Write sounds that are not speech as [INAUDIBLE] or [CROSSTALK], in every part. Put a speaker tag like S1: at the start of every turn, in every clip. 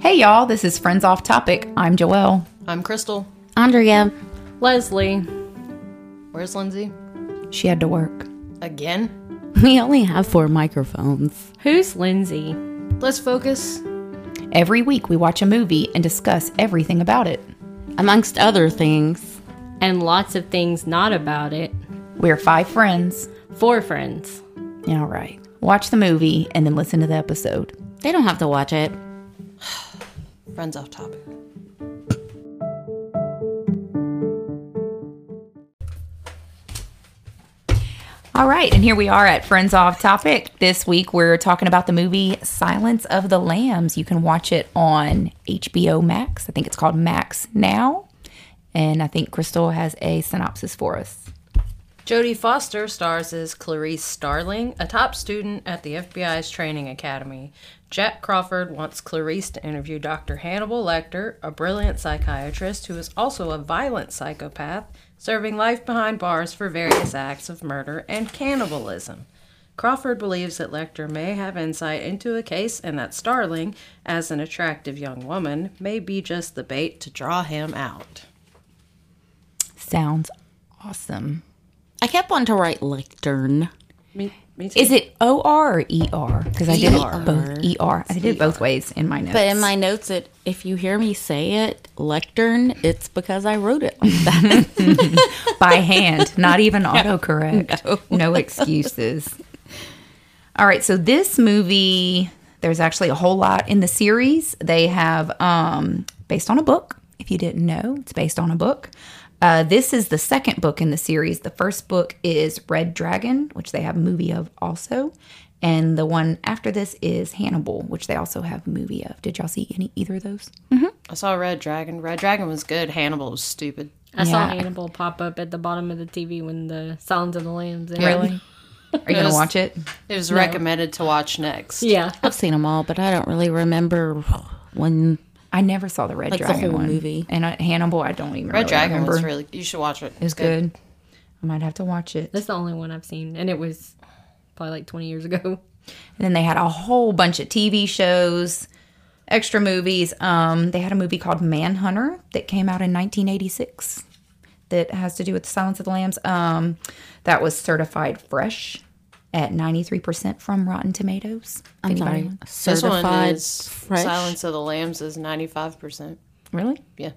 S1: Hey y'all, this is Friends Off Topic. I'm Joelle.
S2: I'm Crystal.
S3: Andrea.
S2: Leslie. Where's Lindsay?
S1: She had to work.
S2: Again?
S3: We only have four microphones.
S4: Who's Lindsay?
S2: Let's focus.
S1: Every week we watch a movie and discuss everything about it.
S3: Amongst other things,
S4: And lots of things not about it.
S1: We're five friends.
S4: Four friends.
S1: All right. Watch the movie and then listen to the episode.
S3: they don't have to watch it.
S2: Friends off topic.
S1: All right, and here we are at Friends Off Topic. This week we're talking about the movie Silence of the Lambs. You can watch it on HBO Max. I think it's called Max Now. And I think Crystal has a synopsis for us.
S2: Jodie Foster stars as Clarice Starling, a top student at the FBI's training academy. Jack Crawford wants Clarice to interview Dr. Hannibal Lecter, a brilliant psychiatrist who is also a violent psychopath, serving life behind bars for various acts of murder and cannibalism. Crawford believes that Lecter may have insight into a case and that Starling, as an attractive young woman, may be just the bait to draw him out.
S1: Sounds awesome.
S3: I kept wanting to write lectern.
S2: Me, me too.
S1: Is it O R or E R? Because I did
S3: ER.
S1: it both E R. I did it both ways in my notes.
S3: But in my notes, it if you hear me say it, lectern, it's because I wrote it like that.
S1: [LAUGHS] by hand, not even autocorrect. No. excuses. All right, so this movie, there's actually a whole lot in the series. They have um based on a book. If you didn't know, it's based on a book. Uh, this is the second book in the series. The first book is Red Dragon, which they have a movie of also. And the one after this is Hannibal, which they also have a movie of. Did y'all see any either of those?
S2: I saw Red Dragon. Red Dragon was good. Hannibal was stupid.
S4: I saw
S1: Yeah.
S4: Hannibal pop up at the bottom of the TV when the Silence of the Lambs aired.
S1: Are you gonna watch it?
S2: It was recommended to watch next.
S4: [LAUGHS] Yeah.
S3: I've seen them all, but I don't really remember when.
S1: I never saw the Red
S3: the
S1: Dragon
S3: whole
S1: one.
S3: movie.
S1: And uh, Hannibal, I don't even
S2: Red
S1: really
S2: Dragon
S1: remember.
S2: was really. You should watch it.
S1: it was good. I might have to watch it. And
S4: That's the only one I've seen. And it was probably like 20 years ago.
S1: then they had a whole bunch of TV shows, extra movies. Um, they had a movie called Manhunter that came out in 1986 that has to do with the Silence of the Lambs. Um, that was certified fresh at 93% from Rotten Tomatoes.
S3: I'm
S1: Anybody
S3: sorry,
S1: know?
S2: This one
S3: certified
S2: is
S3: fresh.
S2: Silence of the Lambs is ninety five percent.
S1: Really?
S2: Yeah.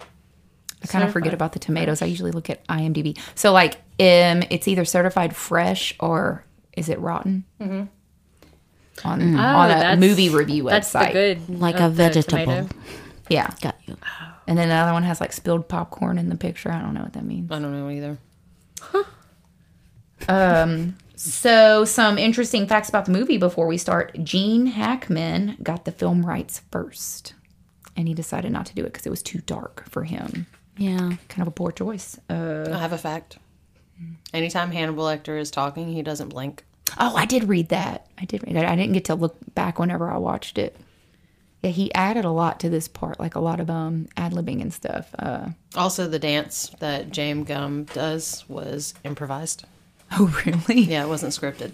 S1: I kind of forget about the tomatoes. I usually look at IMDb. So like, um, it's either certified fresh or is it rotten? Mm-hmm. On,
S4: [LAUGHS]
S1: on a
S4: Mm. Oh, that's-
S1: movie review
S4: That's
S1: website.
S4: the good.
S3: Like
S4: of
S3: a
S4: the
S3: vegetable.
S4: tomato.
S1: Yeah,
S3: Got you.
S1: and then the other one has like spilled popcorn in the picture. I don't know what that means.
S2: I don't know either.
S1: So some interesting facts about the movie before we start. Gene Hackman got the film rights first, and he decided not to do it because it was too dark for him.
S3: Yeah.
S1: Kind of a poor choice. Uh,
S2: I have a fact. Anytime Hannibal Lecter is talking, he doesn't blink.
S1: Oh, I did read that. I did read that. I didn't get to look back whenever I watched it. Yeah, he added a lot to this part, like a lot of um ad libbing and stuff. Uh, [LAUGHS]
S2: Also, the dance that James Gum does was improvised.
S1: oh, really?
S2: Yeah, it wasn't scripted.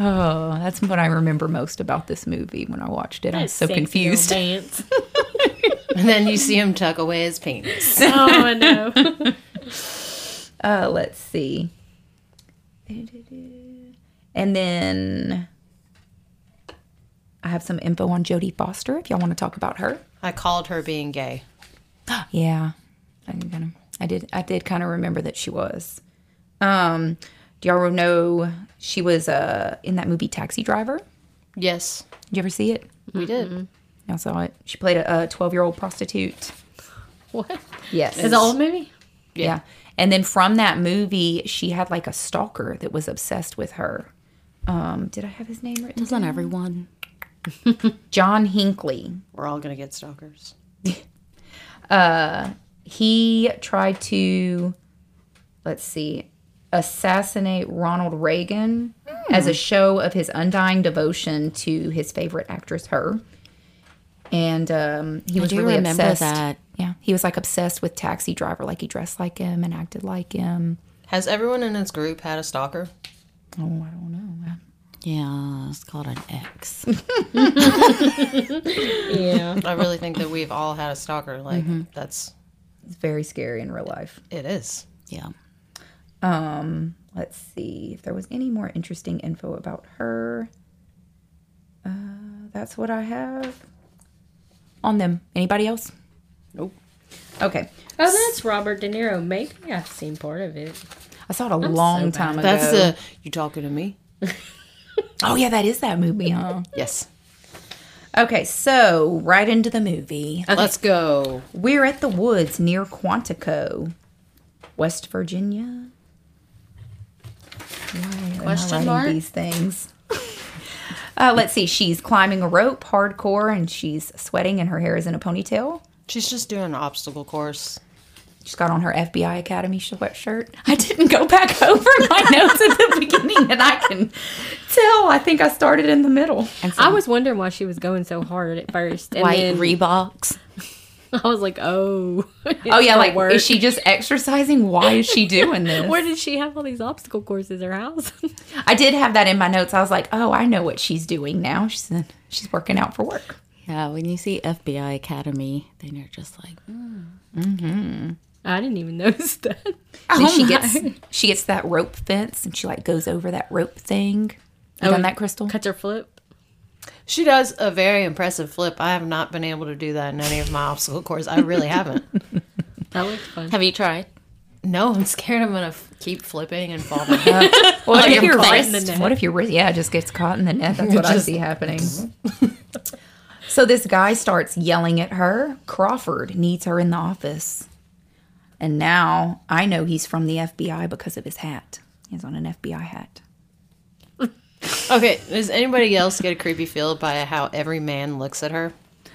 S1: Oh, that's what I remember most about this movie when I watched it. I was so
S4: Sexy little
S1: confused. [LAUGHS]
S4: dance. [LAUGHS]
S2: And then you see him tuck away his penis.
S4: oh, I know.
S1: Uh, let's see. And then I have some info on Jodie Foster if y'all want to talk about her.
S2: I called her being gay.
S1: Yeah, I can kind of. I did. I did kind of remember that she was. Um, do y'all know she was uh in that movie Taxi Driver?
S2: Yes,
S1: Did you ever see it?
S2: we did.
S1: Y'all saw it. She played a twelve-year-old prostitute.
S4: What?
S1: Yes.
S4: Is it old movie?
S1: yeah. And then from that movie, she had like a stalker that was obsessed with her. Um, did I have his name written?
S3: Doesn't everyone?
S1: John Hinckley.
S2: We're all gonna get stalkers.
S1: he tried to let's see assassinate ronald reagan as a show of his undying devotion to his favorite actress her and um, he was
S3: do
S1: really
S3: remember
S1: obsessed
S3: that.
S1: yeah he was like obsessed with taxi driver like he dressed like him and acted like him
S2: Has everyone in his group had a stalker?
S1: oh i don't know
S3: Yeah, it's called an [LAUGHS] X.
S4: Yeah.
S2: I really think that we've all had a stalker. Like that's
S1: It's very scary in real life.
S2: it is.
S3: yeah.
S1: Um, let's see if there was any more interesting info about her. Uh, that's what I have on them. Anybody else?
S2: Nope.
S1: Okay.
S4: Oh, that's Robert De Niro. Maybe I've seen part of it.
S1: I saw it a long time ago.
S2: That's the you talking to me?
S1: Oh yeah, that is that movie, huh?
S2: Yes.
S1: okay, so right into the movie.
S2: Let's go.
S1: We're at the woods near Quantico, West Virginia. Why am I
S3: Question
S1: writing
S3: mark?
S1: These things. [LAUGHS] Uh, let's see. She's climbing a rope, hardcore, and she's sweating, and her hair is in a ponytail.
S2: She's just doing an obstacle course.
S1: She's got on her FBI Academy sweatshirt. I didn't go [LAUGHS] back over my notes at the beginning, and I can tell. I think I started in the middle.
S4: I was wondering why she was going so hard at first. And
S3: White
S4: then
S3: Reeboks.
S4: [LAUGHS] I was like, oh.
S1: Oh yeah, like
S4: where
S1: is she just exercising? Why is she [LAUGHS] doing this?
S4: Where did she have all these obstacle courses? Her house? [LAUGHS]
S1: I did have that in my notes. I was like, oh, I know what she's doing now. She's she's working out for work.
S3: Yeah, when you see FBI Academy, then you're just like,
S4: I didn't even [LAUGHS] notice that.
S1: And then she gets she gets that rope fence and she like goes over that rope thing. You done that, Crystal?
S4: Catch her flip.
S2: She does a very impressive flip. I have not been able to do that in any of my obstacle course. I really [LAUGHS] haven't.
S4: That looked fun.
S3: have you tried?
S2: No, I'm scared I'm gonna f- keep flipping and falling.
S1: Well, if
S4: get
S1: your
S4: caught in the
S1: wrist,
S4: net.
S1: what if your wrist? Yeah, it just gets caught in the net. That's what I see happening. so this guy starts yelling at her. Crawford needs her in the office, and now I know he's from the FBI because of his hat. He's on an FBI hat.
S2: [LAUGHS] okay, does anybody else get a creepy feel by how every man looks at her?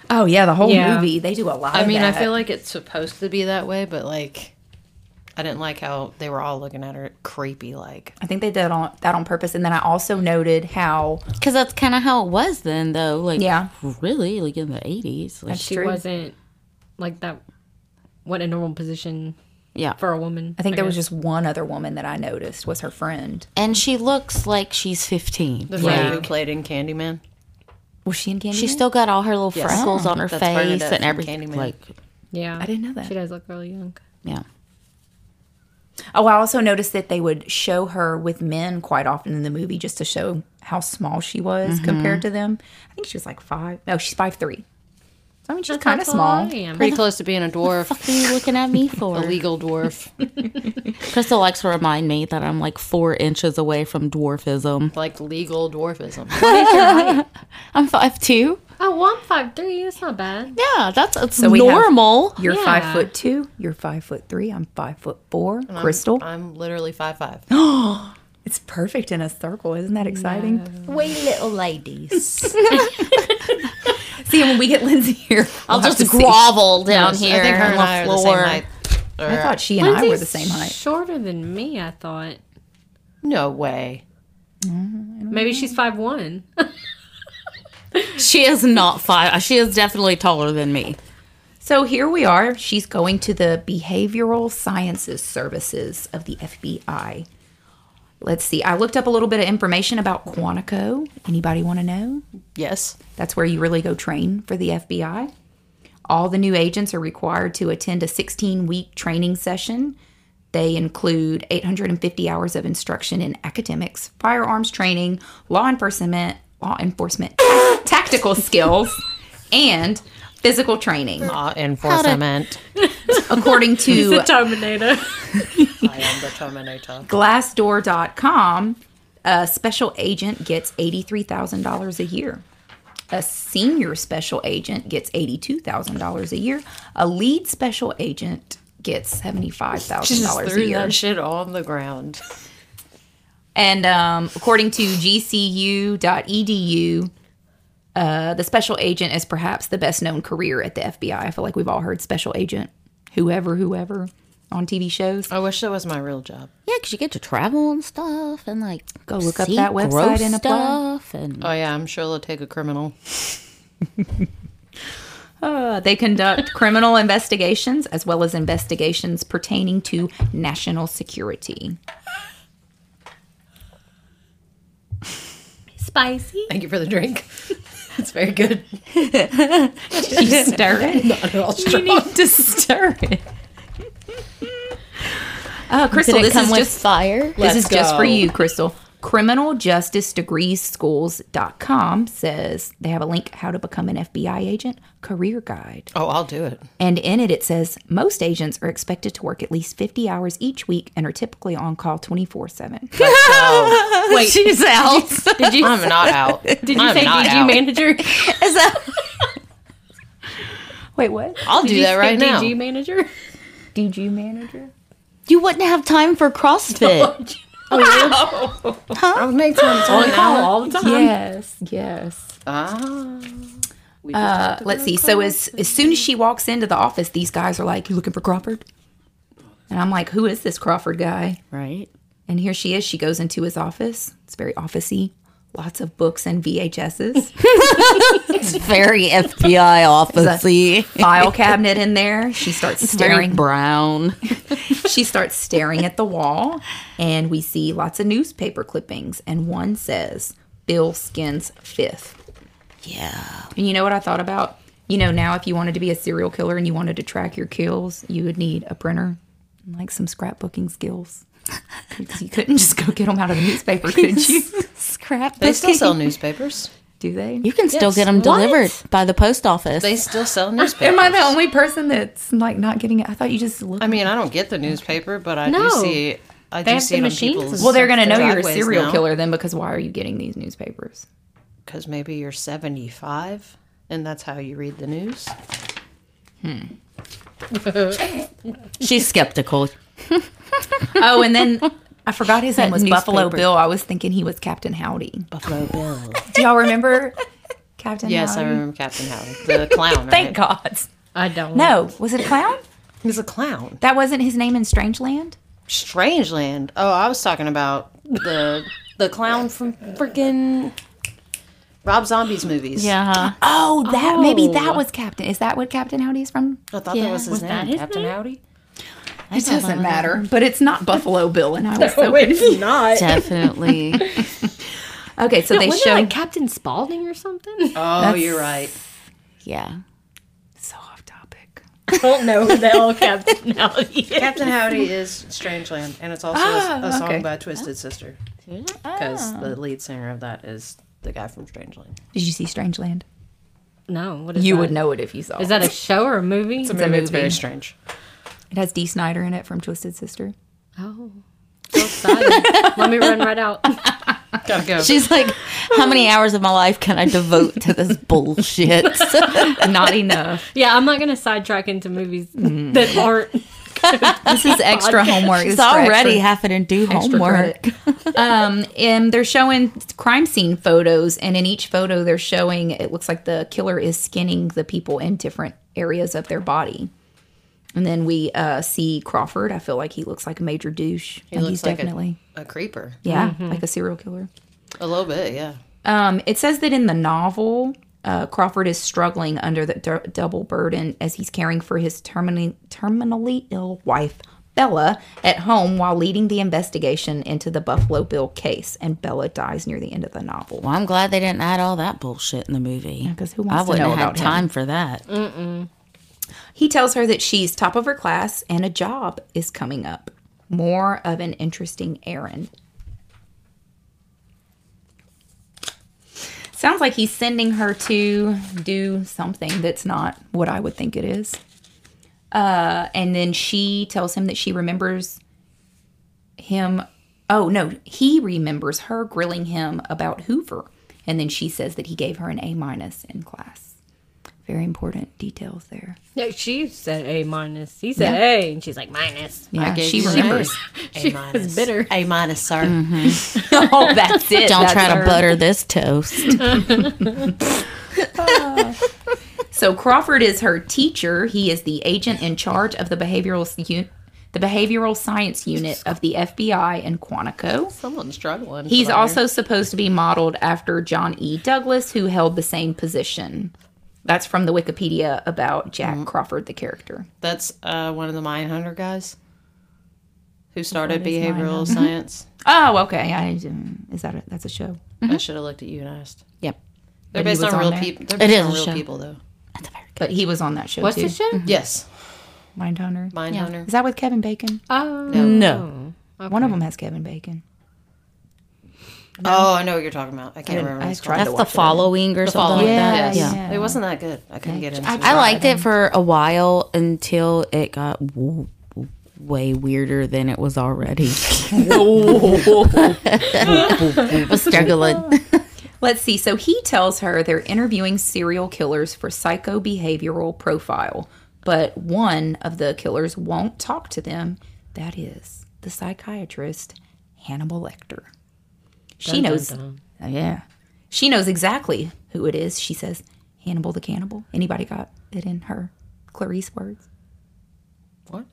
S1: Oh yeah, the whole
S4: Yeah.
S1: movie. They do a lot.
S2: I
S1: of
S2: mean, I
S1: that.
S2: feel like it's supposed to be that way, but like, I didn't like how they were all looking at her creepy. Like,
S1: I think they did on, that on purpose. And then I also noted how
S3: Because that's kind of how it was then, though. Like,
S1: Yeah.
S3: really, like in the 80s. Like,
S1: That's
S4: She
S1: true.
S4: wasn't like that. What a normal position
S3: yeah.
S4: for a woman.
S1: I think there was just one other woman that I noticed was her friend.
S3: and she looks like she's 15.
S2: the
S4: Yeah.
S2: friend who played in Candyman.
S1: Was she in Candy?
S3: She's still got all her little
S2: Mm-hmm. Yes.
S3: freckles on her
S2: That's
S3: face
S2: Bernadette
S3: and
S2: from
S3: everything.
S2: Candyman.
S3: Like,
S4: Yeah.
S1: I didn't know that.
S4: She does look really young.
S3: yeah.
S1: Oh, I also noticed that they would show her with men quite often in the movie just to show how small she was compared to them. I think she was like five. No, she's five three. So, I mean, she's kind of small.
S2: Pretty close to being a dwarf,
S3: What are you looking at
S2: [LAUGHS]
S3: me for?
S2: illegal dwarf.
S3: Crystal likes to remind me that I'm like four inches away from dwarfism.
S2: like legal dwarfism.
S3: I'm five two.
S4: Oh, well, I'm five three. That's not bad.
S3: Yeah, that's it's
S1: we have-
S3: normal.
S1: You're five
S4: Yeah.
S1: foot two. You're five foot three. I'm five foot four. Crystal.
S2: I'm literally five five.
S1: it's perfect in a circle. Isn't that exciting?
S3: Way
S1: [LAUGHS]
S3: little ladies.
S1: See, when we get Lindsay here,
S3: I'll
S1: we'll have
S3: just
S1: to see.
S3: grovel down here
S2: I think her
S3: on
S2: and
S3: the
S2: I are the
S3: floor.
S2: same height.
S1: I thought she and I were the same height.
S4: Shorter than me, I thought.
S2: No way.
S1: Mm-hmm.
S4: Maybe she's five one.
S3: She is not five. She is definitely taller than me.
S1: So here we are. She's going to the Behavioral Sciences Services of the FBI. Let's see. I looked up a little bit of information about Quantico. Anybody want to know?
S2: Yes.
S1: That's where you really go train for the FBI. All the new agents are required to attend a 16 week training session. They include 850 hours of instruction in academics, firearms training, law enforcement, law enforcement, [COUGHS] tactical skills, and physical training.
S2: Law enforcement.
S1: According to [LAUGHS]
S4: [LAUGHS] Terminator.
S2: I am the Terminator.
S1: Glassdoor.com, a special agent gets $83,000 a year. A senior special agent gets $82,000 a year. A lead special agent gets
S2: She just
S1: $75,000 a
S2: threw
S1: year.
S2: that shit on the ground.
S1: And um, according to gcu.edu, E uh, the special agent is perhaps the best known career at the FBI. I feel like we've all heard special agent, whoever, whoever on TV shows.
S2: I wish that was my real job.
S3: Yeah, because you get to travel and stuff, and like
S1: Go look up
S3: see
S1: that website
S3: gross
S1: and apply.
S3: stuff, and
S2: Oh yeah, I'm sure they'll take a criminal.
S1: Uh, they conduct criminal investigations as well as investigations pertaining to national security.
S4: Spicy.
S2: Thank you for the drink. [LAUGHS] It's very good.
S1: You stir it.
S2: [LAUGHS] Not at all
S1: You
S2: strong.
S1: need to stir it. Oh, Crystal,
S3: Did it
S1: this
S3: come
S1: is
S3: with
S1: just
S3: [LAUGHS] fire?
S1: This is
S2: Let's
S1: just for
S2: go.
S1: you, Crystal. CriminalJusticeDegreeSchools.com says they have a link how to become an FBI agent career guide.
S2: Oh, I'll do it.
S1: And in it, it says most agents are expected to work at least 50 hours each week and are typically on call 24 7.
S2: Oh, wait,
S1: She's out.
S4: Did you
S2: I'm not out.
S4: did you
S2: I'm
S4: say
S2: not
S4: DG
S2: out.
S4: manager?
S2: [LAUGHS]
S1: Wait, what?
S2: I'll do
S4: Did you
S2: that
S4: say
S2: right now.
S4: DG manager.
S1: DG manager?
S3: You wouldn't have time for CrossFit.
S2: I'll make time to
S4: On call all the time.
S1: Yes, yes.
S2: Ah.
S1: Uh, let's see. So as as soon as she walks into the office, these guys are like, "You looking for Crawford?" And I'm like, "Who is this Crawford guy?"
S3: right?
S1: And here she is. She goes into his office. It's very officey. Lots of books and VHSs.
S3: It's very FBI officey.
S1: File cabinet in there. She starts
S3: Very [LAUGHS]
S1: staring.
S3: brown.
S1: She starts staring at the wall, and we see lots of newspaper clippings. And one says, "Bill skins fifth.
S3: Yeah.
S1: And you know what I thought about? You know, now if you wanted to be a serial killer and you wanted to track your kills, you would need a printer and like some scrapbooking skills. [LAUGHS] 'Cause you couldn't just go get them out of the newspaper, could you?
S3: Scrap.
S2: They still sell newspapers.
S1: Do they?
S3: You can still
S2: Yes.
S3: get them
S2: What?
S3: delivered by the post office.
S2: They still sell newspapers.
S1: Am I the only person that's like not getting it? I thought you just looked.
S2: I mean, I don't get the newspaper, but I
S4: No.
S2: do see. I
S4: They
S2: do
S4: have
S2: see
S4: the
S2: it on
S4: machines.
S2: people's.
S1: well, they're going to know you're a
S2: driveways
S1: serial
S2: now.
S1: killer then because why are you getting these newspapers?
S2: because maybe you're 75 and that's how you read the news.
S3: She's skeptical.
S1: Oh, and [LAUGHS] then I forgot his name was Buffalo
S3: newspaper.
S1: Bill. I was thinking he was Captain Howdy.
S2: Buffalo Bill.
S1: Do y'all [LAUGHS] remember Captain
S2: yes, I
S1: Howdy?
S2: remember Captain Howdy, the [LAUGHS] clown. Right?
S1: Thank God.
S4: I don't.
S1: No, was it a clown?
S2: He's a clown.
S1: That wasn't his name in Strangeland?
S2: Strangeland. Oh, I was talking about the the clown from freaking Rob Zombie's movies.
S3: Yeah.
S1: Oh, that maybe that
S4: Oh.
S1: was Captain. Is that what Captain Howdy is from?
S2: I thought that was his name.
S4: that his
S2: Captain
S4: name?
S2: Howdy.
S1: It doesn't matter, but it's not Buffalo Bill, and I was
S4: [LAUGHS]
S1: so
S2: it's not.
S3: [LAUGHS] Definitely.
S1: okay. So they
S4: Wasn't it
S1: show
S4: like Captain Spaulding or something?
S2: Oh, you're right.
S3: yeah.
S1: so off topic.
S4: I don't know who the hell Captain Howdy is.
S2: Captain Howdy is Strangeland, and it's also a, a
S1: Ah,
S2: song
S1: okay. Ah.
S2: by Twisted Sister because the lead singer of that is the guy from Strangeland.
S1: Did you see Strangeland?
S4: [LAUGHS] No, what is
S1: You
S4: that?
S1: would know it if you saw.
S4: Is that a show or a movie?
S1: It's a
S2: It's very
S1: movie.
S2: strange.
S1: It has Dee Snyder in it from Twisted Sister.
S4: oh, so excited. Let me run right out.
S2: Gotta go.
S3: She's like, how many hours of my life can I devote to [LAUGHS] this bullshit?
S1: Not enough.
S4: Yeah, I'm not gonna sidetrack into movies that aren't.
S1: This
S4: [LAUGHS]
S1: is extra homework. This is
S3: It's
S1: for
S3: already
S1: extra-
S3: happening to do
S1: extra
S3: homework.
S2: [LAUGHS]
S1: credit. um, and they're showing crime scene photos, and in each photo, they're showing it looks like the killer is skinning the people in different areas of their body. And then we uh, see Crawford. I feel like he looks like a major douche.
S2: He
S1: Like,
S2: looks
S1: he's
S2: like a- Mm-hmm.
S1: definitely,
S2: a creeper.
S1: yeah, like a serial killer.
S2: A little bit, yeah.
S1: Um, it says that in the novel, uh, Crawford is struggling under the d- double burden as he's caring for his terminally, terminally ill wife, Bella, at home while leading the investigation into the Buffalo Bill case. And Bella dies near the end of the novel.
S3: Well, I'm glad they didn't add all that bullshit in the movie.
S1: 'cause who
S3: I
S1: wants to
S3: wouldn't
S1: know
S3: have had
S1: about him?
S3: time for that.
S1: He tells her that she's top of her class and a job is coming up. More of an interesting errand. Sounds like he's sending her to do something that's not what I would think it is. Uh, and then she tells him that she remembers him. Oh, no, he remembers her grilling him about Hoover. And then she says that he gave her an A minus in class. Very important details there.
S4: No, she said A minus. He said A, and she's like minus.
S1: Yeah,
S2: gave
S1: she
S2: you an
S1: remembers.
S2: A
S4: She
S2: minus.
S4: was bitter.
S2: A minus, sir.
S1: [LAUGHS] oh, that's it.
S3: Don't
S1: That's
S3: try to
S1: her.
S3: butter this [LAUGHS] toast.
S1: So Crawford is her teacher. He is the agent in charge of the behavioral s- u- the behavioral science unit of the FBI in Quantico.
S2: Someone's struggling.
S1: He's
S2: somewhere.
S1: also supposed to be modeled after John E. Douglas, who held the same position. That's from the Wikipedia about Jack Crawford, the character.
S2: That's uh, one of the Mindhunter guys
S1: Mm-hmm.
S2: who started behavioral science.
S1: Oh, okay. I, didn't- is that a, that's a show?
S5: I should have looked at you and asked.
S1: Yep.
S5: They're
S1: But he
S5: based
S1: was
S5: on real
S1: there.
S5: people. They're
S3: It
S5: based
S3: is
S5: on
S3: a
S5: real
S3: show.
S5: people, though.
S3: That's a very good.
S1: But he was on that show
S4: What's
S1: too.
S4: the show?
S5: Yes.
S1: Mindhunter. Uh,
S5: Mindhunter.
S1: Is that with Kevin Bacon?
S4: Oh,
S3: No.
S1: One of them has Kevin Bacon.
S5: Oh, I know what you're talking about. I can't
S1: didn't-
S5: remember.
S1: I
S5: what it's
S1: tried
S5: called.
S1: to
S3: That's the
S1: watch it.
S3: following or something
S5: Following,
S3: like
S1: Yeah,
S3: that.
S5: yes.
S1: yeah.
S5: It wasn't that good. I couldn't get into it.
S3: I liked it for a while until it got w- w- way weirder than it was [LAUGHS] already. it was struggling.
S1: Let's see. So he tells her they're interviewing serial killers for psychobehavioral profile, but one of the killers won't talk to them. That is the psychiatrist, Hannibal Lecter. She knows. Oh, yeah. She knows exactly who it is. She says, Hannibal the cannibal. Anybody got it in her Clarice words?
S5: What?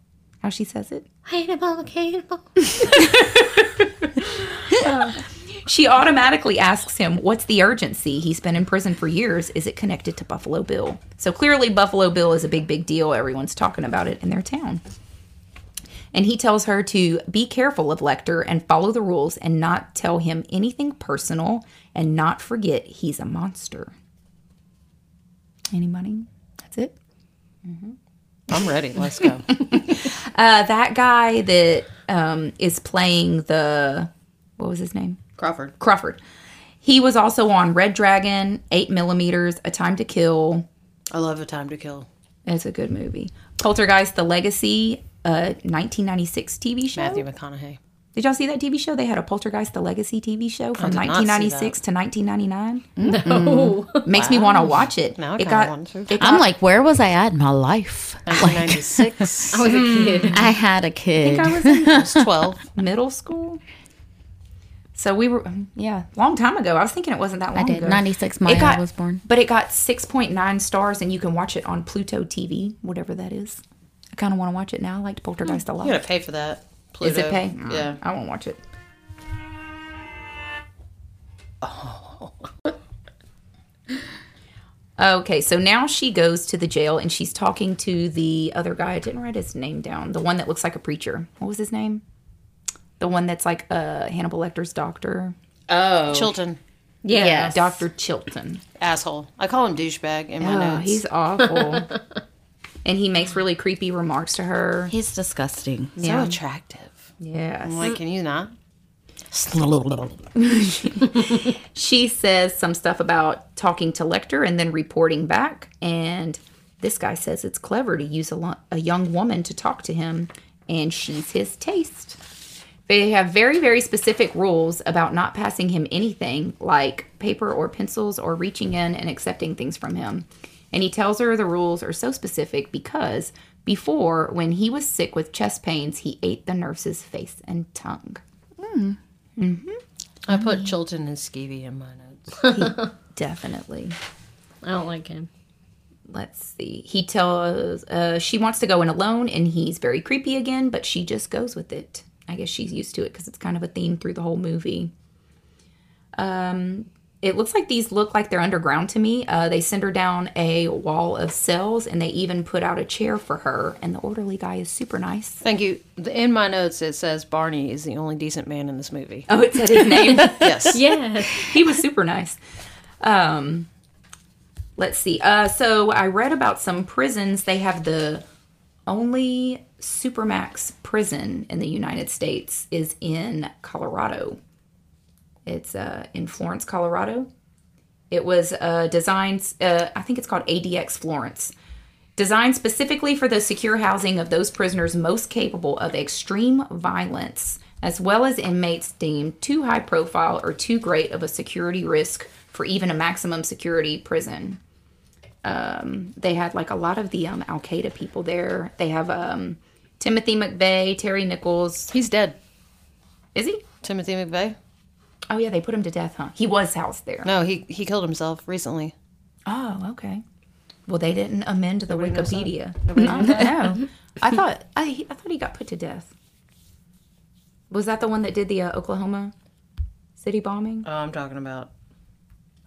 S1: How she says it?
S4: Hannibal, Hannibal.
S1: She automatically asks him, What's the urgency? He's been in prison for years. Is it connected to Buffalo Bill? So clearly, Buffalo Bill is a big, big deal. Everyone's talking about it in their town. And he tells her to be careful of Lecter and follow the rules and not tell him anything personal and not forget he's a monster. Anybody? That's it.
S5: I'm ready. Let's go.
S1: Uh, that guy that um, is playing the, what was his name?
S5: Crawford.
S1: Crawford. He was also on Red Dragon, Eight Millimeters, A Time to Kill.
S5: [LAUGHS] I love A Time to Kill.
S1: It's a good movie. Poltergeist: The Legacy, a 1996 TV show.
S5: Matthew McConaughey.
S1: Did y'all see that TV show? They had a Poltergeist: The Legacy TV show from
S5: did not see
S1: 1996 to 1999. No, makes me want to watch it.
S5: Now I
S1: it
S5: kinda
S1: got
S5: want to. [LAUGHS]
S1: it got-
S3: I'm like, where was I at in my life?
S5: [LAUGHS] 1996. I
S4: was a kid.
S3: I had a kid.
S1: I was in
S5: was 12.
S1: middle school. So we were, um, yeah, long time ago. I was thinking it wasn't that long
S3: I did.
S1: ago.
S3: 96 Maya
S1: It got,
S3: was born.
S1: But it got 6.9 stars, and you can watch it on Pluto TV, whatever that is. I kind of want to watch it now. I liked Poltergeist a lot.
S5: You gotta pay for that. Pluto.
S1: is it pay?
S5: Yeah.
S1: I won't watch it. Oh. [LAUGHS] okay, so now she goes to the jail and she's talking to the other guy. I didn't write his name down. The one that looks like a preacher. What was his name? The one that's like uh, Hannibal Lecter's doctor.
S3: Oh.
S5: Chilton.
S4: Yeah.
S3: Yes.
S1: Dr. Chilton.
S5: Asshole. I call him douchebag in my
S1: Oh,
S5: notes.
S1: he's awful. [LAUGHS] and he makes really creepy remarks to her.
S3: He's disgusting.
S5: so attractive.
S1: Yes.
S5: I'm like, can you not?
S1: She says some stuff about talking to Lecter and then reporting back. And this guy says it's clever to use a, lo- a young woman to talk to him, and she's his taste. They have very, very specific rules about not passing him anything like paper or pencils or reaching in and accepting things from him. And he tells her the rules are so specific because before, when he was sick with chest pains, he ate the nurse's face and tongue.
S5: I put Chilton and Skeevy in my notes.
S1: Definitely.
S4: I don't like him.
S1: let's see he tells uh, she wants to go in alone and he's very creepy again but she just goes with it i guess she's used to it because it's kind of a theme through the whole movie um it looks like these look like they're underground to me uh, they send her down a wall of cells and they even put out a chair for her and the orderly guy is super nice
S5: Thank you. In my notes, it says Barney is the only decent man in this
S1: [LAUGHS]
S5: movie.
S1: oh it said his name
S5: [LAUGHS] Yes.
S4: Yeah.
S1: [LAUGHS] he was super nice. Um, let's see. Uh, so I read about some prisons. They have the only supermax prison in the United States is in Colorado. It's uh, in Florence, Colorado. It was uh, designed. Uh, I think it's called ADX Florence. Designed specifically for the secure housing of those prisoners most capable of extreme violence, as well as inmates deemed too high profile or too great of a security risk for even a maximum security prison. Um, they had like a lot of the um, Al Qaeda people there. They have um, Timothy McVeigh, Terry Nichols.
S5: He's dead.
S1: Is he?
S5: Timothy McVeigh?
S1: Oh, yeah, they put him to death, huh? He was housed there.
S5: No, he, he killed himself recently.
S1: Oh, okay. Well, they didn't amend the Wikipedia. I don't know. I thought I, he- I thought he got put to death. Was that the one that did the uh, Oklahoma city bombing?
S5: Oh, I'm talking about.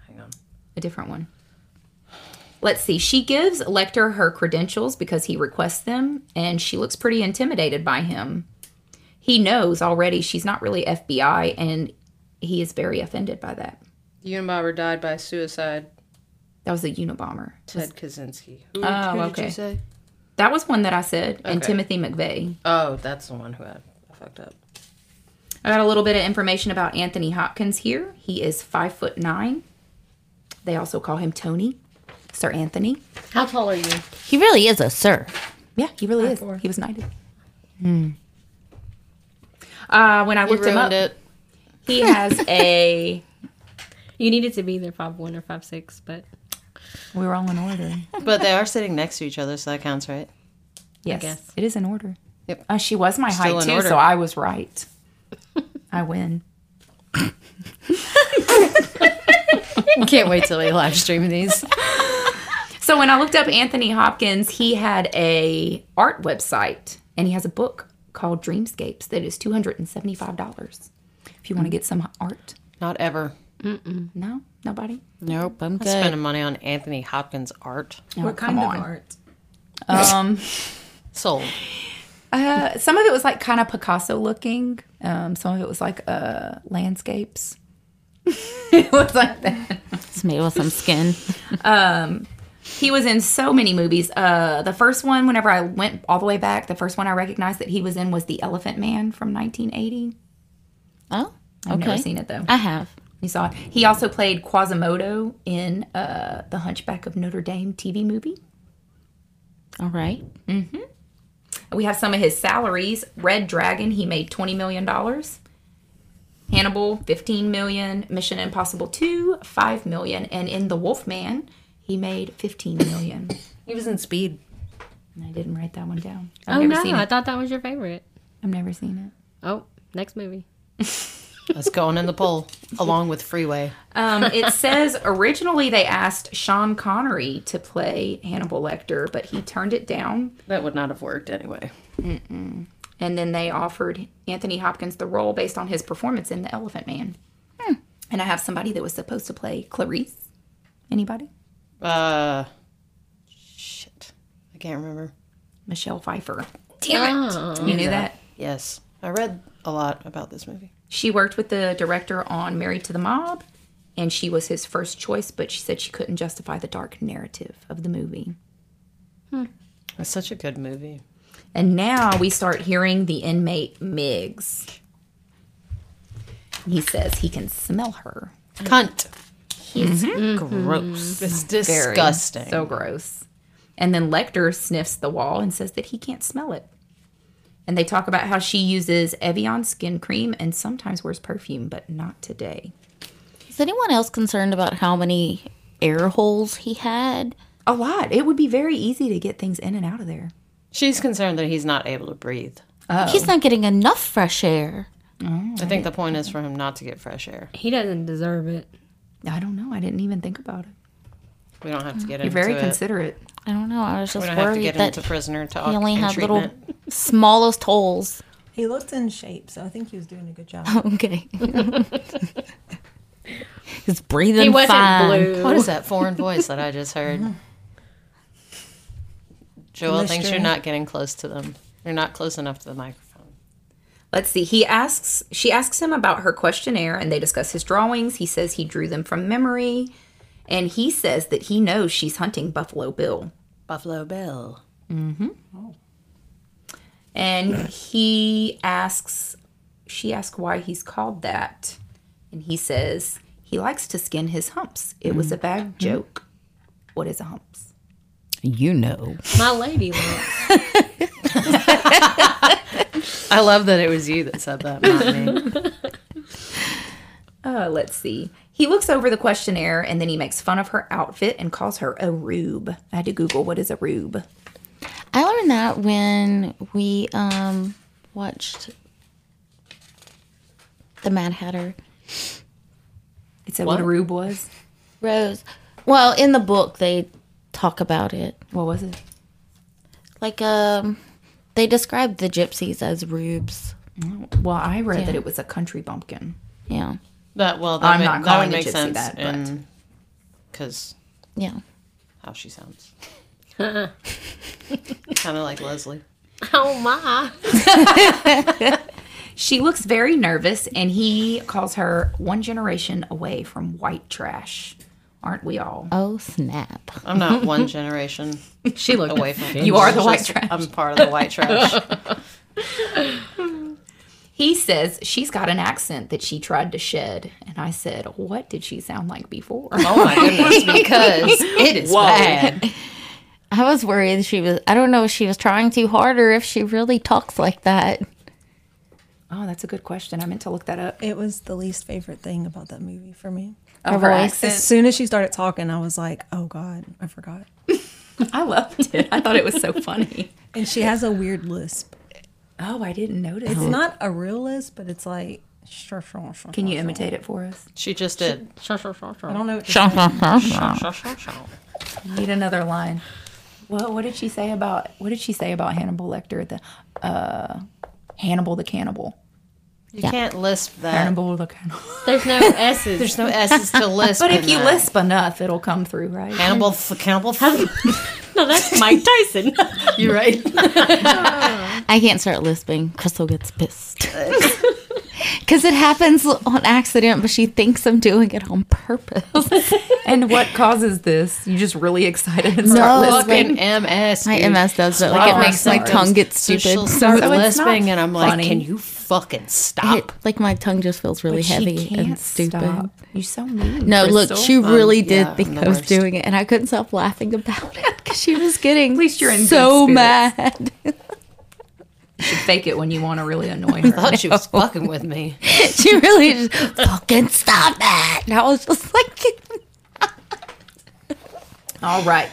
S5: Hang on.
S1: A different one. Let's see. She gives Lecter her credentials because he requests them, and she looks pretty intimidated by him. He knows already she's not really FBI, and he is very offended by that.
S2: Unabomber died by suicide.
S1: That was a Unabomber.
S2: Ted Kaczynski. Who,
S1: Oh,
S2: who did
S1: okay.
S2: you say?
S1: That was one that I said, and
S2: Okay.
S1: Timothy McVeigh.
S2: Oh, that's the one who I, I fucked up.
S1: I got a little bit of information about Anthony Hopkins here. He is five foot nine. They also call him Tony, Sir Anthony.
S4: How tall are you?
S3: He really is a sir.
S1: Yeah, he really is. He was knighted. Hmm. Uh, when I
S2: You
S1: looked him up,
S2: ruined it.
S1: he has a.
S4: You needed to be either five one or five six, but
S1: [LAUGHS] We were all in order.
S2: But they are sitting next to each other, so that counts, right?
S1: Yes,
S4: guess.
S1: it is in order.
S2: Yep.
S1: Uh, she was my
S2: Still
S1: height
S2: in
S1: too,
S2: order.
S1: so I was right. I win.
S2: [LAUGHS] Can't wait till we live stream these.
S1: So when I looked up Anthony Hopkins, he had a art website and he has a book called Dreamscapes that is two hundred and seventy five dollars. If
S2: Mm-hmm.
S1: you want to get some art,
S2: Not ever.
S1: no, nobody.
S3: Nope, I'm good.
S2: Spending money on Anthony Hopkins art.
S4: what
S1: come
S4: kind of
S1: on.
S4: art?
S1: Um,
S2: Sold.
S1: uh, some of it was like kind of Picasso looking. Um, some of it was like uh, landscapes. [LAUGHS] it was like that.
S3: It's made with some skin.
S1: he was in so many movies. Uh, the first one, whenever I went all the way back, the first one I recognized that he was in was The Elephant Man from 1980.
S3: Oh, okay.
S1: I've never seen it though.
S3: I have.
S1: You saw it. He also played Quasimodo in uh, the Hunchback of Notre Dame TV movie.
S3: All right.
S1: We have some of his salaries. Red Dragon, he made twenty million dollars. Hannibal, fifteen million. Mission Impossible Two, five million. And in The Wolfman, he made fifteen million.
S2: He was in Speed.
S1: And I didn't write that one down. I've
S4: Oh
S1: never
S4: no,
S1: seen
S4: I
S1: it.
S4: thought that was your favorite.
S1: I've never seen it.
S4: Oh, next movie.
S2: That's going in the poll along with Freeway.
S1: Um, it says originally they asked Sean Connery to play Hannibal Lecter, but he turned it down.
S2: That would not have worked anyway.
S1: And then they offered Anthony Hopkins the role based on his performance in The Elephant Man.
S4: Hmm.
S1: And I have somebody that was supposed to play Clarice. Anybody?
S2: Uh, shit. I can't remember.
S1: Michelle Pfeiffer. Damn it! you knew that.
S2: Yes, I read a lot about this movie.
S1: She worked with the director on Married to the Mob, and she was his first choice, but she said she couldn't justify the dark narrative of the movie.
S2: It's such a good movie.
S1: And now we start hearing the inmate Miggs. He says he can smell her.
S2: Cunt.
S1: He's
S2: Gross. It's
S1: very-
S2: disgusting.
S1: So gross. And then Lecter sniffs the wall and says that he can't smell it. And they talk about how she uses Evian skin cream and sometimes wears perfume, but not today.
S3: Is anyone else concerned about how many air holes he had?
S1: A lot. It would be very easy to get things in and out of there.
S2: She's concerned that he's not able to breathe.
S3: He's not getting enough fresh air.
S2: I think the point is for him not to get fresh air.
S4: He doesn't deserve it.
S1: I don't know. I didn't even think about it.
S2: We don't have to get
S1: You're
S2: into
S1: very
S2: it.
S1: considerate.
S3: I don't know. I was
S2: we
S3: just
S2: don't have to
S3: worried
S2: get
S3: that
S2: into prisoner talk.
S3: he only
S2: and
S3: had
S2: treatment.
S3: little smallest holes.
S6: He looked in shape, so I think he was doing a good job.
S3: [LAUGHS] Okay. He's breathing
S4: He wasn't
S3: fine.
S4: blue.
S2: What is [LAUGHS] that foreign voice that I just heard? Joel thinks you're not getting close to them. You're not close enough to the microphone.
S1: Let's see. He asks, she asks him about her questionnaire and they discuss his drawings. He says he drew them from memory. And he says that he knows she's hunting Buffalo Bill.
S2: Buffalo Bill.
S1: And he asks, she asks why he's called that. And he says he likes to skin his humps. It was a bad joke. What is a humps?
S3: You know.
S4: My lady [LAUGHS] lump.
S2: I love that it was you that said that, not me.
S1: Uh, let's see. He looks over the questionnaire and then he makes fun of her outfit and calls her a rube. I had to Google what is a rube.
S3: I learned that when we um watched The Mad Hatter.
S1: It said what, a rube was.
S3: Rose. Well, in the book they talk about it.
S1: What was it?
S3: Like um they describe the gypsies as rubes.
S1: Well, I read that it was a country bumpkin.
S3: Yeah.
S2: [LAUGHS] That well,
S1: I'm
S2: that, ma-
S1: not
S2: that
S1: calling
S2: would
S1: a
S2: make
S1: gypsy
S2: sense
S1: that, but-
S2: because
S3: Yeah.
S2: how she
S1: [LAUGHS]
S2: sounds. kind of like Leslie.
S4: Oh my.
S1: She looks very nervous, and he calls her one generation away from white trash. Aren't we all?
S3: Oh snap!
S2: I'm not one generation
S4: She looked
S2: away from
S1: You are the white
S2: Just-
S1: trash.
S2: I'm part of the white trash.
S1: He says she's got an accent that she tried to shed. And I said, What did she sound like [LAUGHS] before?
S2: Oh [LAUGHS] my goodness, because it is bad.
S3: I was worried she was. I don't know if she was trying too hard or if she really talks like that.
S1: Oh, that's a good question. I meant to look that up. Oh,
S7: It was the least favorite thing about that movie for me.
S1: Her
S3: voice.
S7: As soon as she started talking, I was like, oh God, I forgot.
S1: I loved it. I thought it was so funny.
S7: And she has a weird lisp.
S1: [LAUGHS] Oh, I didn't notice.
S7: It's not a real lisp, but it's like. Can
S1: Can you imitate it for us?
S2: She just did.
S7: I don't know. what to
S1: Need another line. What What did she say about What did she say about Hannibal Lecter? at The uh, Hannibal the cannibal.
S2: You can't lisp that.
S1: Hannibal the cannibal.
S4: [LAUGHS] There's no S's.
S2: There's no S's [LAUGHS] to lisp.
S1: But if
S2: in
S1: you
S2: that.
S1: lisp enough, it'll come through, right?
S2: Cannibal, f- cannibal. F-
S4: no, that's Mike Tyson.
S2: [LAUGHS]
S4: [LAUGHS]
S2: You're [LAUGHS] right.
S3: I can't start lisping. Crystal gets pissed [LAUGHS] because it happens on accident, but she thinks I'm doing it on purpose.
S1: And what causes this? You just really excited and
S3: No,
S1: start
S3: Oh, it's
S1: lisping.
S2: Fucking MS.
S3: My
S2: dude.
S3: MS does it. Like
S2: Wow.
S3: it makes my
S2: Symptoms.
S3: tongue get
S2: So
S3: stupid.
S2: she'll
S3: So
S2: start
S1: So it's not
S2: lisping, and I'm like,
S1: funny.
S2: can you fucking stop?
S3: it, [LAUGHS] like my tongue just feels really
S1: She
S3: heavy
S1: can't
S3: and stupid.
S1: stop. You're so mean.
S3: No, look,
S1: Crystal.
S3: she really
S2: Um,
S3: did
S2: yeah, I'm
S3: think
S2: the
S3: I was
S2: worst.
S3: doing it, and I couldn't stop laughing about it because she was getting at
S1: least you're in good
S3: so
S1: spirits.
S3: mad. [LAUGHS]
S1: should fake it when you want to really [LAUGHS] annoy her.
S2: thought she was fucking with
S3: [LAUGHS]
S2: me.
S3: she really just fucking stop that. And I was just like, [LAUGHS]
S1: All right.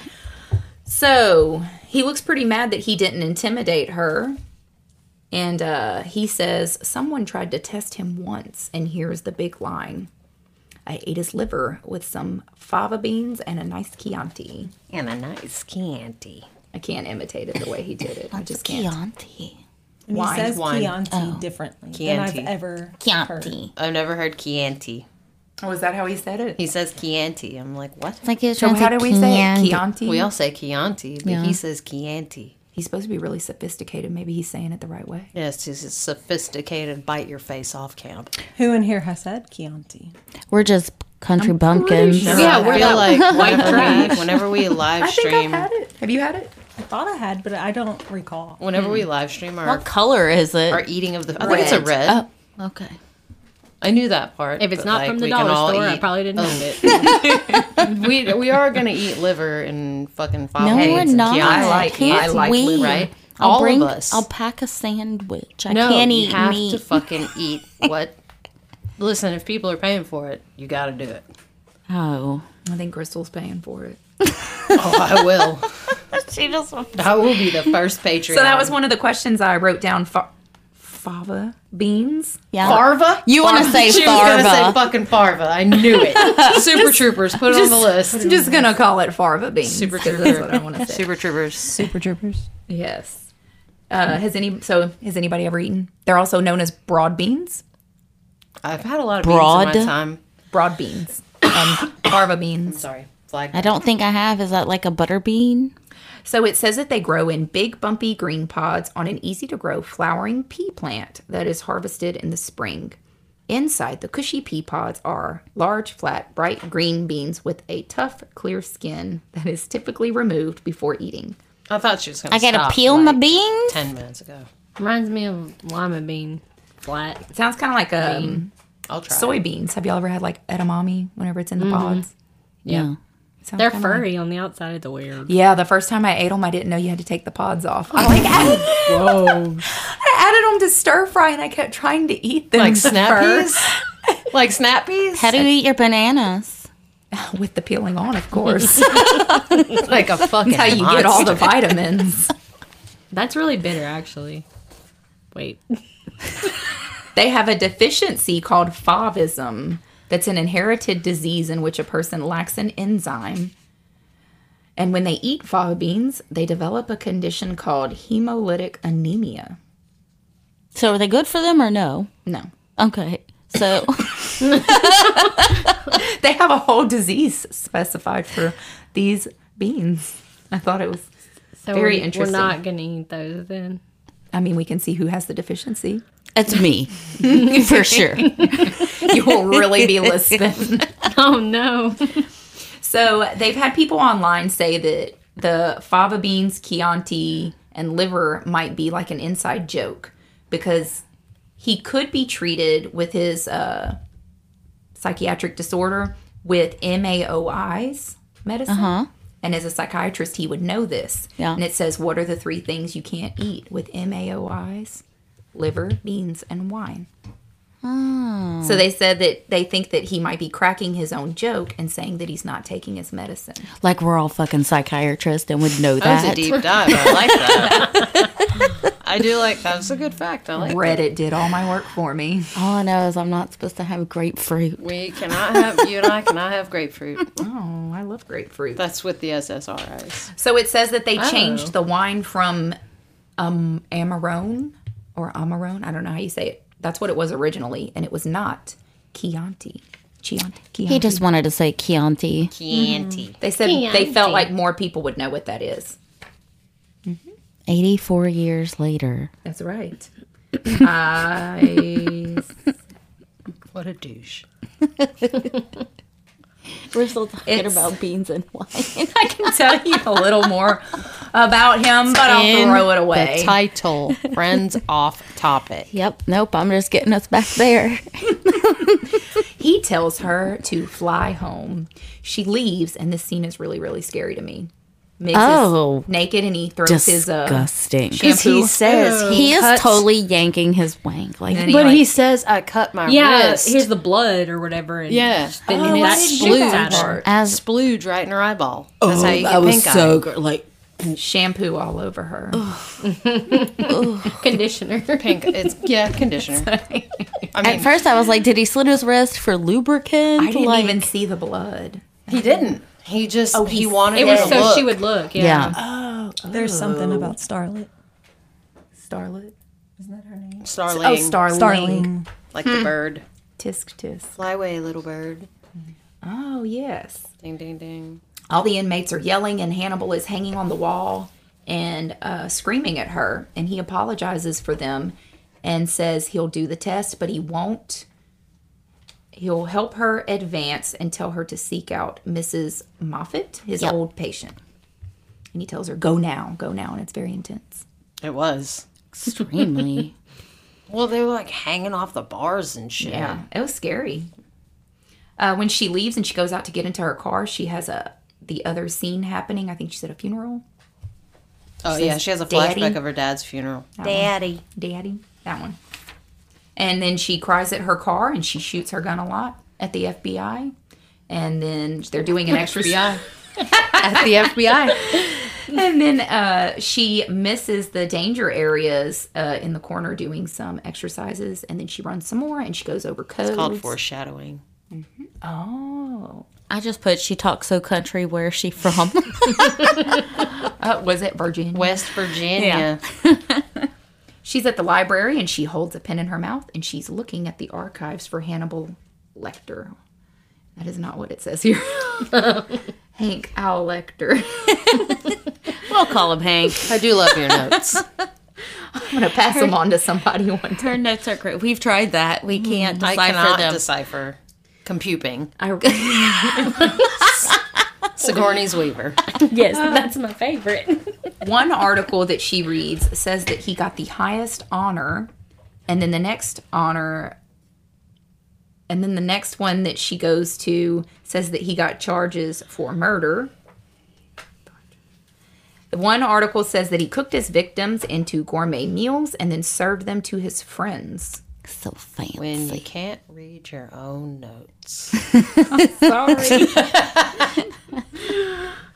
S1: So he looks pretty mad that he didn't intimidate her. And uh, he says, Someone tried to test him once, and here's the big line I ate his liver with some fava beans and a nice Chianti.
S2: And a nice candy.
S1: I can't imitate it the way he did it. I just can't.
S3: Chianti.
S7: And
S1: Wine,
S7: he says
S2: wine.
S7: Chianti differently
S2: Oh, Chianti.
S7: than I've ever heard.
S3: Chianti.
S2: I've never heard Chianti.
S1: Oh, is that how he said it?
S2: He says Chianti. I'm like, what?
S3: Like he was
S1: So
S3: trying to
S1: how do we say it?
S3: Chianti.
S1: Chianti?
S2: We all say Chianti, but
S3: Yeah.
S2: he says Chianti.
S1: He's supposed to be really sophisticated. Maybe he's saying it the right way.
S2: Yes, he's a sophisticated bite your face off camp.
S7: Who in here has said Chianti?
S3: We're just country
S2: [LAUGHS]
S3: bumpkins.
S2: Yeah,
S1: we're
S2: we're
S1: that
S2: [LAUGHS] like whenever we, whenever we live
S1: I think I've
S2: stream,
S1: had it. Have you had it?
S7: I thought I had, but I don't recall.
S2: whenever we live stream our,
S3: What color is it?
S2: our eating of the, Hmm. I think it's a
S1: Red.
S2: red.
S3: Oh, okay.
S2: I knew that part.
S4: If it's
S2: but,
S4: not
S2: like,
S4: from the
S2: we can all
S4: dollar store, I
S2: eat-
S4: probably didn't have
S2: [LAUGHS]
S4: it.
S2: we we are gonna eat liver and fucking fava
S3: No,
S2: beans
S3: we're
S2: and
S3: not.
S2: Chianti,
S1: I like-
S3: Can't
S1: I like
S3: we?
S1: liver.
S2: right?
S3: I'll
S2: all
S3: bring,
S2: of us.
S3: I'll pack a sandwich. I
S2: no,
S3: can't
S2: you
S3: eat
S2: have
S3: meat.
S2: to fucking eat what. Listen, if people are paying for it, you got to do it.
S3: oh.
S1: I think Crystal's paying for it.
S2: [LAUGHS] Oh, I will.
S3: She just
S2: I will be the first Patreon.
S1: So that was one of the questions I wrote down. Fa- fava beans.
S3: yeah.
S2: Farva.
S3: You wanna
S2: Farva. [LAUGHS]
S3: say
S2: She was gonna
S3: Farva.
S2: say fucking Farva. I knew
S3: [LAUGHS]
S2: it. Super Troopers. Put it on the list.
S1: I'm just gonna call it fava beans.
S2: Super
S1: 'cause
S2: true.
S1: That's what I want to say.
S2: Super Troopers.
S7: Super Drippers.
S1: [LAUGHS] Yes. Uh, has any so has anybody ever eaten? They're also known as broad beans,
S2: I've had a lot of
S3: Broad.
S2: beans in my time.
S1: broad beans, and [COUGHS] fava beans.
S2: Sorry, flag.
S3: I don't think I have. Is that like a butter bean?
S1: So it says that they grow in big, bumpy green pods on an easy to grow flowering pea plant that is harvested in the spring. Inside the cushy pea pods are large, flat, bright green beans with a tough, clear skin that is typically removed before eating.
S2: I thought she was gonna.
S3: I gotta
S2: stop,
S3: peel
S2: like,
S3: my beans.
S2: Ten minutes ago.
S4: [LAUGHS] Reminds me of lima bean. Flat.
S1: It sounds kind of like um,
S2: I'll try.
S1: soybeans. Have y'all ever had like edamame whenever it's in the pods?
S3: Yeah.
S1: It sounds
S4: They're
S1: kinda like-
S4: furry on the outside of the weird.
S1: yeah, the first time I ate them, I didn't know you had to take the pods off. I like [LAUGHS] added,
S4: [LAUGHS] Whoa.
S1: I added them to stir fry, and I kept trying to eat them. [LAUGHS]
S2: like
S1: the
S2: snap
S1: fur
S2: peas? like snap peas?
S3: How do you eat your bananas?
S1: with the peeling on,
S2: [LAUGHS]
S1: of course.
S2: like a fucking
S1: how you get all the
S2: [LAUGHS]
S1: vitamins.
S4: That's really bitter, actually. Wait.
S1: They have a deficiency called favism that's an inherited disease in which a person lacks an enzyme. And when they eat fava beans, they develop a condition called hemolytic anemia.
S3: So are they good for them or no?
S1: No.
S3: Okay.
S2: [LAUGHS]
S3: So
S1: They have a whole disease specified for these beans. I thought it was
S4: So
S1: Very
S4: we're,
S1: interesting.
S4: We're not gonna eat those then.
S1: I mean, we can see who has the deficiency. [LAUGHS]
S3: That's me, [LAUGHS] for sure.
S1: You will really be listening.
S4: [LAUGHS] Oh no.
S1: So they've had people online say that the fava beans, Chianti, and liver might be like an inside joke because he could be treated with his uh, psychiatric disorder with MAOIs medicine. And as a psychiatrist, he would know this.
S3: Yeah.
S1: And it says, what are the three things you can't eat with MAOIs? Liver, beans, and wine. So they said that they think that he might be cracking his own joke and saying that he's not taking his medicine.
S3: Like we're all fucking psychiatrists and would know
S2: That was a
S3: that.
S2: deep dive. I like that.
S3: [LAUGHS]
S2: I do like that. It's a good fact. I like
S1: Reddit did all my work for me.
S3: All I know is I'm not supposed to have grapefruit.
S2: We cannot have, you and I cannot have grapefruit.
S1: Oh, I love grapefruit. Oh.
S2: That's with the SSRIs.
S1: So it says that they changed the wine from um, Amarone or Amarone. I don't know how you say it. That's what it was originally, and it was not Chianti. Chianti. Chianti.
S2: Mm-hmm.
S3: He just wanted to say Chianti.
S2: Chianti.
S1: they said they felt like more people would know what that is.
S3: 84 years later.
S1: That's right. I
S5: What a douche.
S3: We're still talking
S1: It's-
S3: about beans and wine.
S1: I can [LAUGHS] tell you a little more about him, but I'll
S2: In
S1: throw it
S2: The
S1: away.
S2: title, Friends Off Topic.
S3: Yep, nope, I'm just getting us back
S2: [LAUGHS]
S3: there.
S1: He tells her to fly home. She leaves, and this scene is really, really scary to me. Mix
S3: Oh.
S1: is naked, and he throws
S3: Disgusting.
S1: his uh, shampoo.
S2: He says
S3: He is
S2: cuts-
S3: totally yanking his wank. Like,
S1: And he,
S2: But
S1: like-
S2: he says, I cut my
S4: Yeah,
S2: wrist.
S4: here's the blood or whatever. And
S2: Yeah.
S4: Then
S1: Oh,
S4: you
S1: I
S4: that
S1: didn't do
S4: splooge
S1: that
S4: at her.
S1: part.
S3: as
S2: splooge right in her eyeball. That's
S4: Oh,
S2: how you get pink eye.
S3: gr- like
S1: shampoo all over her.
S4: Conditioner. [LAUGHS]
S2: pink. It's yeah, conditioner. I mean,
S3: At first, I was like, did he slit his wrist for lubricant?
S1: I didn't
S3: like,
S1: even see the blood.
S2: he didn't. He just he,
S1: he-
S2: wanted
S4: Oh, It was
S2: to
S4: so
S2: look.
S4: she would look. Yeah.
S3: Yeah.
S7: There's something about Starlet.
S1: Starlet.
S2: Starling,
S1: Oh, Starling.
S7: Starling.
S2: like the bird.
S1: Tisk tisk.
S2: Fly away, little bird.
S1: Oh yes.
S2: Ding, ding, ding.
S1: All the inmates are yelling, and Hannibal is hanging on the wall and uh, screaming at her. And he apologizes for them and says he'll do the test, but he won't. He'll help her advance and tell her to seek out Mrs. Moffitt, his
S3: Yep.
S1: old patient. And he tells her, go now, go now. And it's very intense.
S2: It was.
S3: Extremely.
S2: Well, they were like hanging off the bars and shit.
S1: Yeah, it was scary. Uh, when she leaves and she goes out to get into her car, she has a the other scene happening. I think she's at a funeral.
S2: Oh yeah, she has a flashback
S1: Daddy.
S2: of her dad's funeral.
S1: Daddy, daddy, that one. And then she cries at her car and she shoots her gun a lot at the FBI. And then they're doing an extra [LAUGHS]
S2: [LAUGHS] At the FBI.
S1: and then uh, she misses the danger areas uh, in the corner doing some exercises. And then she runs some more and she goes over codes.
S2: Called foreshadowing.
S1: Oh,
S3: [LAUGHS] I just put, she talks so country, where is she from?
S1: uh, was it Virginia?
S2: West Virginia.
S1: She's at the library and she holds a pen in her mouth and she's looking at the archives for Hannibal Lecter. That is not what it says here. [LAUGHS] Hank Al Lecter.
S3: [LAUGHS] we'll call him Hank.
S2: I do love your [LAUGHS] notes.
S1: I'm gonna pass them on to somebody [LAUGHS] one time.
S3: Her notes are great. We've tried that. We can't
S2: I
S3: decipher
S2: cannot
S3: them.
S2: decipher. Compuping.
S1: I,
S2: [LAUGHS] Sigourney's [LAUGHS] Weaver.
S4: Yes, that's my favorite. [LAUGHS]
S1: one article that she reads says that he got the highest honor, and then the next honor, and then the next one that she goes to says that he got charges for murder. One article says that he cooked his victims into gourmet meals and then served them to his friends.
S3: so fancy.
S2: When you can't read your own notes.
S1: Sorry.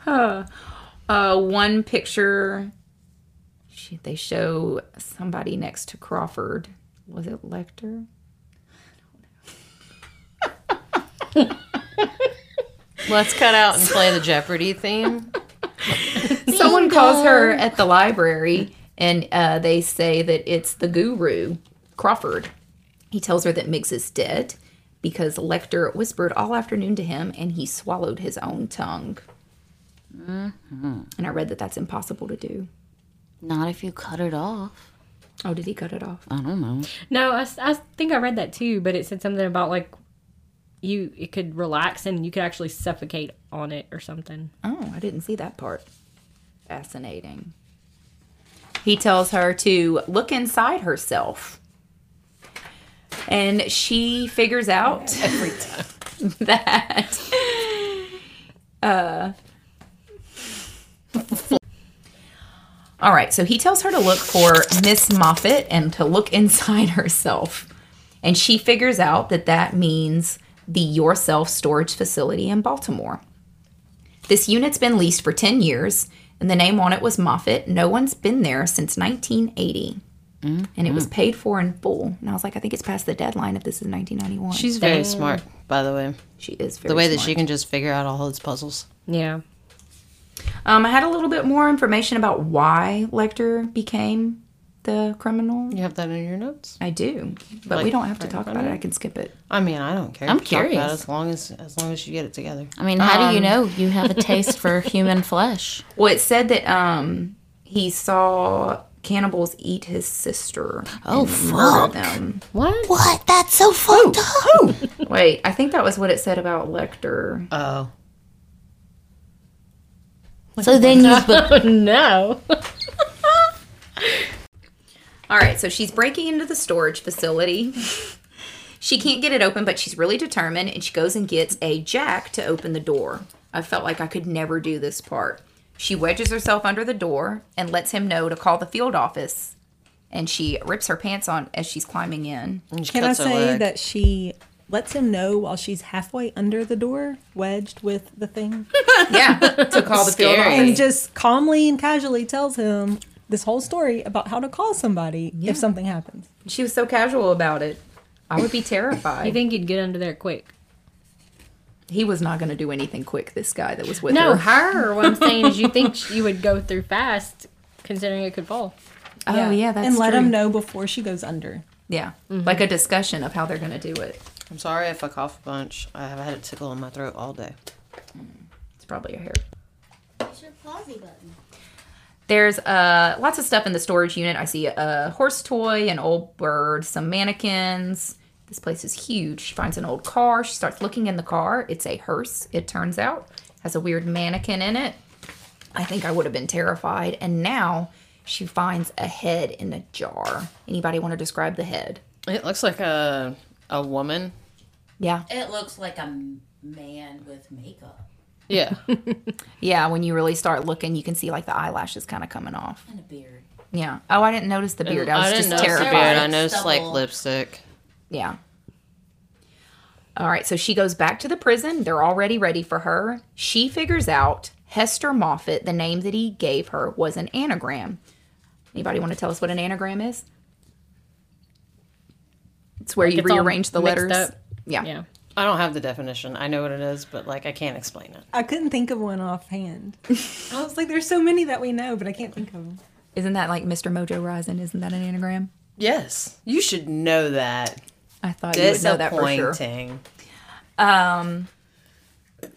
S1: uh, one picture, she, they show somebody next to Crawford. Was it Lecter?
S2: Let's cut out [LAUGHS] and play the Jeopardy theme.
S1: Someone calls her at the library, and uh, they say that it's the guru, Crawford. He tells her that Miggs is dead because Lecter whispered all afternoon to him, and he swallowed his own tongue. And I read that that's impossible to do.
S3: Not if you cut it off.
S1: Oh, did he cut it off?
S3: I don't know.
S4: No, I, s- I think I read that too, but it said something about like you it could relax and you could actually suffocate on it or something.
S1: Oh, I didn't see that part. Fascinating. He tells her to look inside herself. And she figures out that uh All right, so he tells her to look for Miss Moffat and to look [LAUGHS] inside herself. And she figures out that that means the yourself storage facility in Baltimore. This unit's been leased for 10 years, and the name on it was Moffitt. No one's been there since 1980. And it
S2: Mm-hmm.
S1: was paid for in full. And I was like, I think it's past the deadline if this is 1991.
S2: She's very smart, by the way.
S1: she is very
S2: The way that she can just figure out all those puzzles.
S4: Yeah.
S1: Um, I had a little bit more information about why Lecter became the criminal.
S2: You have that in your notes?
S1: I do, but we don't have to talk about it. I can skip it.
S2: I mean, I don't care.
S3: I'm
S2: if you talk about it
S3: curious.
S2: as long as as long as you get it together.
S3: I mean, how do you know you have a taste [LAUGHS] for human flesh?
S1: Well, it said that um, he saw cannibals eat his sister.
S3: Oh,
S1: and
S3: fuck.
S1: murder them.
S4: What?
S3: What? That's so fucked up.
S1: Wait, I think that was what it said about Lecter.
S2: Oh.
S3: So then you, but
S4: Oh no.
S1: All right, so she's breaking into the storage facility. she can't get it open, but she's really determined and she goes and gets a jack to open the door. I felt like I could never do this part. She wedges herself under the door and lets him know to call the field office. And she rips her pants on as she's climbing in.
S2: And she
S7: Can I
S2: cuts her
S7: say
S2: leg.
S7: that she lets him know while she's halfway under the door, wedged with the thing,
S1: [LAUGHS] Yeah, to call the field
S2: Scary.
S7: and
S1: office.
S7: just calmly and casually tells him this whole story about how to call somebody if something happens.
S1: She was so casual about it. I would be
S4: You
S1: terrified.
S4: think you'd get under there quick?
S1: He was not going to do anything quick, this guy that was with
S4: No,
S1: her.
S4: her. What I'm saying is, you [LAUGHS] think you would go through fast, considering it could fall.
S1: Oh, yeah, that's
S7: and let
S1: true.
S7: him know before she goes under.
S1: Yeah, like a discussion of how they're going to do it.
S2: I'm sorry if I cough a bunch. I have had a tickle in my throat all day.
S1: It's probably your hair.
S8: It's your pausey button.
S1: There's uh, lots of stuff in the storage unit. I see a horse toy, an old bird, some mannequins. This place is huge. She finds an old car. She starts looking in the car. It's a hearse, it turns out. Has a weird mannequin in it. I think I would have been terrified. And now she finds a head in a jar. Anybody want to describe the head?
S2: It looks like a a woman.
S1: Yeah.
S8: It looks like a m- man with makeup
S2: Yeah. [LAUGHS]
S1: Yeah, when you really start looking, you can see like the eyelashes kind of coming off.
S8: and a beard.
S1: Yeah. Oh, I didn't notice the beard. I was
S2: didn't
S1: just
S2: notice the
S1: terrified.
S2: beard. I noticed like
S8: Stubble.
S2: lipstick.
S1: Yeah. All right, so she goes back to the prison. They're already ready for her. She figures out Hester Moffat, the name that he gave her, was an anagram. Anybody want to tell us what an anagram is? It's where you
S4: it's all
S1: rearrange the
S4: mixed
S1: letters.
S4: up.
S1: Yeah.
S4: Yeah.
S2: I don't have the definition. I know what it is, but like I can't explain it.
S7: I couldn't think of one offhand. I was like, there's so many that we know, but I can't think of them.
S1: Isn't that like Mr. Mojo Rising? Isn't that an anagram?
S2: Yes. You should know that.
S1: I thought Oh, you would know that for
S2: Disappointing.
S1: sure.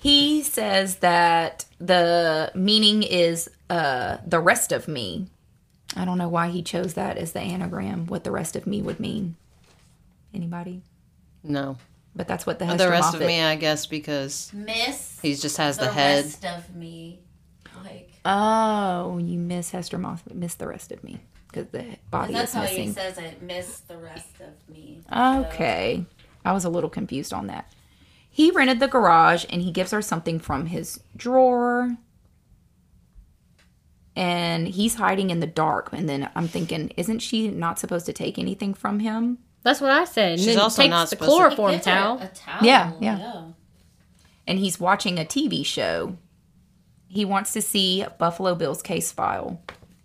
S1: He says that the meaning is uh, the rest of me. I don't know why he chose that as the anagram, what the rest of me would mean. Anybody?
S2: No.
S1: But that's what the
S2: But
S1: Hester
S2: the rest
S1: Moffat.
S2: of me, I guess, because
S8: Miss
S2: he just has the,
S8: the,
S2: head.
S8: rest of me. Like
S1: Oh, you miss Hester Moffat. Miss the rest of me because the body
S8: that's
S1: is
S8: how he
S1: missing.
S8: says it. Miss the rest of me.
S1: Okay, I was a little confused on that. He rented the garage and he gives her something from his drawer. And he's hiding in the dark. And then I'm thinking, isn't she not supposed to take anything from him?
S4: That's what I said. And
S2: She's
S4: then
S2: also
S4: takes
S2: not
S4: the
S2: supposed to-
S8: He
S4: chloroform
S8: gives her
S4: towel.
S8: A towel.
S1: Yeah, yeah. and he's watching a TV show. He wants to see Buffalo Bill's case file.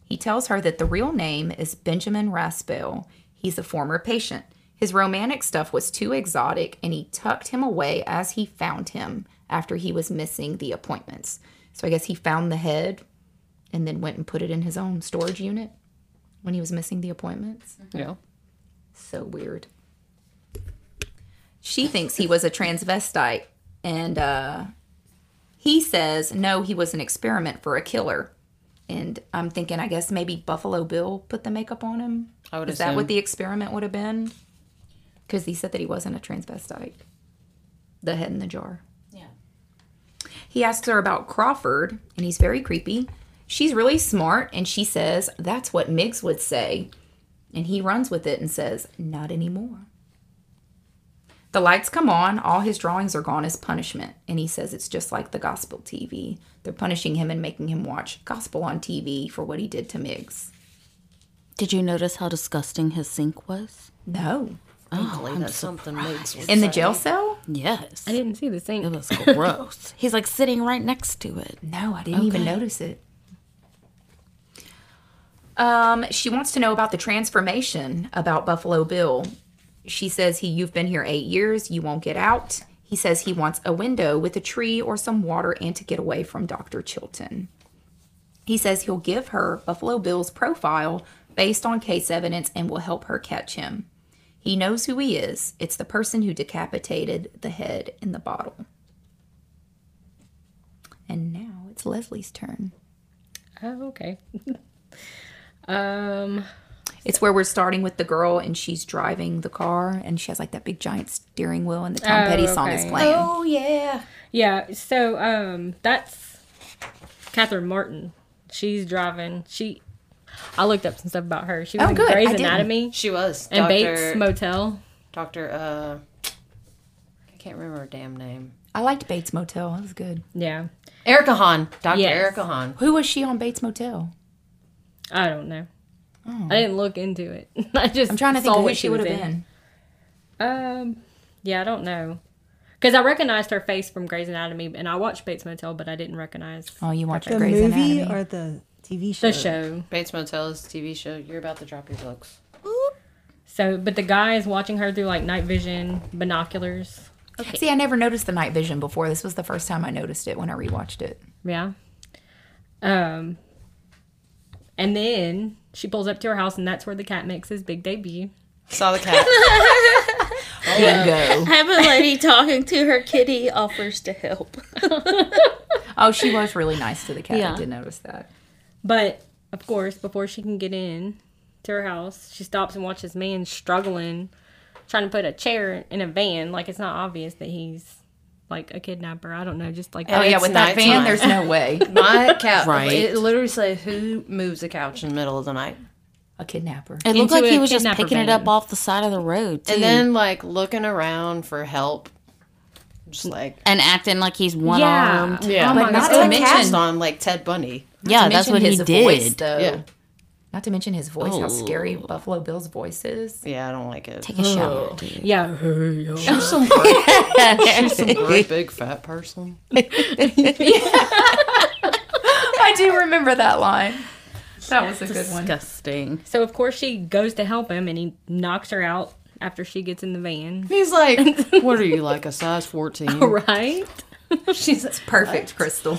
S1: He tells her that the real name is Benjamin Raspel. He's a former patient. His romantic stuff was too exotic, and he tucked him away as he found him after he was missing the appointments. So I guess he found the head and then went and put it in his own storage unit when he was missing the appointments.
S2: Yeah.
S1: So weird. She thinks he was a transvestite, and uh, he says no, he was an experiment for a killer. And I'm thinking, I guess maybe Buffalo Bill put the makeup on him.
S2: I would
S1: Is that
S2: assume.
S1: what the experiment would have been? Because he said that he wasn't a transvestite. The head in the jar.
S8: Yeah.
S1: He asks her about Crawford, and he's very creepy. She's really smart, and she says, That's what Miggs would say. And he runs with it and says, Not anymore. The lights come on, all his drawings are gone as punishment, and he says it's just like the gospel TV. They're punishing him and making him watch gospel on TV for what he did to Miggs.
S3: Did you notice how disgusting his sink was?
S1: No.
S2: Thankfully, that's something Miggs would
S1: In the
S2: say.
S1: jail cell?
S3: Yes.
S4: I didn't see the sink.
S3: It was gross. He's like sitting right next to it.
S1: No, I didn't even notice it. Um, she wants to know about the transformation about Buffalo Bill. She says he you've been here 8 years, you won't get out. He says he wants a window with a tree or some water and to get away from Dr. Chilton. He says he'll give her Buffalo Bill's profile based on case evidence and will help her catch him. He knows who he is. It's the person who decapitated the head in the bottle. And now it's Leslie's turn.
S4: Oh, okay. [LAUGHS] um,
S1: It's where we're starting with the girl and she's driving the car and she has like that big giant steering wheel and the Tom
S4: Oh,
S1: Petty song is
S4: okay.
S1: playing.
S7: Oh.
S4: yeah. So, um, that's Catherine Martin. She's driving. She, I looked up some stuff about her. She was
S1: Oh,
S4: in
S1: good. I
S4: Grey's
S1: didn't.
S4: Anatomy
S2: She was.
S4: and
S2: Dr.
S4: Bates Motel.
S2: Dr. Uh, I can't remember her damn name.
S1: I liked Bates Motel. That was good.
S4: Yeah,
S2: Erica Hahn. Dr.
S4: Yes.
S2: Erica Hahn.
S1: Who was she on Bates Motel?
S4: I don't know. I didn't look into it. [LAUGHS] I just
S1: Oh. I'm trying to think
S4: saw
S1: of who
S4: what
S1: she would have
S4: was in.
S1: been.
S4: Um, yeah, I don't know. Because I recognized her face from Grey's Anatomy, and I watched Bates Motel, but I didn't recognize
S1: Oh, you watched
S7: The
S1: Grey's
S7: movie
S1: Anatomy.
S7: or the TV show?
S4: the show.
S2: Bates Motel is a TV show. You're about to drop your books.
S4: So, but the guy is watching her through like night vision binoculars.
S1: See, I never noticed the night vision before. This was the first time I noticed it when I rewatched it.
S4: Yeah. Um, and then she pulls up to her house, and that's where the cat makes his big debut.
S2: Saw [LAUGHS] the cat.
S1: Bingo.
S9: Have a lady talking to her kitty offers to help.
S1: [LAUGHS] oh, she was really nice to the cat.
S9: Yeah.
S1: I did notice that.
S4: But of course, before she can get in to her house, she stops and watches man struggling, trying to put a chair in a van. Like it's not obvious that he's like a kidnapper. I don't know, just like
S1: Oh, yeah,
S2: it's
S1: with that fan,
S2: nighttime.
S1: there's no way.
S2: My cat.
S3: Right.
S2: It literally says, who moves a couch in the middle of the night?
S1: A kidnapper.
S3: It looked
S4: Into
S3: like
S4: a
S3: he was just
S4: kidnapper
S3: picking it
S4: van.
S3: up off the side of the road, too.
S2: And then, like, looking around for help. Just like.
S3: and acting like he's one
S4: yeah.
S3: armed.
S2: Yeah.
S4: Oh my
S1: But not
S4: god.
S1: to
S2: Still
S1: mention-
S2: cast on, like, Ted Bundy.
S3: Yeah, that's
S1: mention
S3: what he
S1: his voice, [LAUGHS]
S3: did.
S1: though.
S2: Yeah.
S1: Not to mention his voice, how scary Buffalo Bill's voice is.
S2: Yeah, I don't like it.
S3: Take
S2: [LAUGHS]
S3: a shower, dude.
S4: Yeah. [LAUGHS]
S1: [LAUGHS]
S2: She's some great,
S3: [LAUGHS]
S2: she's some great big fat person.
S1: I do remember that line. That was a good one.
S3: Disgusting.
S4: So of course she goes to help him, and he knocks her out after she gets in
S1: [LAUGHS]
S4: the van.
S2: He's like, what are you, like a size 14?
S4: [LAUGHS] Right.
S1: She's it's perfect, Crystal.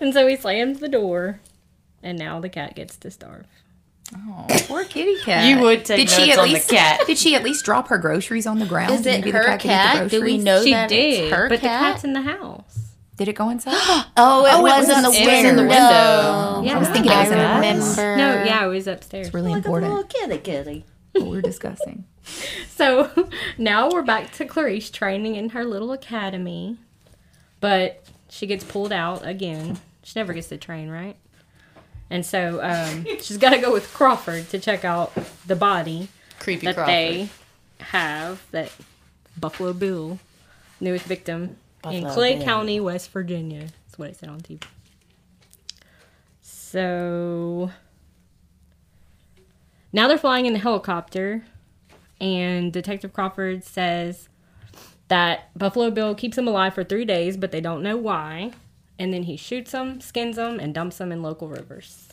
S4: And so he slams the door, and now the cat gets to starve.
S1: Oh, poor kitty cat.
S2: You would take notes on the
S1: least,
S3: [LAUGHS]
S2: cat.
S1: Did she at least drop her groceries on the ground?
S9: Is it
S1: Maybe the
S9: her
S1: could eat the
S9: cat? Do we
S1: groceries?
S9: know
S4: She
S9: Oh, that
S4: did,
S9: it's her
S4: but the
S9: cat?
S4: cat's in the house.
S1: Did it go [GASPS] inside?
S9: oh, it,
S1: was
S9: was, in the
S1: upstairs. It was
S9: window.
S1: in the
S4: Yeah.
S1: I was thinking it
S9: I
S1: was in her house.
S9: remember.
S4: No, yeah, it was upstairs.
S1: Really
S8: Like a little
S1: important.
S8: kitty kitty.
S1: What we're discussing.
S4: So [LAUGHS] now we're back to Clarice training in her little academy, but she gets pulled out again. She never gets to train, right? And so um, [LAUGHS] she's got to go with Crawford to check out the body
S2: Creepy
S4: that
S2: Crawford.
S4: they have that Buffalo Bill, newest victim in
S2: Buffalo
S4: Clay
S2: Bill.
S4: County, West Virginia. That's what it said on TV. So now they're flying in a helicopter, and Detective Crawford says that Buffalo Bill keeps him alive for three days, but they don't know why. And then he shoots him, skins him, and dumps him in local rivers.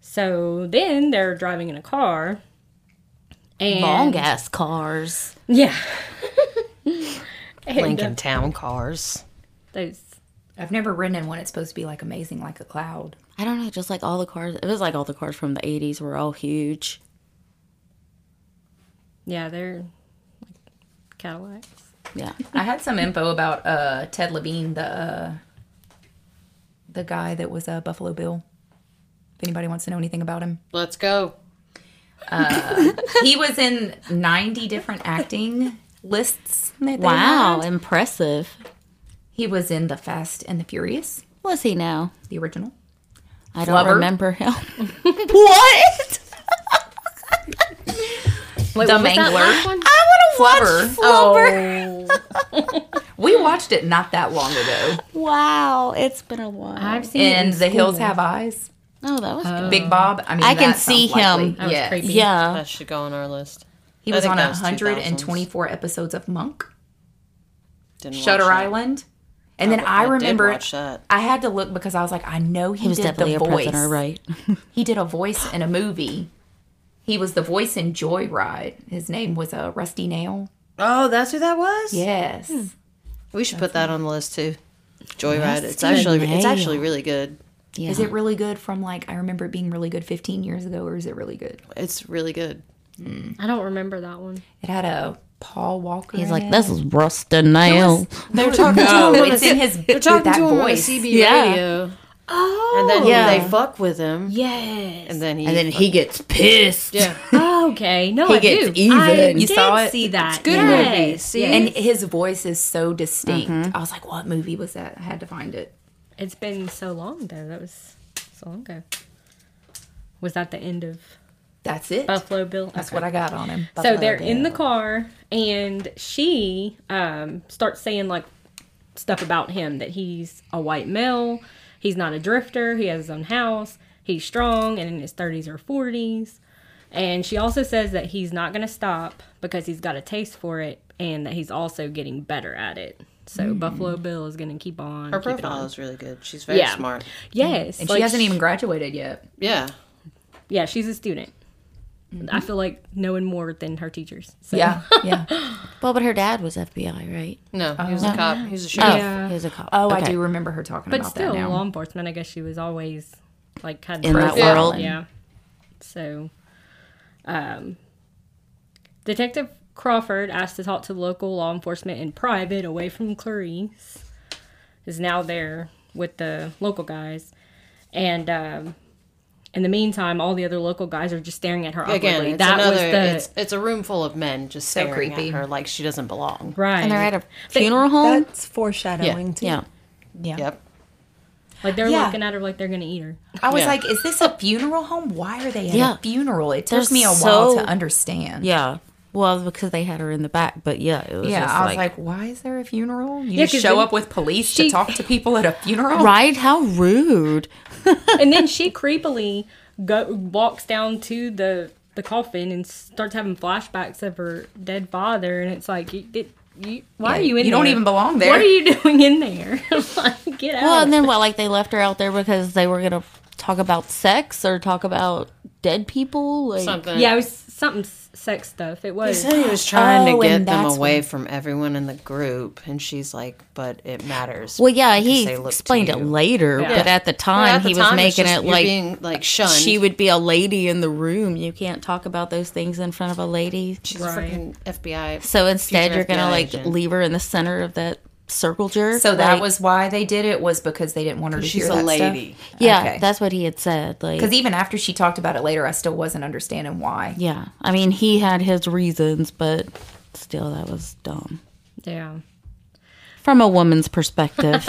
S4: So then they're driving in a car. And
S3: Long ass cars.
S4: [LAUGHS] Yeah. And, uh,
S2: Lincoln Town cars.
S4: those
S1: I've never ridden in one. It's supposed to be like amazing, like a cloud.
S3: I don't know, just like all the cars. It was like all the cars from the 80s were all huge.
S4: Yeah, they're like Cadillacs.
S3: Yeah.
S1: I had some info about uh, Ted Levine, the uh, the guy that was uh, Buffalo Bill. If anybody wants to know anything about him,
S2: Let's go.
S1: he was in 90 different acting lists. that they
S3: Wow,
S1: had.
S3: impressive.
S1: He was in The Fast and the Furious,
S3: Was he now?
S1: the original.
S3: I don't
S1: Flubber.
S3: remember
S1: [LAUGHS]
S3: him. [LAUGHS] what?
S1: the
S4: Last
S1: Mangler.
S4: one?
S3: I want to watch
S1: Flubber. Oh.
S3: Flubber.
S1: We watched it not that long ago.
S3: Wow, it's been a while.
S4: I've seen it
S1: In
S4: in
S1: The Hills
S4: school.
S1: Have Eyes.
S3: oh, that was good.
S1: Big Bob. I mean,
S3: I can
S1: that
S3: see
S1: sounds likely.
S3: him.
S4: That was
S1: Yes.
S4: creepy.
S3: Yeah.
S2: That should go on our list.
S1: He
S2: I
S1: was
S2: think
S1: on
S2: that was
S1: 124 episodes of Monk,
S2: Didn't watch
S1: Shutter
S2: that.
S1: Island. And then I,
S2: I did
S1: remember
S2: watch that.
S1: I had to look because I was like, I know he,
S3: He was
S1: did
S3: definitely
S1: the
S3: a
S1: voice.
S3: prisoner, right?
S1: He did a voice in a movie. He was the voice in Joyride. His name was uh, Rusty Nail.
S2: Oh, that's who that was.
S1: Yes.
S2: We should put that on the list too. Joyride. It's actually it's actually really good.
S3: Yeah.
S1: Is it really good from like, I remember it being really good 15 years ago, or is it really good?
S2: It's really good.
S4: I don't remember that one.
S1: It had a Paul Walker.
S3: He's
S1: in
S3: like,
S1: it.
S3: this is rusted nail.
S1: [LAUGHS]
S2: They're talking
S1: No, it's in his
S2: They're talking
S1: that
S2: to him on the
S1: voice.
S2: CB
S3: Yeah.
S2: radio. Oh. And then
S1: Yeah.
S2: they fuck with him. Yes. And then he.
S3: And then he gets pissed.
S2: yeah.
S4: Oh, Okay, no, I
S3: gets
S4: do.
S3: even.
S4: I
S3: You
S4: did
S1: saw it?
S4: see that.
S2: Good
S4: Yes.
S2: movie. See.
S1: And his voice is so distinct. I was like, what movie was that? I had to find it.
S4: It's been so long though. That was so long ago. Was that the end of
S1: That's it.
S4: Buffalo Bill?
S1: That's
S4: Oh,
S1: what
S4: Okay.
S1: I got on him.
S4: So they're in the car, and she um, starts saying like stuff about him that he's a white male, he's not a drifter, he has his own house, he's strong and in his 30s or 40s. And she also says that he's not going to stop because he's got a taste for it and that he's also getting better at it. So
S1: Hmm.
S4: Buffalo Bill is going to keep on.
S2: Her
S4: keep it
S2: profile
S4: on.
S2: is really good. She's very
S4: Yeah.
S2: smart.
S4: Yes.
S1: And
S4: like,
S1: she hasn't even graduated yet.
S2: Yeah.
S4: Yeah, she's a student.
S1: Mm-hmm.
S4: I feel like knowing more than her teachers. So.
S1: Yeah. [LAUGHS] Yeah.
S3: Well, but her dad was FBI, right?
S2: No, he was a cop. He was a
S3: Oh,
S2: sheriff.
S3: he was a cop.
S1: Oh, I
S3: Okay.
S1: do remember her talking
S4: But
S1: about
S4: still,
S1: that now.
S4: law enforcement. I guess she was always like kind of
S3: In that
S4: versatile.
S3: world.
S4: Yeah. So, um, Detective Crawford asked to talk to local law enforcement in private, away from Clarice. Is now there with the local guys, and um, in the meantime, all the other local guys are just staring at her awkwardly.
S2: Again, it's
S4: that
S2: another.
S4: was the
S2: It's it's a room full of men just staring
S1: creepy.
S2: at her like she doesn't belong.
S4: right.
S3: And they're at a funeral home?
S7: That's foreshadowing too.
S3: yeah.
S2: Yep.
S4: like they're
S7: Yeah.
S4: looking at her like they're gonna eat her.
S1: I was
S2: Yeah.
S1: like, is this a funeral home? Why are they at
S3: Yeah.
S1: a funeral? It
S3: They're
S1: took me a while
S3: so-
S1: to understand.
S3: Yeah. Well, because they had her in the back, but yeah, it was
S1: Yeah,
S3: just
S1: I was like, why is there a funeral? You just
S4: 'cause
S1: show
S4: then
S1: up with police
S4: she-
S1: to talk to people at a
S3: [LAUGHS]
S1: funeral?
S3: right? How rude.
S4: and then she creepily go, walks down to the the coffin and starts having flashbacks of her dead father, and it's like, you, did, you, why are you in?
S1: You
S4: there?
S1: don't even belong there.
S4: What are you [LAUGHS] doing in there? like, get out!
S3: Well, [LAUGHS] and then what? Like they left her out there because they were gonna talk about sex or talk about dead people. Like,
S2: Something.
S4: yeah, it was something s- sex stuff. It
S2: He
S4: was.
S2: said he was trying
S1: Oh,
S2: to get
S1: and
S2: them
S1: that's
S2: away from everyone in the group, and she's like, "But it matters."
S3: Well, yeah, he
S2: they look to
S3: explained it
S2: you.
S3: later, but at the time
S2: At the
S3: he was
S2: time, it's
S3: making
S2: just
S3: it
S2: you're
S3: like
S2: being like shunned.
S3: she would be a lady in the room. You can't talk about those things in front of a lady.
S2: She's a freaking FBI.
S3: So instead,
S2: Future
S3: you're gonna
S2: FBI
S3: like
S2: agent.
S3: leave her in the center of that circle jerk.
S1: So that
S3: like-
S1: was why they did it was because they didn't want her to
S2: she's
S1: hear
S2: a
S1: that
S2: lady.
S3: yeah,
S1: okay.
S3: that's what he had said. Like,
S1: Because even after she talked about it later, I still wasn't understanding why.
S3: yeah, I mean, he had his reasons, but still, that was dumb
S4: yeah.
S3: from a
S1: [LAUGHS]
S3: woman's perspective.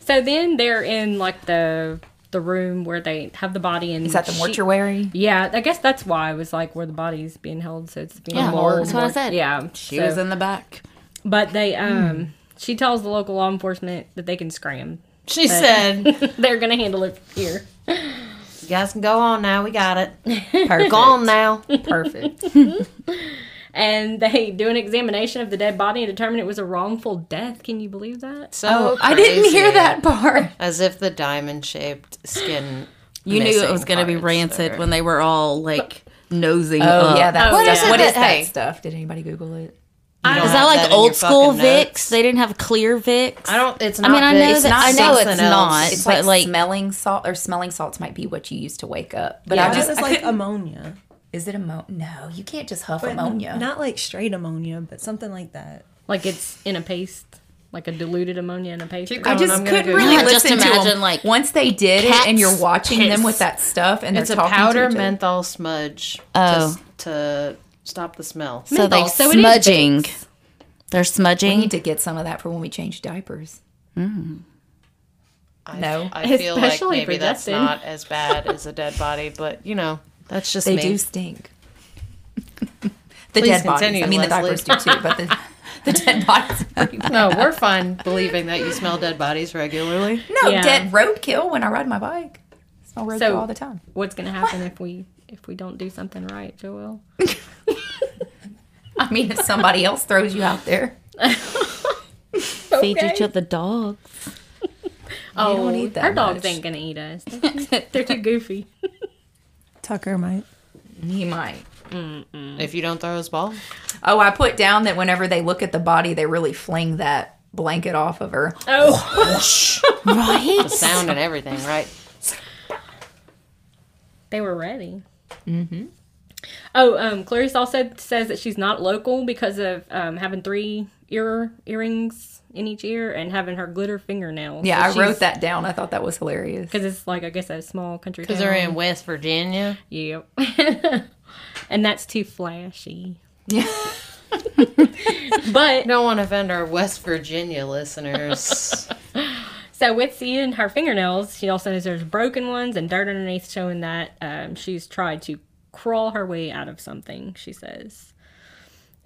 S4: So then they're in like the the room where they have the body, and
S1: Is that the
S4: she-
S1: mortuary?
S4: Yeah, I guess that's why I was like where the body's being held. So it's being
S3: Yeah,
S4: a morgue.
S3: that's what I said.
S4: Yeah,
S3: she was in the back.
S4: But they,
S1: Hmm.
S4: um, she tells the local law enforcement that they can scram.
S2: She said, "You
S4: They're gonna handle it here.
S2: guys can go on now. We got it.
S3: [LAUGHS]
S1: Perfect.
S2: Gone now."
S1: Perfect.
S4: And they do an examination of the dead body and determine it was a wrongful death. Can you believe that?
S2: So
S3: Oh,
S1: I didn't hear
S2: crazy.
S1: that part.
S2: As if the diamond-shaped skin.
S3: You knew it was
S2: going to
S3: be rancid when they were all like nosing
S1: Oh,
S3: up.
S1: yeah, that
S2: What
S1: stuff.
S2: is it
S1: what is
S2: that- hey.
S1: that stuff? Did anybody Google it?
S3: Is that like old school Vicks? They didn't have clear Vicks.
S2: I don't. It's
S3: I
S2: not.
S3: mean, I know
S2: Vicks.
S3: that. I
S2: It's
S3: know
S2: something
S3: it's
S2: else.
S3: not,
S1: It's
S3: but
S1: like,
S3: like,
S1: smelling salt or smelling salts might be what you use to wake up. But I
S7: Yeah,
S1: just
S7: it's
S1: I
S7: like
S1: couldn't-
S7: ammonia.
S1: is it ammonia? No, you can't just huff
S7: But
S1: ammonia.
S7: Not like straight ammonia, but something like that.
S4: Like it's in a paste. like a diluted ammonia in a paper.
S5: Keep
S1: I
S5: going.
S1: just
S5: I'm gonna
S1: couldn't
S5: go-
S1: really
S3: Yeah, just
S1: listen to
S3: imagine,
S1: them.
S3: like,
S1: once they did it, and you're
S3: cat's
S1: watching them with
S3: piss.
S1: that stuff, and
S2: It's
S1: they're
S2: a
S1: talking
S2: powder
S1: to each other.
S2: menthol smudge
S3: Oh.
S2: to, to stop the smell.
S3: So they
S4: Menthol, so it is
S3: smudging.
S4: Vicks.
S3: They're
S1: We
S3: smudging.
S1: need to get some of that for when we change diapers.
S2: I,
S1: No.
S2: Mm. I feel like
S4: Especially
S2: maybe
S4: for
S2: that's
S4: Justin.
S2: not as bad as a dead body, but you know, that's just
S1: They
S2: me.
S1: do
S2: [LAUGHS]
S1: stink. The
S2: Please
S1: dead bodies.
S2: continue,
S1: I mean,
S2: Leslie.
S1: the diapers do too, but
S2: [LAUGHS]
S1: the, the dead bodies. Are pretty bad.
S2: No, we're fine believing that you smell dead bodies regularly.
S1: No
S4: Yeah.
S1: dead roadkill when I ride my bike. I smell roadkill
S4: So-
S1: all the time.
S4: What's gonna happen if we if we don't do something right, Joel?
S1: I mean, if somebody else throws you out there,
S3: Feed each other dogs.
S4: Oh,
S1: don't eat that
S4: our dogs
S1: much.
S4: ain't gonna
S1: [LAUGHS]
S4: eat us. They're too, they're too goofy.
S7: Tucker might.
S1: he might.
S2: If you don't throw his ball,
S1: Oh, I put down that whenever they look at the body, they really fling that blanket off of her.
S4: Oh,
S2: the sound and everything, right?
S4: [LAUGHS] they were ready. Mm-hmm. Oh, um, Clarice also says that she's not local because of um, having three ear earrings in each ear and having her glitter fingernails.
S1: Yeah, I wrote that down. I thought that was
S2: [LAUGHS]
S1: hilarious.
S4: because it's like I guess a small country.
S2: Because they're in West Virginia.
S4: Yep. [LAUGHS] and that's too flashy.
S1: Yeah.
S4: But
S2: Don't want to offend our West Virginia [LAUGHS] listeners.
S4: so with seeing her fingernails, she also knows there's broken ones and dirt underneath, showing that um, she's tried to crawl her way out of something. She says.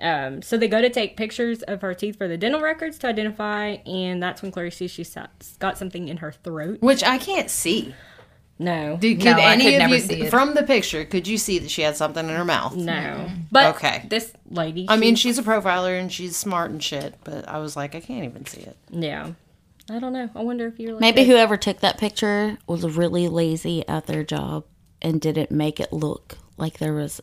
S4: Um, so they go to take pictures of her teeth for the dental records to identify, and that's when Clary sees she's got something in her throat.
S2: Which I can't see.
S4: No,
S2: Did,
S1: No, I could never see it.
S2: From the picture, could you see that she had something in her mouth?
S4: no. But
S2: Okay.
S4: this lady,
S2: I mean, she's a profiler and she's smart and shit, but I was like, I can't even see it.
S4: yeah, I don't know. I wonder if you're like
S3: Maybe whoever took that picture was really lazy at their job and didn't make it look like there was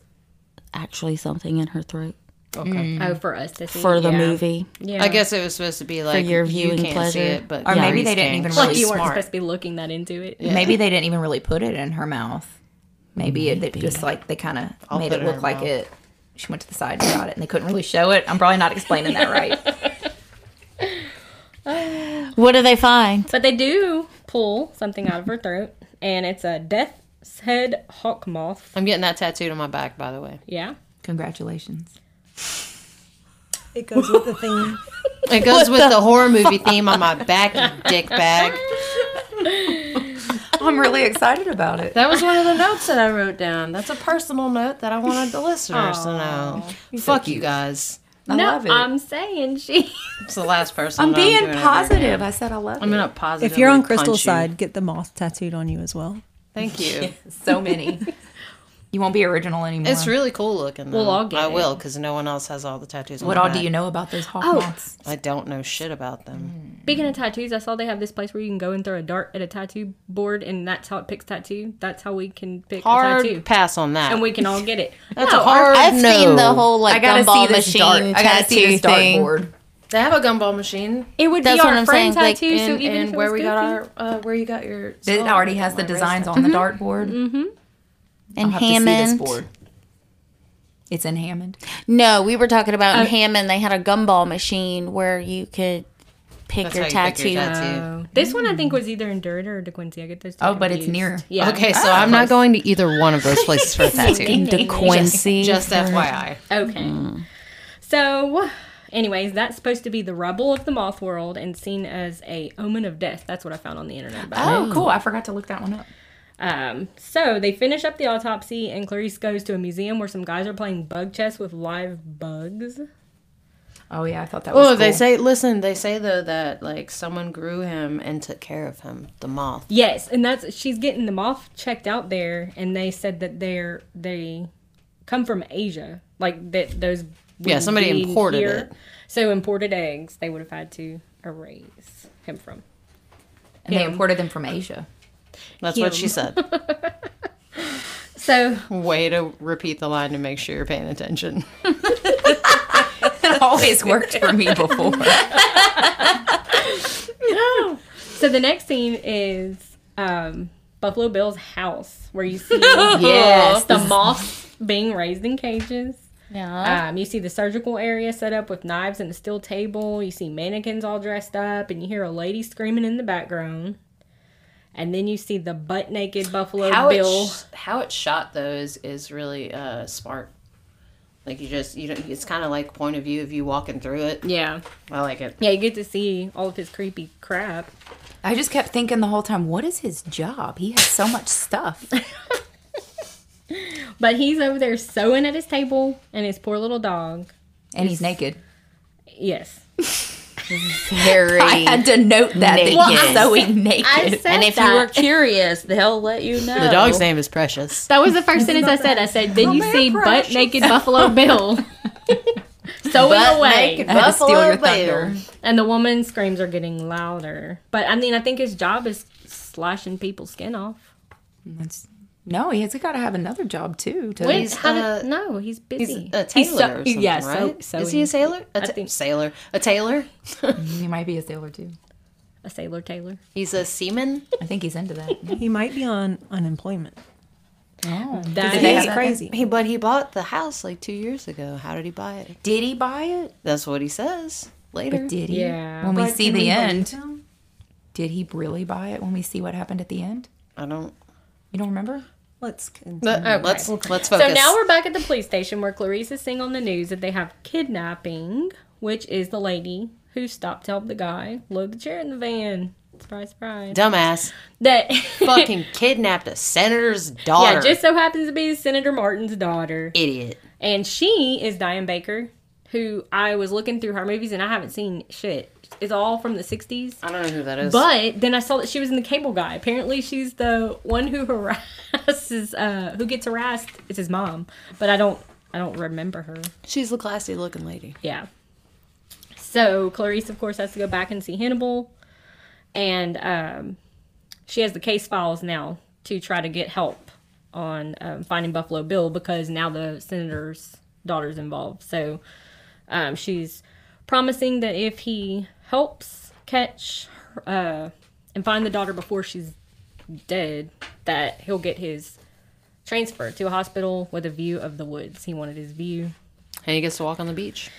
S3: actually something in her throat
S4: oh for us to see
S3: for the
S4: yeah.
S3: movie.
S4: Yeah,
S2: I guess it was supposed to be like
S3: your
S2: you
S3: viewing
S2: can't
S3: pleasure.
S2: see it, but
S1: Or
S2: yeah,
S1: maybe
S2: you
S1: they didn't
S2: can.
S1: even
S4: like
S1: really
S4: you weren't
S1: smart.
S4: supposed to be looking that into it.
S1: Maybe they didn't even really put it in her mouth. Maybe it, it just like they kind of made it
S2: put it in
S1: look
S2: her
S1: like
S2: mouth.
S1: it. She went to the side and got it, and they couldn't really show it. I'm probably not explaining that
S2: [LAUGHS]
S1: right.
S3: What do they find?
S4: But they do pull something out of her throat, and it's a death's head hawk moth.
S2: I'm getting that tattooed on my back, by the
S1: [LAUGHS]
S2: way.
S4: Yeah.
S1: Congratulations.
S7: It goes with the theme.
S2: It goes with the, horror movie theme on my back, you dick bag. [LAUGHS]
S1: I'm really excited about it.
S2: That was one of the notes that I wrote down. That's a personal note that I wanted the listeners to know. Fuck you guys.
S1: I
S4: no,
S1: love it. I'm,
S4: I'm saying she. [LAUGHS]
S2: It's the last person. that
S1: being
S2: doing it right
S1: positive.
S2: now.
S1: I said I love
S2: I'm
S1: it.
S2: gonna positive.
S7: If you're on Crystal's side, get the moth tattooed on you as well.
S2: thank you.
S1: So
S2: [LAUGHS]
S1: many. you won't be original anymore.
S2: It's really cool looking. Though.
S4: We'll all get
S2: I
S4: it.
S2: will because no one else has all the tattoos. on
S1: what
S2: my
S1: all do
S2: back.
S1: you know about those hawk moths?
S2: I don't know shit about them.
S4: Speaking of tattoos, I saw they have this place where you can go and throw a dart at a tattoo board, and that's how it picks tattoo. That's how we can pick
S2: Hard
S4: a tattoo,
S2: pass on that.
S4: and we can all get it.
S2: That's a hard
S3: I've
S2: no.
S3: seen the whole like
S1: I gotta
S3: gumball
S1: see this
S3: machine
S1: dart. I gotta
S3: tattoo
S1: see this
S3: thing.
S1: dartboard.
S2: They have a gumball machine,
S4: It would
S3: That's
S4: be
S3: what
S4: our
S3: I'm
S4: friend
S3: saying, like,
S4: tattoo. so
S2: and,
S4: even if
S2: and
S4: it
S2: where
S4: was
S2: we got
S4: goofy-
S2: our uh, where you got your.
S1: It
S2: skull.
S1: already has Mm-hmm. the designs on the dartboard.
S3: And
S1: I'll have to see this
S3: Hammond.
S1: board. It's in Hammond.
S3: No, we were talking about in Hammond. They had a gumball machine where you could pick
S2: That's
S3: your
S2: how you pick
S3: tattoo.
S2: your tattoo.
S4: Oh. This one I think was either in Dirt or DeQuincy. I get those. Two
S1: Oh, but it's
S4: confused.
S1: near.
S4: Yeah.
S2: Okay, so I'm not going to either one of those places for a tattoo.
S3: De Quincy.
S2: Just FYI.
S4: Okay. So, anyways, that's supposed to be the rubble of the moth world and seen as a omen of death. That's what I found on the internet about.
S1: Oh, cool. I forgot to look that one up.
S4: it. Um, so they finish up the autopsy, and Clarice goes to a museum where some guys are playing bug chess with live bugs.
S1: Oh yeah, I thought that was.
S2: Oh, they
S1: cool.
S2: say. Listen, they say though that like someone grew him and took care of him, the moth.
S4: Yes, and that's she's getting the moth checked out there, and they said that they're they come from Asia, like that those.
S2: Yeah, somebody
S4: wouldn't be
S2: imported it.
S4: So imported eggs, they would have had to erase him from.
S1: and they imported them from Asia.
S2: That's what she said.
S4: So
S2: Way to repeat the line to make sure you're paying [LAUGHS] attention.
S1: It always worked for me before.
S4: So the next scene is um, Buffalo [LAUGHS] Bill's house, where you see
S2: [LAUGHS] yes.
S4: the moths being raised in cages.
S2: [LAUGHS]
S3: Yeah.
S4: Um, you see the surgical area set up with knives and a steel table. You see mannequins all dressed up, and you hear a lady screaming in the background. And then you see the butt naked Buffalo
S2: how
S4: Bill.
S2: it sh- how it shot those is really uh smart. Like you just you know it's kind of like point of view of you walking through it.
S4: yeah.
S2: I like it.
S4: Yeah, you get to see all of his creepy crap.
S1: I just kept thinking the whole time, what is his job? He has so much stuff.
S4: But he's over there sewing at his table, and his poor little dog.
S1: [LAUGHS] And he's naked.
S4: Yes.
S3: [LAUGHS] Very.
S1: I had to note that that he's
S9: Naked.
S1: sewing naked. [LAUGHS]
S4: [LAUGHS] I said
S9: And if
S4: that.
S9: you were curious, they'll let you know.
S2: The dog's name is Precious.
S4: That was the first sentence I said. I said, then you see butt naked [LAUGHS] Buffalo Bill. Sewing
S1: I
S4: away.
S1: had to steal your thunder.
S4: And the woman's screams are getting louder. But I mean, I think his job is slashing people's skin off.
S1: That's- no, he has got to have another job too. To,
S4: Wait,
S2: He's,
S4: how did-
S2: uh,
S4: no, he's busy.
S2: He's a tailor or something,
S4: yeah, so-
S2: right?
S4: so
S2: is he a
S4: he's-
S2: sailor? A
S4: I
S2: ta-
S4: think-
S2: sailor. A tailor?
S1: he might be a sailor too.
S4: a sailor tailor.
S2: He's a seaman?
S1: I think he's into that. [LAUGHS] Oh.
S7: He might be on unemployment.
S4: That
S7: That's
S4: is-
S7: crazy.
S2: He but he bought the house like 2 years ago. How did he buy it?
S1: Did he buy it?
S2: That's what he says later.
S1: But did he?
S4: Yeah.
S1: When we
S7: But
S1: see
S7: can
S1: the
S7: we believe
S1: end,
S7: him?
S1: did he really buy it? When we see what happened at the end,
S2: I don't
S1: you don't remember?
S7: Let's. Continue.
S2: but, let's let's focus.
S4: So now we're back at the police station where Clarice is seeing on the news that they have kidnapping, which is the lady who stopped to help the guy load the chair in the van. Surprise, surprise.
S2: [LAUGHS] dumbass
S4: [LAUGHS] That
S2: fucking kidnapped a senator's daughter.
S4: yeah, just so happens to be Senator Martin's daughter.
S2: idiot.
S4: And she is Diane Baker, who I was looking through her movies and I haven't seen shit. It's all from the 60s.
S2: I don't know who that is.
S4: But then I saw that she was in The Cable Guy. Apparently, she's the one who [LAUGHS] harasses, uh, who gets harassed. It's his mom, but I don't, I don't remember her.
S2: she's the classy looking lady.
S4: Yeah. So Clarice, of course, has to go back and see Hannibal, and um, she has the case files now to try to get help on um, finding Buffalo Bill because now the senator's daughter's involved. So um, she's promising that if he helps catch her, uh, and find the daughter before she's dead, that he'll get his transfer to a hospital with a view of the woods. He wanted his view.
S2: And he gets to walk on the beach.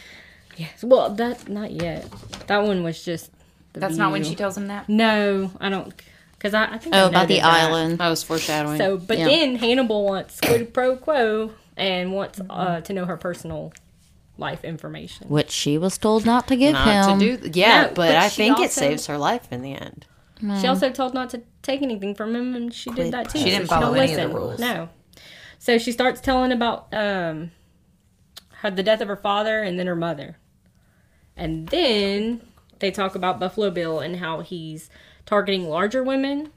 S4: Yes. Well, that not yet. That one was just. The
S1: That's not when
S4: view.
S1: she tells him that.
S4: No, I don't. Cause I, I think. I
S3: Oh, about the
S4: noted that.
S3: island.
S2: I was foreshadowing.
S4: So, but
S3: Yeah.
S4: then Hannibal wants quid pro quo and wants uh, to know her personal life information.
S3: Which she was told not to give
S2: not
S3: him.
S2: to do. Yeah,
S4: No,
S2: but,
S4: but
S2: I
S4: she
S2: think it
S4: also-
S2: saves her life in the end.
S4: She also told not to take anything from him, and she did that too.
S1: Mm. She didn't
S4: so
S1: follow
S4: don't
S1: any of the
S4: listen.
S1: rules.
S4: No. So she starts telling about um, her, the death of her father and then her mother, and then they talk about Buffalo Bill and how he's targeting larger women,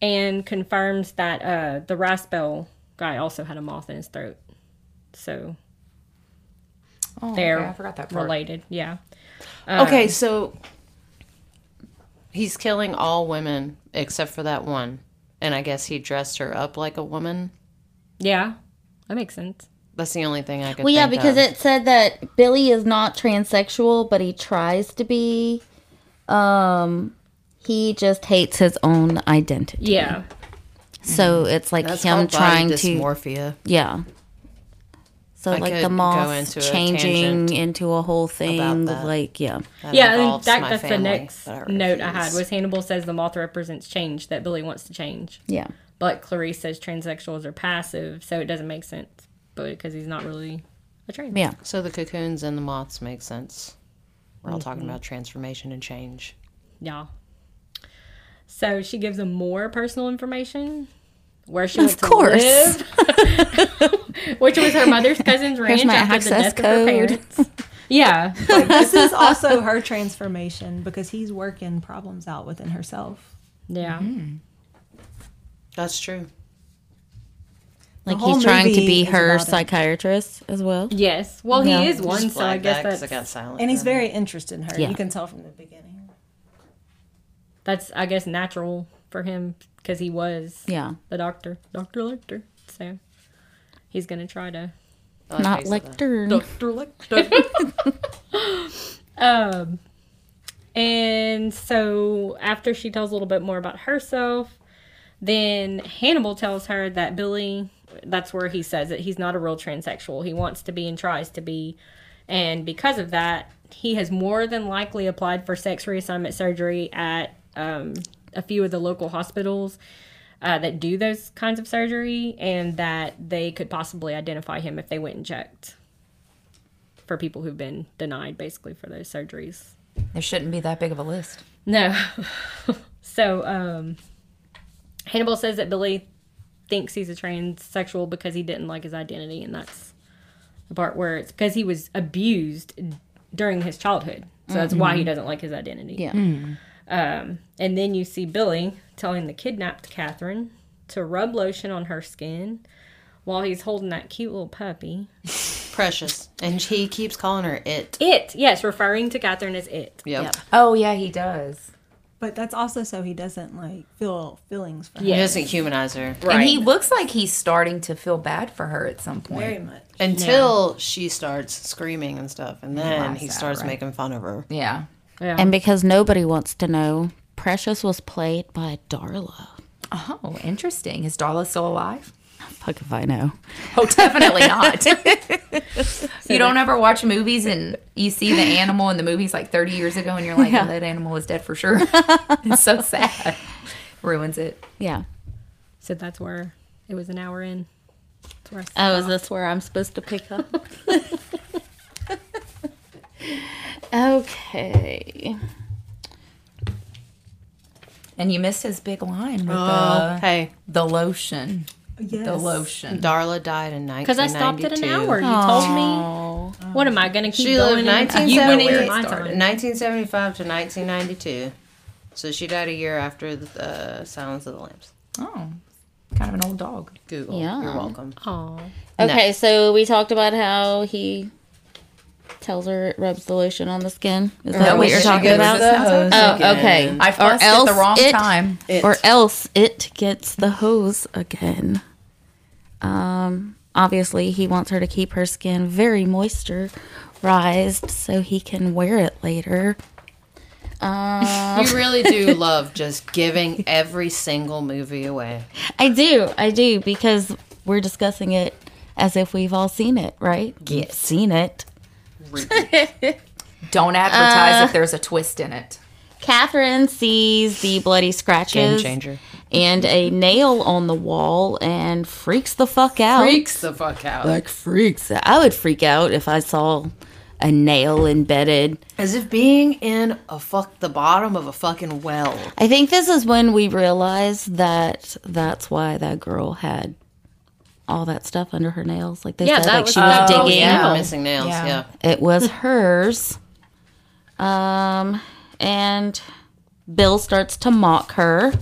S4: and confirms that uh, the Raspel guy also had a moth in his throat. So
S1: Oh,
S4: they're
S1: okay, I forgot that part.
S4: related. Yeah.
S2: okay, so he's killing all women except for that one, and I guess he dressed her up like a woman.
S4: Yeah. That makes sense.
S2: That's the only thing I could.
S3: Well, yeah,
S2: think
S3: because
S2: of.
S3: it said that Billy is not transsexual, but he tries to be. Um, he just hates his own identity. Mm-hmm.
S4: Yeah.
S3: So it's like
S2: That's
S3: him
S2: called
S3: trying
S2: body
S3: to,
S2: dysmorphia.
S3: yeah. So
S2: I
S3: like
S2: could
S3: the
S2: go
S3: moth
S2: into a
S3: changing
S2: tangent
S3: into a whole thing,
S2: that.
S3: like yeah.
S2: That
S4: yeah, and
S2: involves
S4: that,
S2: my
S4: that's the
S2: family,
S4: next
S2: but I
S4: note I had
S2: refuse.
S4: was Hannibal says the moth represents change that Billy wants to change,
S3: Yeah.
S4: but Clarice says transsexuals are passive, so it doesn't make sense, but because he's not really a trans.
S3: Yeah.
S2: So the cocoons and the moths make sense. We're all talking about transformation and change.
S4: Yeah. So she gives him more personal information. Where she went to
S3: course.
S4: live, [LAUGHS] which was her mother's cousin's ranch
S3: my
S4: after the
S3: access
S4: death of her
S3: code.
S4: parents. Yeah,
S7: Like, this is also her transformation because he's working problems out within herself.
S4: yeah.
S2: That's true.
S3: Like
S7: whole
S3: he's trying to
S7: movie
S3: be
S7: is
S3: her
S7: about it.
S3: psychiatrist as well.
S4: Yes. Well,
S3: Yeah.
S4: he is one, so I
S2: Flag
S4: guess
S2: that 'cause
S4: that's
S2: I got silent.
S7: And he's
S2: for a minute.
S7: very interested in her.
S3: Yeah.
S7: You can tell from the beginning.
S4: that's I guess natural for him because he was
S3: Yeah.
S4: the doctor, Doctor Lecter. So he's gonna try to.
S2: I like
S3: Not
S2: how you said that.
S3: lectern.
S4: Um, and so after she tells a little bit more about herself, then Hannibal tells her that Billy that's where he says it. He's not a real transsexual. He wants to be and tries to be. And because of that, he has more than likely applied for sex reassignment surgery at um, a few of the local hospitals uh, that do those kinds of surgery, and that they could possibly identify him if they went and checked for people who've been denied basically for those surgeries.
S1: There shouldn't be that big of a list.
S4: No. [LAUGHS] so, um, Hannibal says that Billy thinks he's a transsexual because he didn't like his identity, and that's the part where it's because he was abused during his childhood. So that's why he doesn't like his identity.
S3: Mm-hmm. Yeah.
S4: Um, and then you see Billy telling the kidnapped Catherine to rub lotion on her skin while he's holding that cute little puppy.
S2: [LAUGHS] Precious. And he keeps calling her it.
S4: It, yes, referring to Catherine as it.
S2: Yep.
S9: Yep.
S1: Oh yeah, he does.
S7: But that's also so he doesn't like feel feelings for her.
S2: He doesn't humanize her
S1: And he looks like he's starting to feel bad for her at some point.
S7: very much.
S2: until she starts screaming and stuff. And then
S1: Lies
S2: he
S1: out,
S2: starts
S1: right.
S2: making fun of her.
S1: Yeah.
S4: Yeah.
S3: And because nobody wants to know, Precious was played by Darla.
S1: Oh, interesting. Is Darla still alive?
S3: Fuck if I know.
S1: [LAUGHS] Oh, definitely [LAUGHS] not. you don't ever watch movies and you see the animal in the movies like 30 years ago and you're like, oh, that animal is dead for [LAUGHS] sure. it's so sad. Ruins it.
S3: Yeah.
S4: So that's where it was an hour in. That's where I
S3: Oh, is this where I'm supposed to pick up? [LAUGHS] okay.
S1: And you missed his big line with
S2: Oh,
S1: the,
S2: hey,
S1: the lotion.
S7: Yes.
S1: The lotion.
S2: Darla died in 1992.
S4: Because I stopped at an hour. You told me. What am I going to keep
S2: She lived
S4: going? in? You went into my
S2: 1970
S4: time.
S2: 1975 to 1992. So she died a year after the uh, Silence of the Lambs.
S1: Oh, kind of an old dog.
S2: Google.
S3: Yeah.
S2: You're welcome.
S4: Aw.
S3: Okay, so we talked about how he tells her it rubs the lotion on the skin. Is that
S1: That
S3: what
S1: we
S3: you're
S1: should
S3: talking
S1: go
S3: about?
S1: to the
S3: Oh, okay.
S1: I fussed at the wrong
S3: it-
S1: time.
S3: Or else it gets the hose again. Um, obviously, he wants her to keep her skin very moisturized so he can wear it later.
S2: You really do love just giving every single movie away.
S3: I do, I do, because we're discussing it as if we've all seen it, right? Yes. Seen it.
S1: Don't advertise if there's a twist in it.
S3: Catherine sees the bloody
S2: Game
S3: scratches
S2: changer.
S3: and a nail on the wall and freaks the fuck out.
S2: Freaks the fuck out.
S3: Like freaks. I would freak out if I saw a nail embedded.
S2: As if being in a fuck the bottom of a fucking well.
S3: I think this is when we realize that that's why that girl had all that stuff under her nails. Like they
S4: Yeah,
S3: said,
S4: that
S3: like
S4: was
S3: she was
S1: Oh,
S3: digging.
S1: yeah.
S2: Missing nails.
S1: Yeah.
S2: Yeah.
S3: It was hers. Um, and Bill starts to mock her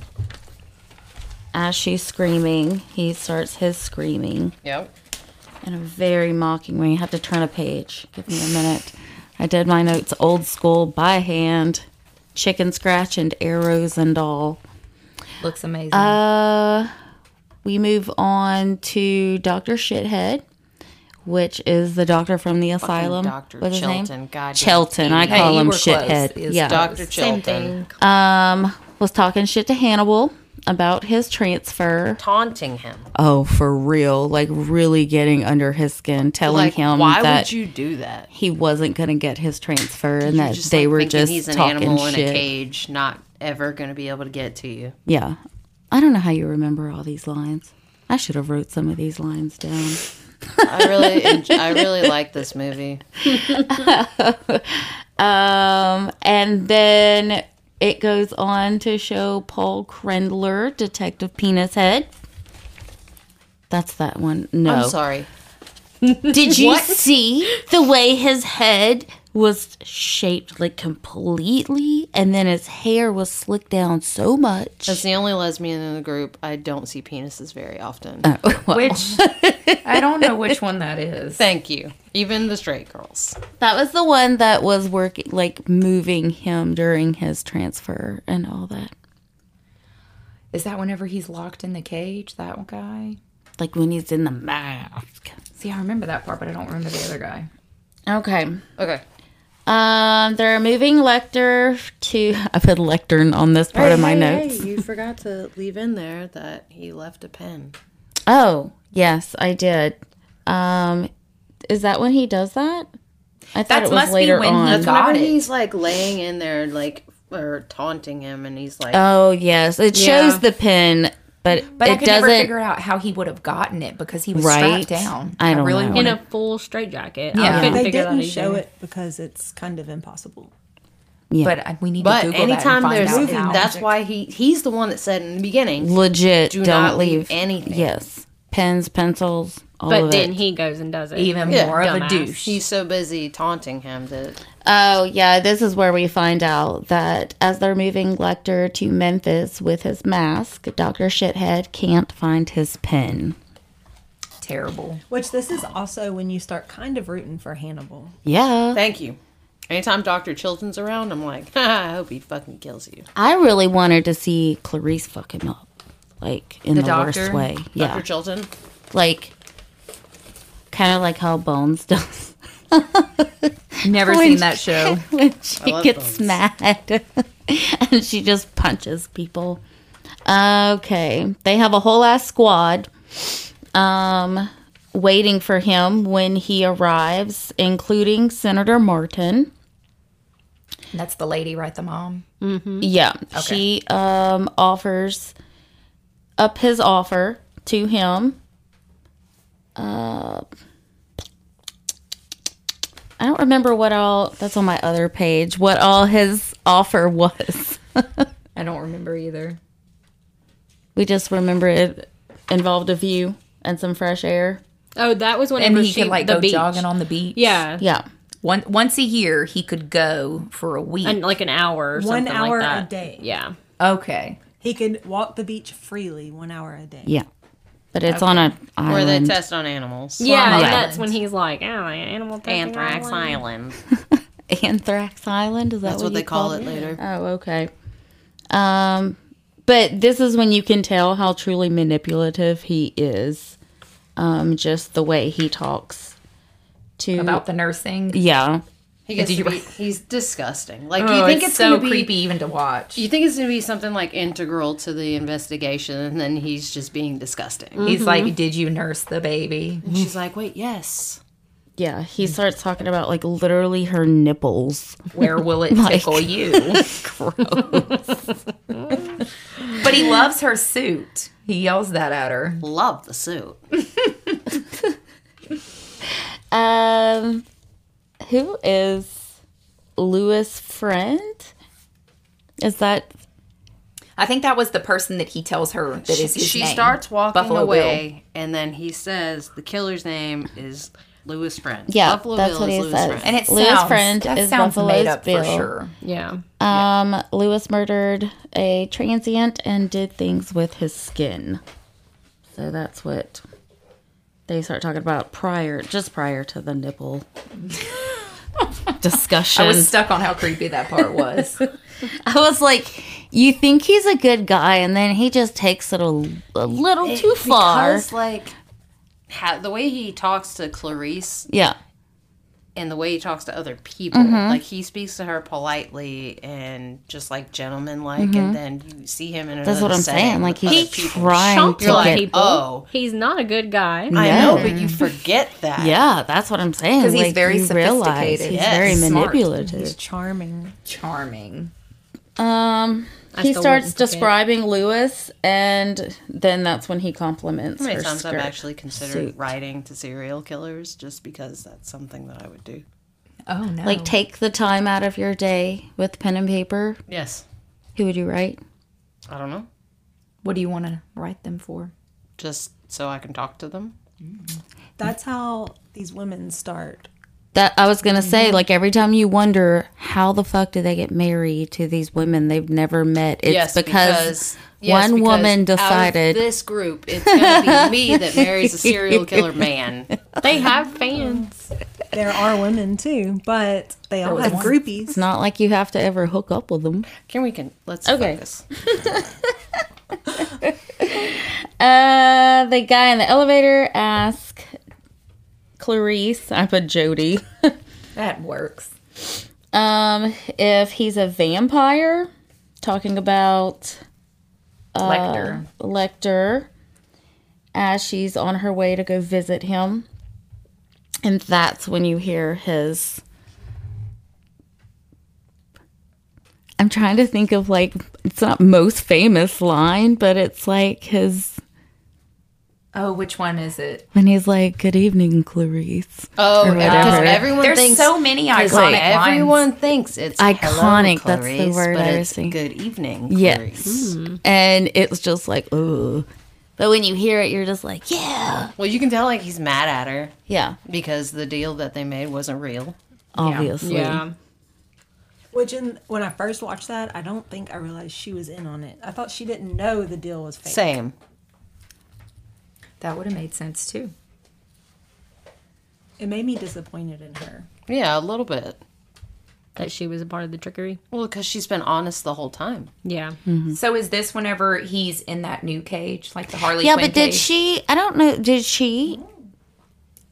S3: as she's screaming. He starts his screaming
S2: Yep.
S3: in a very mocking way. I have to turn a page. Give me a minute. I did my notes old school by hand, chicken scratch and arrows and all.
S1: Looks amazing.
S3: Uh, we move on to Doctor Shithead, which is the doctor from the asylum.
S2: Dr.
S3: What's his name?
S2: Chilton, goddamn
S3: Chilton. I
S1: Hey,
S3: call
S1: you
S3: him
S1: were close.
S3: Shithead.
S1: It's
S3: Yeah.
S2: Dr.
S9: Same
S2: Chilton.
S9: thing.
S3: um, was talking shit to Hannibal about his transfer.
S2: Taunting him.
S3: Oh, for real! Like really getting under his skin, telling
S2: Like,
S3: him
S2: why
S3: that
S2: would you do that?
S3: he wasn't going to get his transfer and that
S2: Just,
S3: they
S2: like,
S3: were
S2: thinking
S3: just
S2: he's an
S3: talking
S2: animal
S3: shit.
S2: in a cage, not ever going to be able to get to
S3: [LAUGHS]
S2: you.
S3: Yeah. I don't know how you remember all these lines. I should have wrote some of these lines down.
S2: I really, en- I really like this movie.
S3: Um, and then it goes on to show Paul Krendler, Detective Penis Head. That's that one. No.
S2: I'm sorry.
S3: Did you see the way his head was shaped like completely and then his hair was slicked down so much?
S2: As the only lesbian in the group, I don't see penises very often.
S3: Oh.
S1: which I don't know [LAUGHS] which one that is.
S2: Thank you. Even the straight girls.
S3: That was the one that was working, like moving him during his transfer and all that.
S1: Is that whenever he's locked in the cage? That guy?
S3: Like when he's in the mask.
S1: See, I remember that part, but I don't remember the other guy.
S3: Okay.
S2: Okay.
S3: Um, they're moving Lecter to. [LAUGHS] I put lectern on this part of my notes.
S2: you forgot to leave in there that he left a pen.
S3: Oh, yes, I did. Um, is that when he does that? I thought
S1: That
S3: it was
S1: must be
S3: later
S1: when he
S3: on.
S1: got- Got
S2: Whenever
S1: it.
S2: he's like laying in there, like or taunting him, and he's
S1: Uh,
S2: like,
S3: oh, yes, it
S2: Yeah.
S3: shows the pin, but,
S1: But I
S3: it
S1: could never
S3: doesn't.
S1: figure out how he would have gotten it because he was
S3: Right?
S1: strapped down.
S3: I don't know.
S4: in
S1: wanted-
S4: a full straitjacket.
S1: Yeah.
S4: I couldn't
S7: They
S4: figure that
S7: didn't
S4: either.
S7: show it because it's kind of impossible.
S1: but I- we need
S2: but
S1: to Google
S2: anytime
S1: that and
S2: there's,
S1: find out how.
S2: that's why he he's the one that said in the beginning,
S3: Legit,
S2: do
S3: not
S2: not
S3: leave
S2: leave anything.
S3: Yes, pens, pencils, all
S4: But
S3: of
S4: then
S3: it.
S4: he goes and does it.
S1: even
S2: Yeah,
S1: more of a
S4: dumbass.
S1: douche.
S2: She's so busy taunting him that
S3: Oh, yeah, this is where we find out that as they're moving Lecter to Memphis with his mask, Doctor Shithead can't find his pen.
S1: Terrible.
S7: Which this is also when you start kind of rooting for Hannibal.
S3: Yeah,
S2: thank you. Anytime Doctor Chilton's around, I'm like, [LAUGHS] "Ha, I hope he fucking kills you.
S3: I really wanted to see Clarice fuck him up, like in the,
S1: The
S3: worst
S1: doctor?
S3: way. Yeah,
S2: Doctor Chilton,
S3: like kind of like how Bones [LAUGHS] does
S1: Never
S3: When
S1: seen that show.
S3: when she
S2: love
S3: gets
S2: Bones.
S3: mad and she just punches people. Okay, they have a whole ass squad um, waiting for him when he arrives, including Senator Martin.
S1: That's the lady, right? The mom.
S3: Yeah. She um offers up his offer to him. Uh I don't remember what all that's on my other page, what all his offer [LAUGHS] was.
S1: I don't remember either.
S3: We just remember it involved a view and some fresh air.
S4: Oh, that was
S1: And
S4: whenever
S1: he
S4: she
S1: could like
S4: the
S1: go
S4: beach.
S1: jogging on the beach.
S4: Yeah,
S3: Yeah.
S1: One, once a year, he could go for a week.
S4: and like an hour, or
S7: One
S4: something like
S7: hour a
S4: that.
S7: day.
S4: Yeah,
S1: okay.
S7: He could walk the beach freely one hour a day.
S3: Yeah. But it's on a
S2: where
S3: island.
S2: they test on animals.
S4: yeah.
S1: Island.
S4: That's when he's like, oh, animal testing
S2: Anthrax
S4: island."
S2: Island.
S3: [LAUGHS] Anthrax Island. Is that
S2: That's what
S3: you
S2: they call
S3: called
S2: it later.
S3: Oh, okay. Um, but this is when you can tell how truly manipulative he is. Um, just the way he talks to
S1: About the nursing.
S3: yeah,
S2: He gets
S1: Did you-
S2: to be, he's disgusting. Like
S1: Oh,
S2: you think it's,
S1: so
S2: gonna be,
S1: creepy even to watch.
S2: You think it's gonna be something like integral to the investigation, and then he's just being disgusting.
S3: Mm-hmm.
S1: He's
S2: Mm-hmm.
S1: like, "Did you nurse the
S2: [LAUGHS]
S1: baby?"
S2: And she's like, "Wait, yes."
S3: yeah. He starts talking about like literally her nipples.
S1: Where will it tickle
S2: [LAUGHS]
S1: you? but he loves her suit. He yells that at her.
S2: Love the suit.
S3: Um, who is Lewis Friend? Is that
S1: I think that was the person that he tells her that is his
S2: she
S1: name.
S2: starts walking
S1: Buffalo
S2: away, and then he says the killer's name is Lewis Friend.
S3: yeah?
S2: Buffalo
S3: that's
S2: Bill
S3: what
S2: is
S3: he
S2: Lewis
S3: says.
S2: Friend.
S1: and it
S3: Lewis
S1: sounds,
S3: Friend
S1: that
S3: is
S1: sounds made
S3: Buffalo's
S1: up for
S3: Bill.
S1: sure.
S4: Yeah,
S3: Um, Lewis murdered a transient and did things with his skin. So that's what they start talking about prior, just prior to the nipple discussion.
S1: I was stuck on how creepy that
S2: [LAUGHS]
S1: part was.
S3: like, you think he's a good guy, and then he just takes it a, a little too far.
S2: Because, like ha- the way he talks to Clarice
S3: Yeah.
S2: and the way he talks to other people,
S3: Mm-hmm.
S2: like he speaks to her politely and just like gentleman-like, and then you see him in
S3: Mm-hmm. That's
S2: another
S3: what I'm
S2: setting
S3: saying. Like
S2: with
S3: he's
S2: other people.
S3: trying to
S2: You're like,
S3: get.
S2: oh,
S4: he's not a good guy.
S2: I know, but you forget that.
S3: Yeah, that's what I'm saying.
S1: 'Cause he's
S3: Like,
S1: very
S3: you realize
S1: sophisticated.
S3: He's
S2: Yes.
S3: very
S1: Smart.
S3: manipulative.
S7: He's charming.
S1: Charming.
S3: Um, he
S4: still
S3: starts
S4: wouldn't forget.
S3: describing Lewis, and then that's when he compliments
S2: How many
S3: her
S2: times
S3: skirt.
S2: I've actually considered
S3: suit.
S2: writing to serial killers just because that's something that I would do.
S1: Oh no!
S3: like, take the time out of your day with pen and paper.
S2: Yes.
S3: Who would you write?
S2: I don't know.
S1: what do you want to write them for?
S2: Just so I can talk to them.
S7: That's how these women start.
S3: That I was gonna say, like every time you wonder how the fuck do they get married to these women they've never met, it's because,
S2: yes,
S3: one
S2: because out
S3: woman
S2: of
S3: decided.
S2: this group, it's gonna
S3: [LAUGHS]
S2: be me that marries a serial killer man.
S4: They have fans.
S7: There are women too, but they all have groupies.
S3: it's not like you have to ever hook up with them.
S2: Can we can let's
S3: Okay.
S2: focus.
S3: Uh, the guy in the elevator asked Clarice. I put Jody.
S1: That works.
S3: Um, if he's a vampire, talking about
S2: Uh,
S1: Lecter.
S3: Lecter, as she's on her way to go visit him. And that's when you hear his. I'm trying to think of like, it's not most famous line, but it's like his.
S1: Oh, which one is it?
S3: When he's like, Good evening, Clarice.
S2: Oh,
S3: Or
S2: because
S3: whatever.
S2: everyone
S1: There's
S2: thinks
S1: so many iconic
S2: like,
S1: lines.
S2: everyone thinks it's
S3: Iconic,
S2: Hello,
S3: that's the
S2: Clarice,
S3: word
S2: but
S3: I was
S2: it's
S3: thinking.
S2: Good evening,
S3: Yes.
S2: Clarice.
S1: Hmm.
S3: And it's just like, Ooh. But when you hear it, you're just like, Yeah.
S2: Well, you can tell like he's mad at her
S3: Yeah.
S2: because the deal that they made wasn't real.
S3: Obviously.
S5: Yeah.
S7: Which, in when I first watched that, I don't think I realized she was in on it. I thought she didn't know the deal was fake.
S2: Same.
S1: That would have made sense too.
S7: It made me disappointed in her.
S2: Yeah, a little bit.
S4: that she was a part of the trickery.
S2: Well, because she's been honest the whole time.
S4: Yeah.
S3: Mm-hmm.
S1: So is this whenever he's in that new cage, like the Harley?
S3: yeah,
S1: Quinn
S3: but did
S1: cage?
S3: she? I don't know. Did she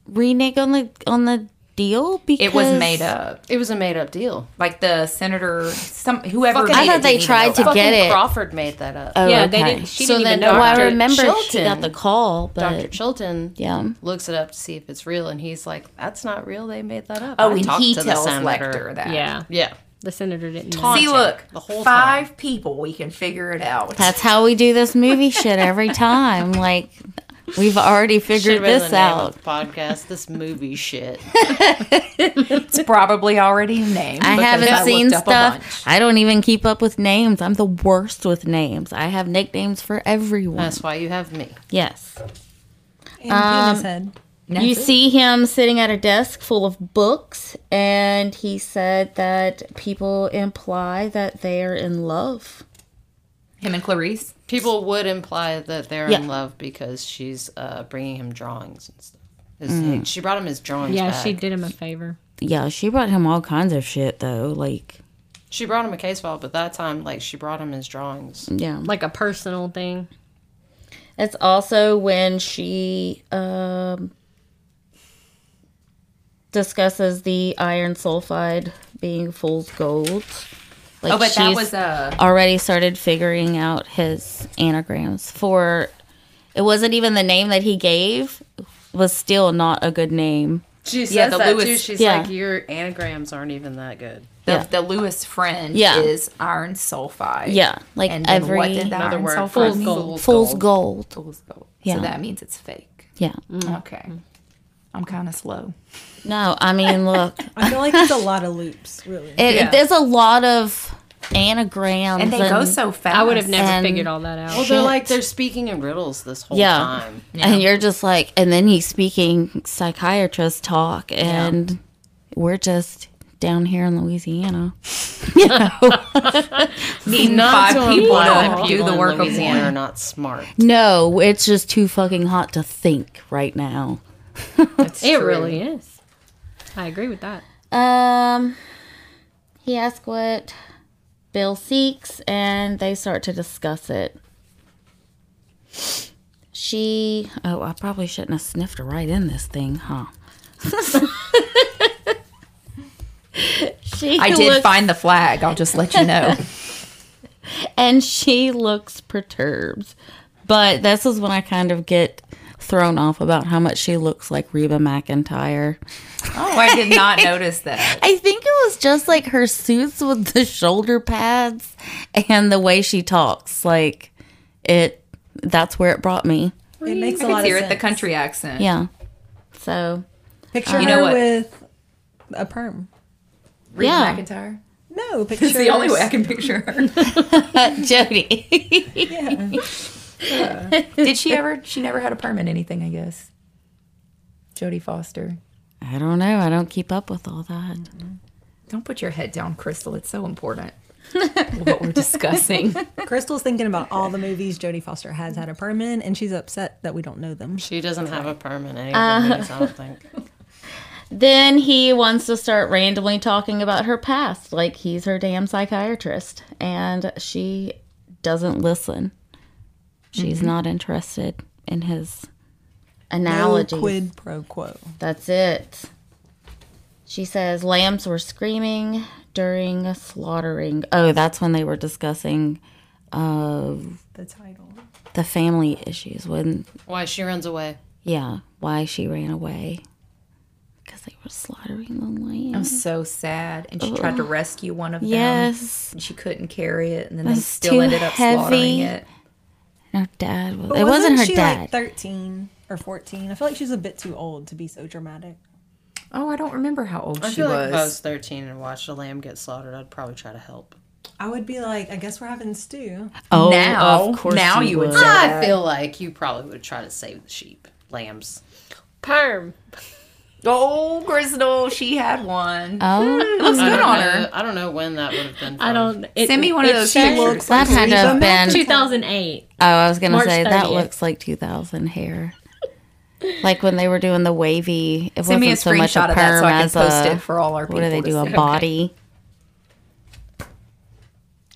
S3: renege on the on the deal? Because
S1: It was made up.
S2: It was a made up deal.
S1: Like the senator, some whoever.
S2: Fucking-
S1: did
S2: I
S1: it
S2: thought
S1: didn't
S3: they
S1: even
S3: tried
S1: know
S3: to
S1: about it.
S3: get
S2: Fucking
S3: it.
S2: Crawford made that up.
S3: Oh,
S4: yeah, they
S3: okay.
S4: didn't. She
S2: So
S4: didn't
S2: then
S4: even know.
S3: Well, I
S2: Dr.
S3: remember she
S2: Chilton.
S3: got the call,
S2: Dr.
S3: but
S2: Chilton
S3: yeah,
S2: looks it up to see if it's real, and he's like, "That's not real. They made that up."
S1: Oh,
S2: I
S1: and
S2: talked
S1: he
S2: to the
S1: tells
S2: senator.
S1: Lecter that.
S4: Yeah,
S2: Yeah,
S4: the senator didn't. Know.
S2: Taunt-
S1: See,
S2: haunting
S1: look,
S2: the whole
S1: five people. We can figure it out.
S3: that's how we do this movie shit every time. Like we've already figured
S2: Should've been
S3: this
S2: the name
S3: out.
S2: of the podcast, this movie shit.
S1: It's [LAUGHS] probably already named.
S3: I
S1: because
S3: haven't
S1: looked
S3: seen
S1: up a
S3: stuff.
S1: bunch.
S3: I don't even keep up with names. I'm the worst with names. I have nicknames for everyone.
S2: That's why you have me.
S3: yes.
S7: And
S1: Um,
S7: penis head.
S1: That's
S3: you
S1: it.
S3: see him sitting at a desk full of books, and he said that people imply that they are in love.
S1: him and Clarice.
S2: People would imply that they're
S3: Yeah.
S2: in love because she's uh, bringing him drawings and stuff. His- She brought him his drawings.
S4: yeah,
S2: back.
S4: she did him a favor.
S3: Yeah, she brought him all kinds of shit, though. Like,
S2: She brought him a case file, but that time, like, she brought him his drawings.
S3: yeah.
S4: Like a personal thing.
S3: It's also when she um, discusses the iron sulfide being fool's gold. Like
S1: Oh, but that
S3: she's-
S1: was uh,
S3: already started figuring out his anagrams for it wasn't even the name that he gave was still not a good name
S2: She says
S1: Yeah, the
S2: that
S1: Lewis-
S2: too. She's
S3: yeah.
S2: like, "Your anagrams aren't even that good."
S1: the,
S3: yeah.
S1: the Lewis friend
S3: Yeah.
S1: is iron sulfide.
S3: yeah like
S1: and then
S3: every
S1: what did that
S2: Another
S1: iron
S2: word for
S1: sulfide mean?
S2: gold.
S3: fool's gold.
S1: Fool's gold.
S3: Yeah.
S1: So that means it's fake.
S3: yeah
S1: Okay. I'm kind of slow.
S3: no i mean look
S7: I feel like it's a lot of
S1: [LAUGHS]
S7: loops, really.
S3: it, there's a lot of anagrams
S1: And they go so fast.
S4: I would have never
S3: And-
S4: figured all that out.
S2: Well, they're
S3: Shit.
S2: like they're speaking in riddles this whole
S3: yeah.
S2: time.
S3: and you're just like and then he's speaking psychiatrist talk and we're just down here in louisiana you know
S1: need five people
S2: Wow.
S1: to do
S2: People
S1: the
S2: in
S1: work of
S2: Louisiana
S1: one.
S2: are
S1: [LAUGHS]
S2: not smart.
S3: No, it's just too fucking hot to think right now.
S4: it really is. I agree with that.
S3: Um, he asks what Bill seeks, and they start to discuss it. She, oh, I probably shouldn't have sniffed her right in this thing, huh? she
S1: I
S3: looks-
S1: did find the flag. I'll just [LAUGHS] let you know.
S3: and she looks perturbed. But this is when I kind of get thrown off about how much she looks like Reba McIntyre.
S1: oh, I did not notice that. [LAUGHS]
S3: I think it was just like her suits with the shoulder pads and the way she talks. Like it that's where it brought me.
S7: It makes a
S1: I
S7: lot
S1: could hear
S7: of
S1: it, the
S7: sense.
S1: country accent.
S3: Yeah. So
S7: Picture
S1: You
S7: her
S1: know what?
S7: with a perm.
S1: Reba
S3: Yeah.
S1: McIntyre.
S7: No, picture
S1: [LAUGHS] It's the only way I can picture her.
S3: [LAUGHS] Jody.
S1: [LAUGHS] did [LAUGHS] she ever? She never had a permanent anything, I guess. Jodie Foster.
S3: I don't know. I don't keep up with all that.
S1: Don't put your head down, Crystal. It's so important. [LAUGHS] what we're [LAUGHS] discussing.
S7: [LAUGHS] Crystal's thinking about all the movies Jodie Foster has had a perm in, and she's upset that we don't know them.
S2: She doesn't have a permanent. Any of
S1: Uh.
S2: the movies, I don't think.
S3: Then he wants to start randomly talking about her past, like he's her damn psychiatrist. And she doesn't listen. She's not interested in his
S7: No
S3: analogies.
S7: quid pro quo.
S3: That's it. She says lambs were screaming during slaughtering. Oh, that's when they were discussing of
S7: the title.
S3: the family issues when
S2: Why she runs away.
S3: yeah why she ran away because they were slaughtering the lamb
S1: I'm so sad. And she tried to rescue one of them.
S3: yes
S1: And she couldn't carry it, and then they
S3: That's
S1: still
S3: too
S1: ended up slaughtering
S3: heavy.
S1: it.
S3: her dad was,
S7: But
S3: it wasn't her
S7: she
S3: dad
S7: like 13 or 14? I feel like she's a bit too old to be so dramatic.
S1: Oh, I don't remember how old
S2: I
S1: she
S2: feel like
S1: was.
S2: if I was 13 and watched a lamb get slaughtered, I'd probably try to help.
S7: I would be like, I guess we're having stew.
S3: oh
S1: now, now you would, say
S2: I
S1: that.
S2: feel like you probably would try to save the sheep, lambs.
S9: Perm.
S1: Oh, Crystal, she had one.
S3: oh
S1: [LAUGHS] Looks
S2: I
S1: good
S2: don't
S1: on
S2: know-
S1: her.
S2: I don't know when that would have been. From.
S4: I don't. It,
S1: Send me one of
S4: it
S1: those
S4: says
S1: pictures.
S3: that had to have been
S4: 2008.
S3: oh i was gonna
S4: March
S3: say that
S4: 30th.
S3: looks like 2000 hair like when they were doing the wavy it
S1: Send me a
S3: wasn't so much
S1: screenshot
S3: a
S1: of
S3: perm
S1: that so I can
S3: as
S1: post
S3: a
S1: it for all our people.
S3: what do they
S1: to
S3: do a
S1: see.
S3: body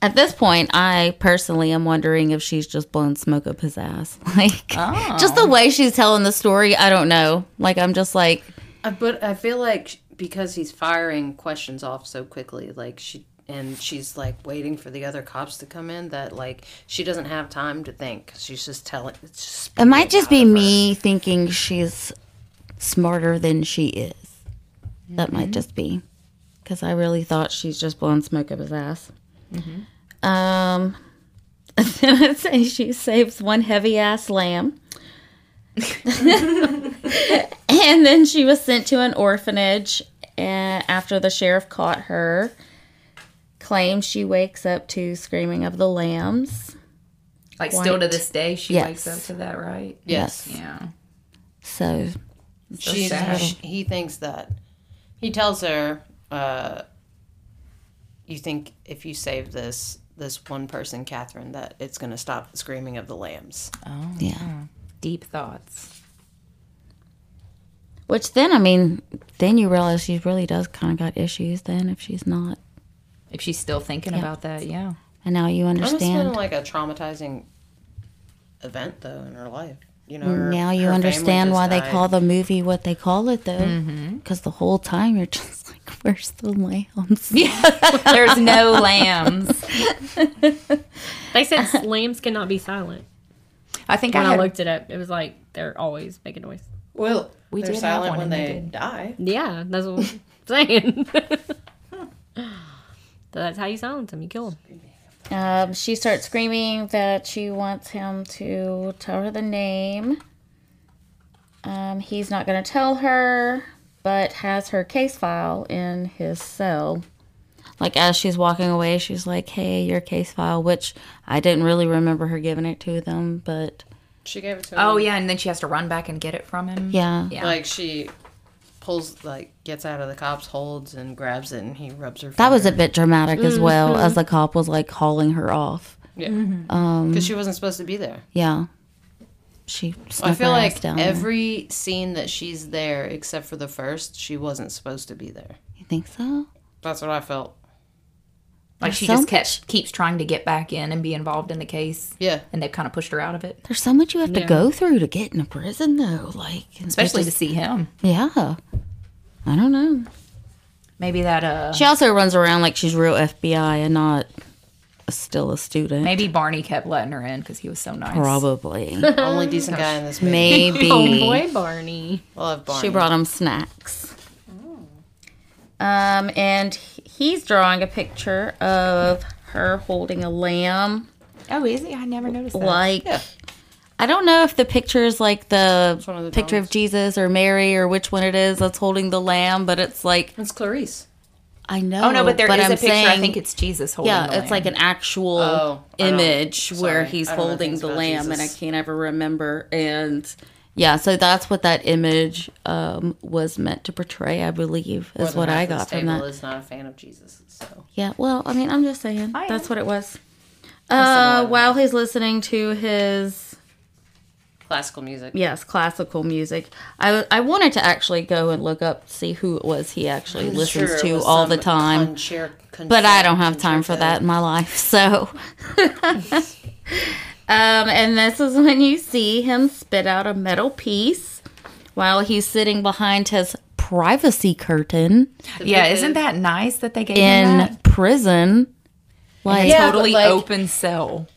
S3: at this point i personally am wondering if she's just blown smoke up his ass [LAUGHS] like
S1: Oh.
S3: just the way she's telling the story i don't know like i'm just like
S2: I, Uh, but I feel like because he's firing questions off so quickly, like she and she's like waiting for the other cops to come in, that like she doesn't have time to think. She's just telling. It's just
S3: it might just be me thinking she's smarter than she is that might just be because i really thought she's just blowing smoke up his ass um [LAUGHS] then i'd say she saves one heavy ass lamb and then she was sent to an orphanage uh, after the sheriff caught her claims she wakes up to screaming of the lambs
S1: Like still to
S3: White.
S1: this day, she
S3: Yes.
S1: wakes up to that, right?
S2: yes.
S1: Yeah.
S3: so
S1: So
S2: She's-
S1: sad.
S2: sh- he thinks that. He tells her, uh, "You think if you save this this one person, Catherine, that it's going to stop the screaming of the lambs."
S3: yeah
S1: Deep thoughts.
S3: Which then, I mean, then you realize she really does kind of got issues. Then if she's not,
S1: If she's still thinking about that, yeah.
S3: and now you
S2: That must have been
S3: understand.
S2: like a traumatizing event, though, in her life. You know, her-
S3: Now you
S2: her family
S3: understand why
S2: just
S3: they
S2: died. Mm-hmm.
S3: call the movie what they call it, though, because the whole time you're just [LAUGHS] like, "Where's the lambs?" [LAUGHS]
S1: There's no lambs.
S4: They said lambs cannot be silent.
S1: I think
S4: When
S1: I,
S4: I
S1: had,
S4: looked it up, it was like they're always making noise.
S2: Well,
S1: We
S2: they're
S1: did have
S2: silent
S1: one and
S2: when
S1: they
S2: they
S1: did.
S2: die.
S4: Yeah, that's what I'm saying. [LAUGHS] So that's how you silence them. You kill them.
S3: Um, she starts screaming that she wants him to tell her the name. Um, he's not going to tell her, but has her case file in his cell. Like, as she's walking away, she's like, Hey, your case file, which I didn't really remember her giving it to them, but
S2: She gave it to him.
S1: Oh yeah, and then she has to run back and get it from him.
S3: yeah.
S1: Yeah.
S2: Like she pulls, like gets out of the cop's holds and grabs it, and he rubs her.
S3: That was a bit dramatic as well, as the cop was like hauling her off.
S2: yeah, because she wasn't supposed to be there.
S3: Yeah. She snuck
S2: I feel
S3: her
S2: like
S3: ass down there.
S2: every scene that she's there, except for the first, she wasn't supposed to be there.
S3: You think so?
S2: That's what I felt.
S1: Like she
S3: So-
S1: just kept, keeps trying to get back in and be involved in the case,
S2: Yeah,
S1: and they've kind of pushed her out of it,
S3: There's so much you have to go through to get into prison, though. Like, and they
S1: especially to see him.
S3: Yeah. I don't know.
S1: Maybe that uh,
S3: She also runs around like she's real FBI and not a, still a student.
S1: maybe Barney kept letting her in because he was so nice.
S3: [LAUGHS] Probably.
S2: only decent guy in this movie.
S3: Maybe.
S4: Boy, Barney.
S2: Love Barney.
S3: She brought him snacks. Um, and he- he's drawing a picture of her holding a lamb.
S1: Oh, is he? I never noticed that.
S3: Like, I don't know if the picture is like the,
S2: one of the
S3: picture of Jesus or Mary or which one it is that's holding the lamb, but it's like,
S2: It's Clarice.
S3: I know.
S1: Oh no, but there is
S3: I'm
S1: a picture. I
S3: saying-
S1: think it's Jesus holding.
S3: Yeah,
S1: the
S3: it's
S1: lamb.
S3: like an actual
S2: Oh, I don't-
S3: image where
S2: sorry,
S3: he's
S2: I don't know
S3: holding
S2: things
S3: the
S2: about
S3: lamb, and I
S2: Jesus.
S3: can't ever remember. And yeah, so that's what that image um, was meant to portray, I believe, is what I got from that.
S2: Is not a fan of Jesus, so
S3: Yeah, well, I mean, I'm just saying that's what it was. Uh, while he's listening to his
S2: classical music.
S3: yes classical music, I I wanted to actually go and look up see who it was he actually listens
S2: Sure, it
S3: to
S2: was
S3: all the
S2: some
S3: time.
S2: concer-
S3: but
S2: concerto-
S3: I don't have time for that in my life. So, [LAUGHS] um, and this is when you see him spit out a metal piece while he's sitting behind his privacy curtain
S1: yeah, isn't that nice that they gave him
S3: in
S1: that?
S3: prison. Like,
S1: totally
S2: like-
S1: open cell.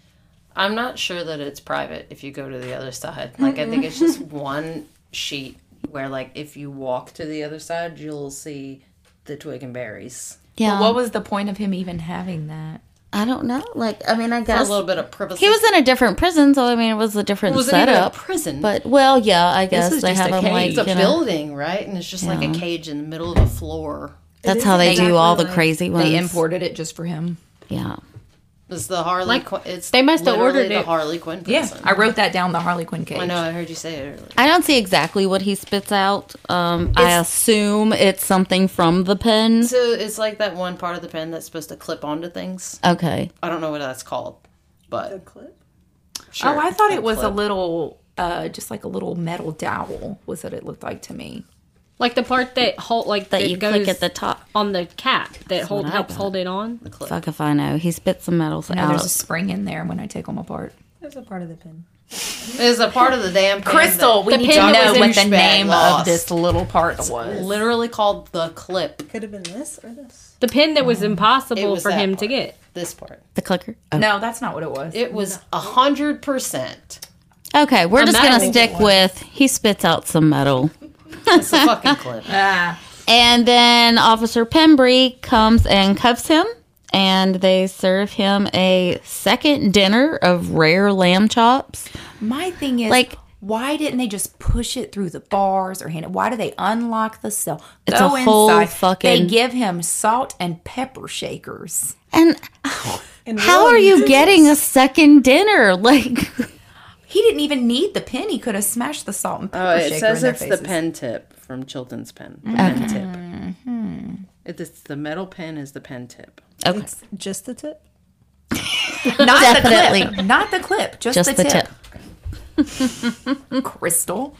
S2: I'm not sure that it's private if you go to the other side. Like I think it's just one sheet where like if you walk to the other side, you'll see the twig and berries.
S3: Yeah.
S1: What was the point of him even having that?
S3: I don't know. Like, I mean, I
S2: A
S3: guess
S2: little bit of privacy.
S3: he was in a different prison, so I mean, it was a different
S2: was it even a
S3: setup.
S2: prison?
S3: But well, yeah, I guess
S2: this is
S3: they
S2: just
S3: have
S2: a
S3: him like
S2: cage. It's
S3: you
S2: a
S3: know,
S2: building, right? And it's just like a cage in the middle of a floor.
S3: that's how they do all the crazy ones.
S1: They imported it just for him.
S3: yeah,
S2: It's the Harley. Quinn, it's
S4: they must have
S2: literally
S4: ordered
S2: the
S4: it.
S2: Harley Quinn. Prison.
S1: I wrote that down. The Harley Quinn cage.
S2: I know. I heard you say it earlier.
S3: I don't see exactly what he spits out. Um, I assume it's something from the pen.
S2: So it's like that one part of the pen that's supposed to clip onto things.
S3: Okay,
S2: I don't know what that's called,
S7: The
S2: but
S7: clip?
S2: sure.
S1: oh, I thought it was a
S2: clip.
S1: little, uh, just like a little metal dowel. Was what it looked like to me.
S4: Like the part that hold, like
S3: that
S4: that,
S3: you
S4: goes
S3: click at the top.
S4: on the cap that hold
S3: what I
S4: helps
S3: got.
S4: hold it on.
S2: The clip.
S3: Fuck if I know. He spits some metals
S1: No, there's a
S3: out.
S1: spring in there when I take them apart.
S7: There's a part of the pin.
S2: It's a part of the damn pen
S1: Crystal, we
S2: that-
S1: need to
S2: that
S1: know what the
S2: douchebag
S1: name
S2: lost.
S1: of this little part was.
S2: Literally called the clip.
S7: Could have been this or this.
S4: The pin that was impossible
S2: was
S4: for
S2: that
S4: him to
S2: part.
S4: get.
S2: This part.
S3: The clicker.
S1: No, that's not what it was.
S2: It was a hundred percent.
S3: Okay, we're just gonna
S4: metal
S3: stick with he spits out some metal.
S2: It's a fucking clip.
S3: And then Officer Pembry comes and cuffs him, and they serve him a second dinner of rare lamb chops.
S1: My thing is
S3: Like-
S1: why didn't they just push it through the bars or hand it? Why do they unlock the cell?
S3: It's a whole fucking-
S1: They give him salt and pepper shakers.
S3: And
S7: And
S3: how
S7: Will
S3: are you
S7: uses
S3: getting a second dinner? [LAUGHS] Like,
S1: He didn't even need the pen. He could have smashed the salt and
S2: [LAUGHS] Oh,
S1: pepper shaker.
S2: it says
S1: in their
S2: it's
S1: faces.
S2: the pen tip from Children's Pen. The pen tip. Mm-hmm. It- It's the metal pen is the pen tip.
S3: okay,
S7: It's just the tip.
S3: [LAUGHS]
S1: Not
S3: Definitely.
S1: the clip. Not the clip. Just,
S3: just
S1: the, tip.
S3: tip.
S1: [LAUGHS] Crystal.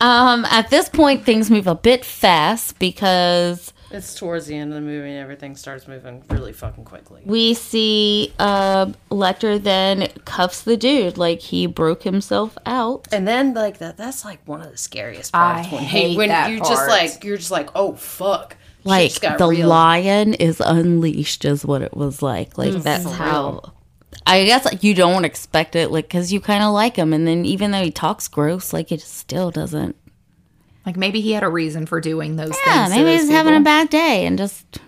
S3: Um, at this point, things move a bit fast because
S2: It's towards the end of the movie and everything starts moving really fucking quickly.
S3: we see uh, Lecter then cuffs the dude like he broke himself out.
S2: And then like that that's like one of the scariest
S1: I
S2: parts when
S1: hate
S2: when
S1: that
S2: you
S1: part.
S2: just like you're just like, oh fuck. Shit
S3: Like
S2: just got
S3: the
S2: real.
S3: lion is unleashed, is what it was like. Like that's how. I guess like, you don't expect it, like because you kind of like him, and then even though he talks gross, like it still doesn't.
S1: Like maybe he had a reason for doing those
S3: Yeah,
S1: things.
S3: maybe he's having a
S1: bad.
S3: bad day and just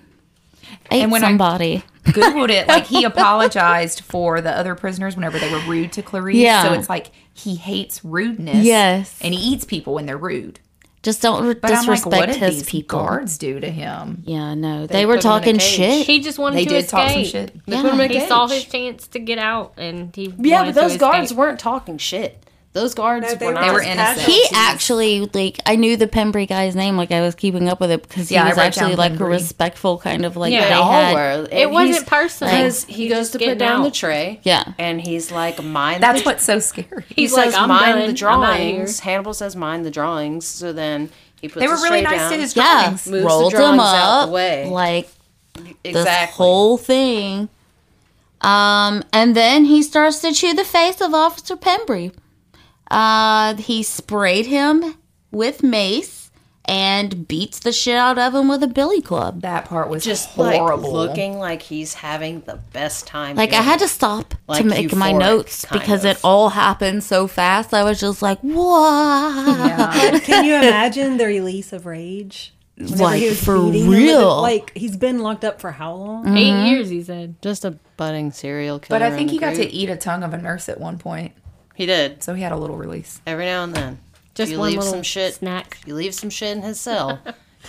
S3: ate
S1: when I-
S3: somebody.
S1: Googled it. Like he apologized for the other prisoners whenever they were rude to Clarice.
S3: Yeah.
S1: So it's like he hates rudeness.
S3: Yes.
S1: And he eats people when they're rude.
S3: just don't re-
S1: But
S3: disrespect
S1: I'm like, what did
S3: his
S1: these
S3: people.
S1: guards do to him?
S3: Yeah, no, they, were
S2: put him in a
S3: talking
S2: cage.
S3: shit.
S4: He just wanted
S1: They
S4: to
S1: did
S4: escape.
S1: talk some shit.
S2: They put him in a
S4: He saw his
S2: cage.
S4: chance to get out, and he
S2: Yeah,
S4: wanted
S2: but
S4: to
S2: those guards
S4: escape.
S2: weren't talking shit. Those guards
S7: No, they
S2: were
S7: were
S2: not
S1: They were
S7: Just
S1: innocent.
S7: casual.
S3: He actually like I knew the Pembry guy's name, like I was keeping up with it because he
S1: Yeah, I
S3: was
S1: wrote
S3: actually
S1: down
S3: like a
S1: Pembry.
S3: respectful kind of like
S4: Yeah,
S3: they
S4: they
S2: They all
S3: had.
S2: were. And
S4: It wasn't
S2: he's-
S4: personal.
S2: Because he
S4: He's
S2: goes
S4: just
S2: to put
S4: getting
S2: down the
S4: out.
S2: tray.
S3: Yeah.
S2: And he's like, mind
S1: That's
S2: the
S1: what's so scary. [LAUGHS]
S2: He
S4: He's like,
S2: says,
S4: "I'm
S2: mind
S4: done.
S2: the
S4: I'm outta here."
S2: drawings. Hannibal says, mind the drawings. So then he puts
S1: They were
S2: his
S1: really
S2: tray
S1: nice
S2: down.
S1: to his
S3: Yeah,
S1: drawings.
S2: Moves the
S3: rolled them
S2: drawings out
S3: up
S2: the way.
S3: like this
S2: Exactly.
S3: whole thing. Um, and then he starts to chew the face of Officer Pembry. Uh, he sprayed him with mace and beats the shit out of him with a billy club.
S1: that part was
S2: just
S1: horrible.
S2: like looking like he's having the best time.
S3: Like I
S2: doing
S3: had
S2: it.
S3: to stop
S2: Like
S3: to make my
S2: euphoric,
S3: notes
S2: kind
S3: because
S2: of.
S3: it all happened so fast. I was
S2: [LAUGHS]
S3: just like, "Wow!"
S7: Can you imagine the release of rage? Whenever
S3: Like, for
S7: beating him with it,
S3: real.
S7: like he's been locked up for how long?
S4: Eight years, he said.
S2: just a budding serial
S1: [LAUGHS]
S2: killer.
S1: But I think
S2: in
S1: he
S2: the
S1: got to
S2: group.
S1: eat a tongue of a nurse at one point.
S2: He did
S1: So he had a little release.
S2: every now and then. Just
S4: Just
S2: you
S4: one
S2: leave
S4: little
S2: some shit.
S4: snack.
S2: You leave some shit in his
S4: [LAUGHS]
S2: cell.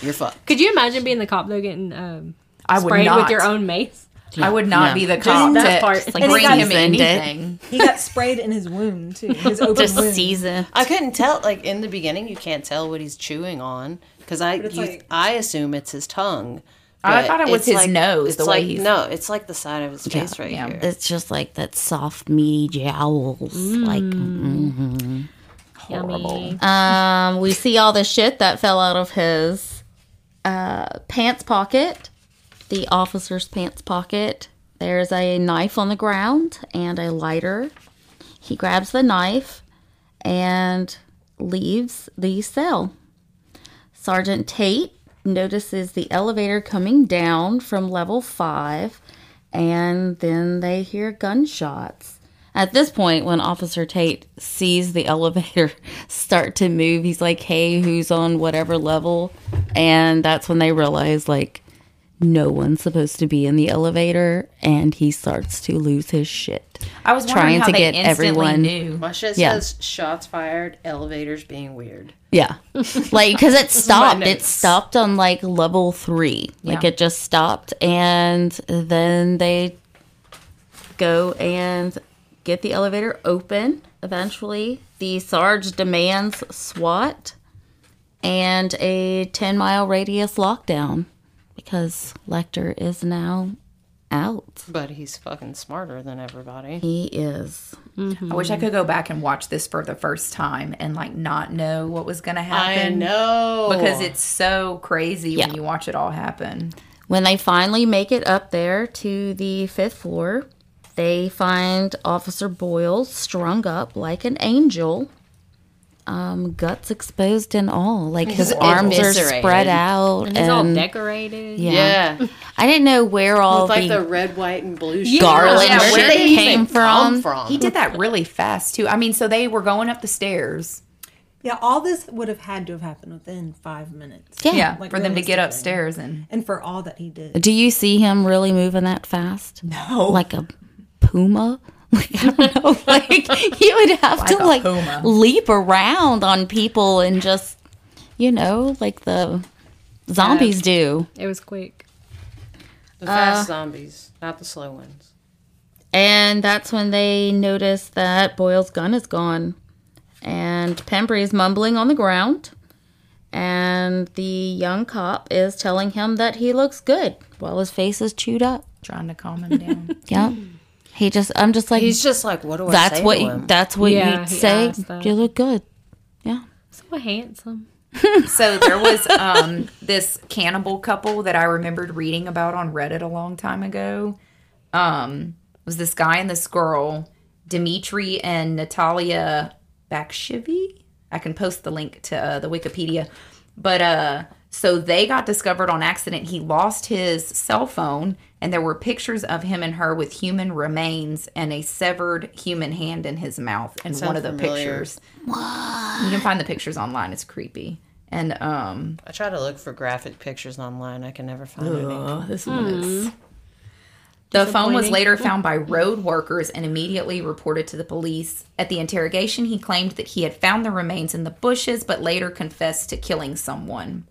S2: you're fucked.
S4: Could you imagine being the cop though, getting um,
S1: I would
S4: sprayed
S1: not.
S4: with your own mace?
S1: I would not
S2: No.
S1: be the cop
S4: that
S1: to
S4: part.
S1: just,
S3: And
S1: like,
S3: he
S1: bring
S3: got
S1: him
S3: seasoned it.
S1: anything.
S7: He got sprayed in his wound
S3: [LAUGHS]
S7: too. His open wound.
S3: season.
S2: I couldn't tell. Like in the beginning, you can't tell what he's chewing on because I
S7: it's
S2: you,
S7: like-
S2: I assume it's his tongue.
S1: I
S2: but
S1: thought it was
S2: it's
S1: his nose,
S2: It's
S1: the way
S2: like
S1: he's-
S2: no, it's like the side of his face right
S1: yeah.
S2: here.
S3: It's just like that soft, meaty jowls. Like,
S2: Mm.
S1: Horrible.
S3: um, we see all the shit that fell out of his uh, pants pocket, the officer's pants pocket. There's a knife on the ground and a lighter. He grabs the knife and leaves the cell. Sergeant Tate notices the elevator coming down from level five, and then they hear gunshots. At this point, when Officer Tate sees the [LAUGHS] elevator start to move, he's like, hey, who's on whatever level? And that's when they realize, like, no one's supposed to be in the elevator. And he starts to lose his shit.
S1: I was wondering
S3: Trying
S1: how
S3: to
S1: they
S3: get
S1: instantly
S3: everyone-
S1: knew.
S2: Watch it
S3: Yeah.
S2: says shots fired, elevators being weird.
S3: Yeah. like, because it stopped. It
S2: notes.
S3: stopped on like level three. Like, it just stopped. And then they go and get the elevator open. Eventually, the Sarge demands SWAT and a 10 mile radius lockdown because Lecter is now out.
S2: But he's fucking smarter than everybody.
S3: He is.
S1: I wish I could go back and watch this for the first time and like not know what was going to happen.
S2: I know.
S1: because it's so crazy
S3: Yeah.
S1: when you watch it all happen.
S3: When they finally make it up there to the fifth floor, they find Officer Boyle strung up like an angel, um, guts exposed and all. Like his
S2: [LAUGHS] He's
S3: arms are
S2: eviscerated.
S3: spread out,
S4: And
S3: and,
S4: he's all decorated.
S3: yeah.
S2: yeah.
S3: I didn't know where all
S2: With like
S3: the,
S2: the red, white, and blue
S3: garland
S1: Yeah, where
S3: shit
S1: did he
S3: came
S2: Come
S3: from.
S2: from.
S1: He did
S3: [LAUGHS]
S1: that really fast too. I mean, so they were going up the stairs.
S7: Yeah, all this would have had to have happened within five minutes.
S3: Yeah.
S1: Yeah,
S7: Like,
S1: for them to get
S7: realistically.
S1: upstairs and
S7: And for all that he did.
S3: Do you see him really moving that fast?
S1: no,
S3: Like a puma. [LAUGHS] Like, I don't [LAUGHS] know. Like he would have to
S1: a
S3: like
S1: puma.
S3: leap around on people and just, you know, like the zombies do.
S4: It was quick.
S2: The
S1: uh,
S2: fast zombies, not the slow ones.
S3: And that's when they notice that Boyle's gun is gone. And Pembry is mumbling on the ground. And the young cop is telling him that he looks good while his face is chewed up.
S1: trying to calm him down.
S3: Yep. He just, I'm just like,
S2: He's just like, what do I
S3: that's
S2: say
S3: what,
S2: to
S3: you,
S2: him?
S3: that's what
S4: Yeah,
S3: you'd
S4: he
S3: say.
S4: asked that.
S3: You look good. Yeah.
S4: So handsome.
S1: so there was um, this cannibal couple that I remembered reading about on Reddit a long time ago. Um, it was this guy and this girl, Dimitri and Natalia Bakshivy. I can post the link to uh, the Wikipedia. But uh, so they got discovered on accident. He lost his cell phone, and there were pictures of him and her with human remains and a severed human hand in his mouth in one of the
S2: familiar.
S1: pictures. You can find the pictures online. It's creepy. And um
S2: I try to look for graphic pictures online. I can never find any.
S1: this one is Hmm. the phone was later found by road workers and immediately reported to the police. At the interrogation, he claimed that he had found the remains in the bushes, but later confessed to killing someone.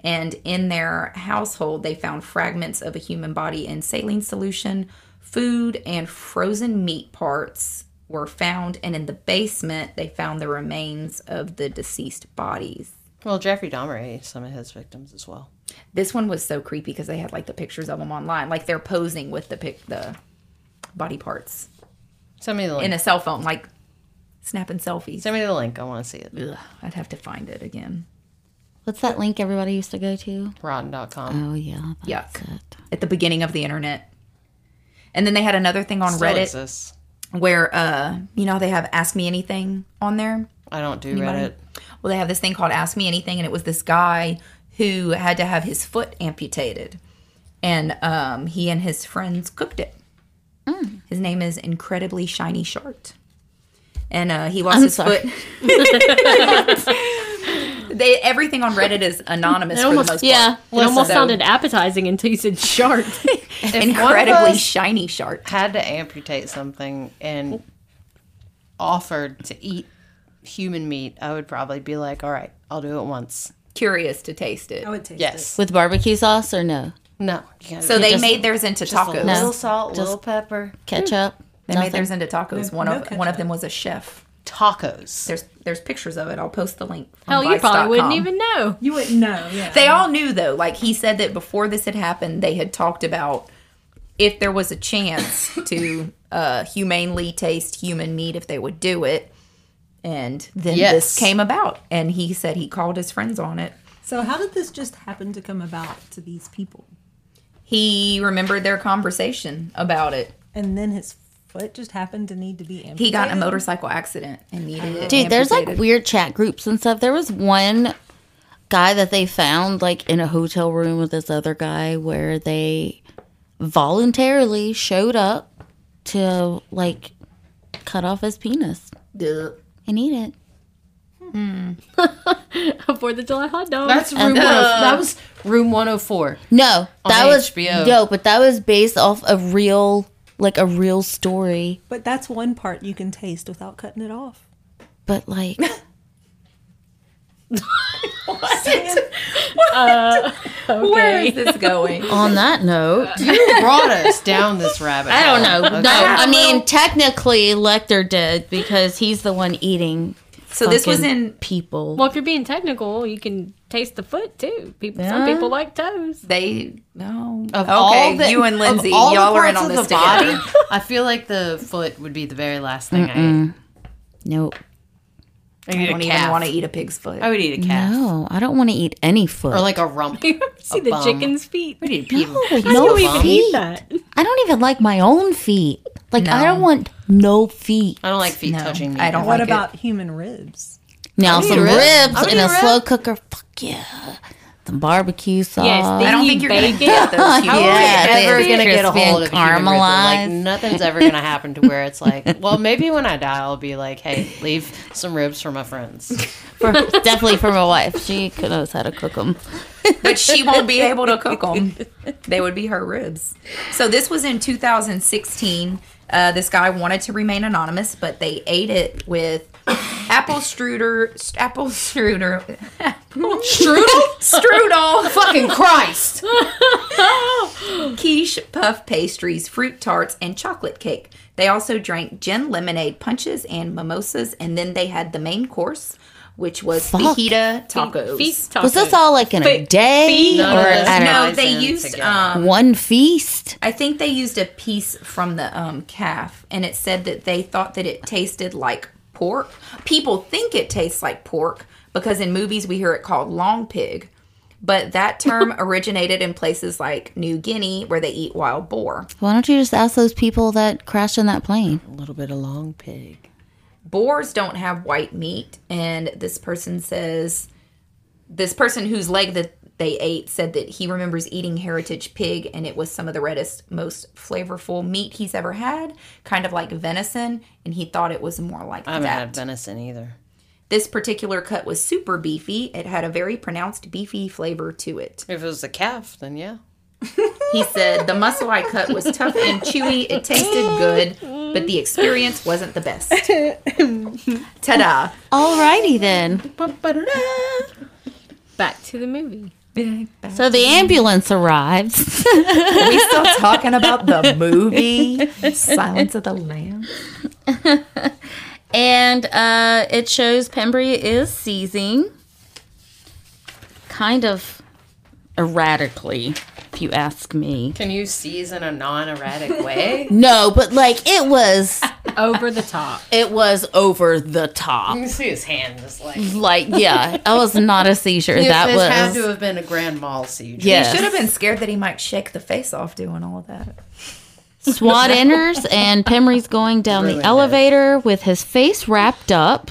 S1: And in their household, they found fragments of a human body in saline solution, food, and frozen meat parts were found. And in the basement, they found the remains of the deceased bodies.
S2: Well, Jeffrey Dahmer ate some of his victims as well.
S1: This one was so creepy because they had like the pictures of them online, like they're posing with the pic, the body parts
S2: Send me the link.
S1: in a cell phone, like snapping selfies.
S2: Send me the link. I want to see it.
S1: Ugh, I'd have to find it again.
S3: What's that link everybody used to go to?
S1: Mm,
S2: Rotten.com.
S3: Oh, yeah.
S1: Yuck.
S3: That's it.
S1: At the beginning of the internet, and then they had another thing on
S2: Still
S1: Reddit
S2: exists.
S1: where, uh, you know, how they have "Ask Me Anything" on there.
S2: I don't do Reddit.
S1: Well, they have this thing called Ask Me Anything, and it was this guy who had to have his foot amputated. And um, he and his friends cooked it.
S4: Mm.
S1: His name is Incredibly Shiny Short. And uh, he lost his
S3: sorry.
S1: foot. [LAUGHS] they, everything on Reddit is anonymous for the most
S3: Yeah.
S4: It almost
S1: so-
S4: sounded appetizing until you said shark.
S1: part. Incredibly
S2: us-
S1: Shiny Short.
S2: Had to amputate something and offered to eat human meat. I would probably be like, all right, I'll do it once.
S1: Curious to taste it.
S7: I would taste it.
S2: Yes.
S3: With barbecue sauce or no?
S2: No. You gotta
S1: So
S2: do
S1: they
S2: just
S1: made theirs into
S2: a
S1: tacos.
S2: little salt, a little pepper.
S3: Ketchup?
S1: They made
S3: Nothing.
S1: theirs into tacos. one
S7: no
S1: of one of them was a chef.
S2: Tacos.
S1: There's there's pictures of it. I'll post the link. from
S4: Hell, you probably wouldn't
S1: Vice.com.
S4: even know. [LAUGHS]
S7: You wouldn't know, yeah.
S1: They all knew though. Like he said that before this had happened, they had talked about if there was a
S2: [COUGHS]
S1: chance to uh, humanely taste human meat, if they would do it. And then
S2: Yes.
S1: this came about, and he said he called his friends on it.
S7: So how did this just happen to come about to these people?
S1: He remembered their conversation about it.
S7: And then his foot just happened to need to be amputated.
S1: He got in a motorcycle accident and needed it.
S3: Dude, there's like
S1: amputated.
S3: weird chat groups and stuff. There was one guy that they found like in a hotel room with this other guy where they voluntarily showed up to like cut off his penis and eat it.
S4: for the July hot dog.
S2: That's room. 10 that was room 104.
S3: No, that was
S2: HBO.
S3: no, but that was based off a real, like a real story.
S7: But that's one part you can taste without cutting it off.
S3: But like,
S1: Where is this going?
S2: [LAUGHS]
S3: [LAUGHS] on that note,
S2: You brought us
S1: [LAUGHS]
S2: down this rabbit.
S3: I don't know.
S2: hole.
S3: No,
S2: Okay.
S3: I mean technically Lecter did because he's the one eating.
S1: So this was
S3: fucking
S1: in-
S3: people.
S4: well, if you're being technical, you can taste the foot too. People, some
S3: Yeah.
S4: people like toes. [LAUGHS]
S1: They no.
S2: Of
S1: okay,
S2: all the-
S1: you and
S2: of
S1: Lindsay,
S2: all the
S1: y'all are in
S2: parts
S1: on
S2: of
S1: this
S2: the
S1: together.
S2: body, [LAUGHS] I feel like the foot would be the very last thing
S3: Nope.
S2: I ate.
S1: I
S2: I,
S1: don't even want to eat a pig's foot.
S2: I would eat a calf
S3: No, I don't want to eat any foot.
S2: or like a [LAUGHS] rump. I
S4: See the
S2: bum.
S4: chicken's feet.
S2: would eat people.
S3: no
S4: You even
S3: feet.
S4: eat that.
S3: I don't even like my own feet. Like I don't want no feet.
S2: I don't like feet
S1: No,
S2: touching me.
S1: I don't
S7: What
S1: like
S7: about human ribs?
S3: Now
S2: need
S3: some
S2: a rib.
S3: ribs
S2: I would
S3: and
S2: eat
S3: a
S2: a rib.
S3: slow cooker. Fuck yeah. Some barbecue sauce. [LAUGHS]
S1: it. I don't think you're going to get those.
S3: How
S1: huge-
S3: are we- Yeah,
S2: ever
S3: baby.
S2: gonna get a
S3: Crispy
S2: hold of
S3: and
S2: a human ripper. Like
S3: caramelized.
S2: nothing's ever gonna happen to where it's like, well, maybe when I die, I'll be like, hey, leave some ribs for my friends.
S3: For, definitely for my wife. She knows how to cook them.
S1: but she won't be able to cook them. [LAUGHS] They would be her ribs. So this was in 2016. Uh, this guy wanted to remain anonymous, but they ate it with apple strudel, apple strudel, apple strudel, strudel,
S2: Fucking Christ!
S1: [LAUGHS] quiche, puff pastries, fruit tarts, and chocolate cake. They also drank gin lemonade punches and mimosas, and then they had the main course, which was
S3: Fuck.
S1: fajita tacos.
S4: Feet tacos.
S3: Was this all like in a
S4: Feet-
S3: day
S4: feet-
S3: or
S4: No,
S2: no, that's
S3: at
S1: No,
S2: not-
S1: they
S2: Nonsense
S1: used
S2: again.
S1: um,
S3: one feast?
S1: I think they used a piece from the um, calf, and it said that they thought that it tasted like pork. People think it tastes like pork because in movies we hear it called long pig, but that term originated in places like New Guinea where they eat wild boar.
S3: Why don't you just ask those people that crashed in that plane?
S2: A little bit of long pig.
S1: Boars don't have white meat, and this person says, this person whose leg that they ate said that he remembers eating heritage pig and it was some of the reddest most flavorful meat he's ever had kind of like venison and he thought it was more like
S2: I haven't
S1: that
S2: had venison either.
S1: this particular cut was super beefy it had a very pronounced beefy flavor to it
S2: If it was a calf, then yeah.
S1: he said the muscle i cut was tough and chewy it tasted good but the experience wasn't the best ta-da
S3: Alrighty then.
S4: Back to the movie.
S3: So the ambulance arrives.
S1: we still talking about the [LAUGHS] movie Silence of the Lambs?
S3: And uh, it shows Pembry is seizing, kind of erratically, if you ask me.
S2: Can you seize in a non-erratic way?
S3: No, but like it was,
S4: Over the top.
S3: it was over the top.
S2: you can see his hand just like.
S3: Like, yeah, that was not a seizure. that
S2: this had
S3: was,
S2: to have been a grand mal siege.
S3: yes.
S1: Should have been scared that he might shake the face off doing all of that.
S2: [LAUGHS]
S3: SWAT enters and Pimry's going down the elevator with his face wrapped up.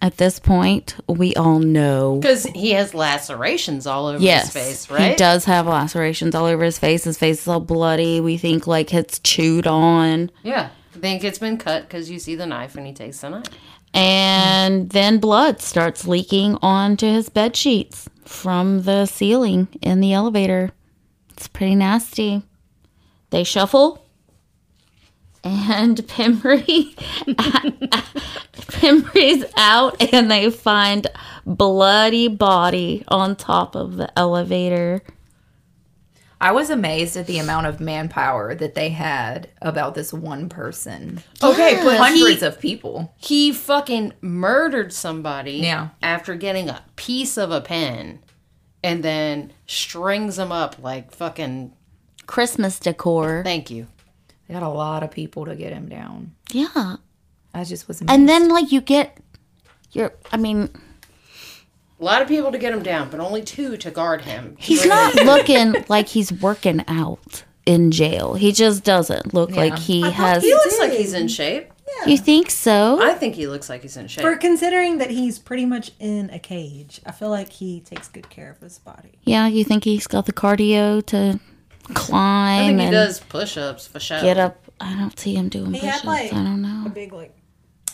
S3: At this point, we all know.
S2: Because he has lacerations all over
S3: Yes,
S2: his face, right?
S3: he does have lacerations all over his face. His face is all bloody. We think like it's chewed on,
S2: Yeah. I think it's been cut because you see the knife and he takes the knife.
S3: and then blood starts leaking onto his bed sheets from the ceiling in the elevator. It's pretty nasty. They shuffle, and [LAUGHS] Pimry, Pimry's out, and they find bloody body on top of the elevator.
S1: I was amazed at the amount of manpower that they had about this one person.
S2: Okay, but
S1: Hundreds of people.
S2: he fucking murdered somebody
S1: Yeah.
S2: after getting a piece of a pen and then strings him up like fucking
S3: Christmas decor.
S2: thank you.
S1: They got a lot of people to get him down.
S3: Yeah.
S1: I just was amazed.
S3: And then like you get your I mean,
S2: A lot of people to get him down, but only two to guard him.
S3: he's not looking like he's working out in jail. He just doesn't look like he has
S2: He looks like he's in shape.
S3: You think so?
S2: I think he looks like he's in shape.
S7: For considering that he's pretty much in a cage, I feel like he takes good care of his body.
S3: Yeah, you think he's got the cardio to
S2: I
S3: climb
S2: think he
S3: and
S2: does push ups for sure.
S3: get up. I don't see him doing
S7: He had,
S3: push-ups.
S7: like-
S3: I don't know.
S7: A big like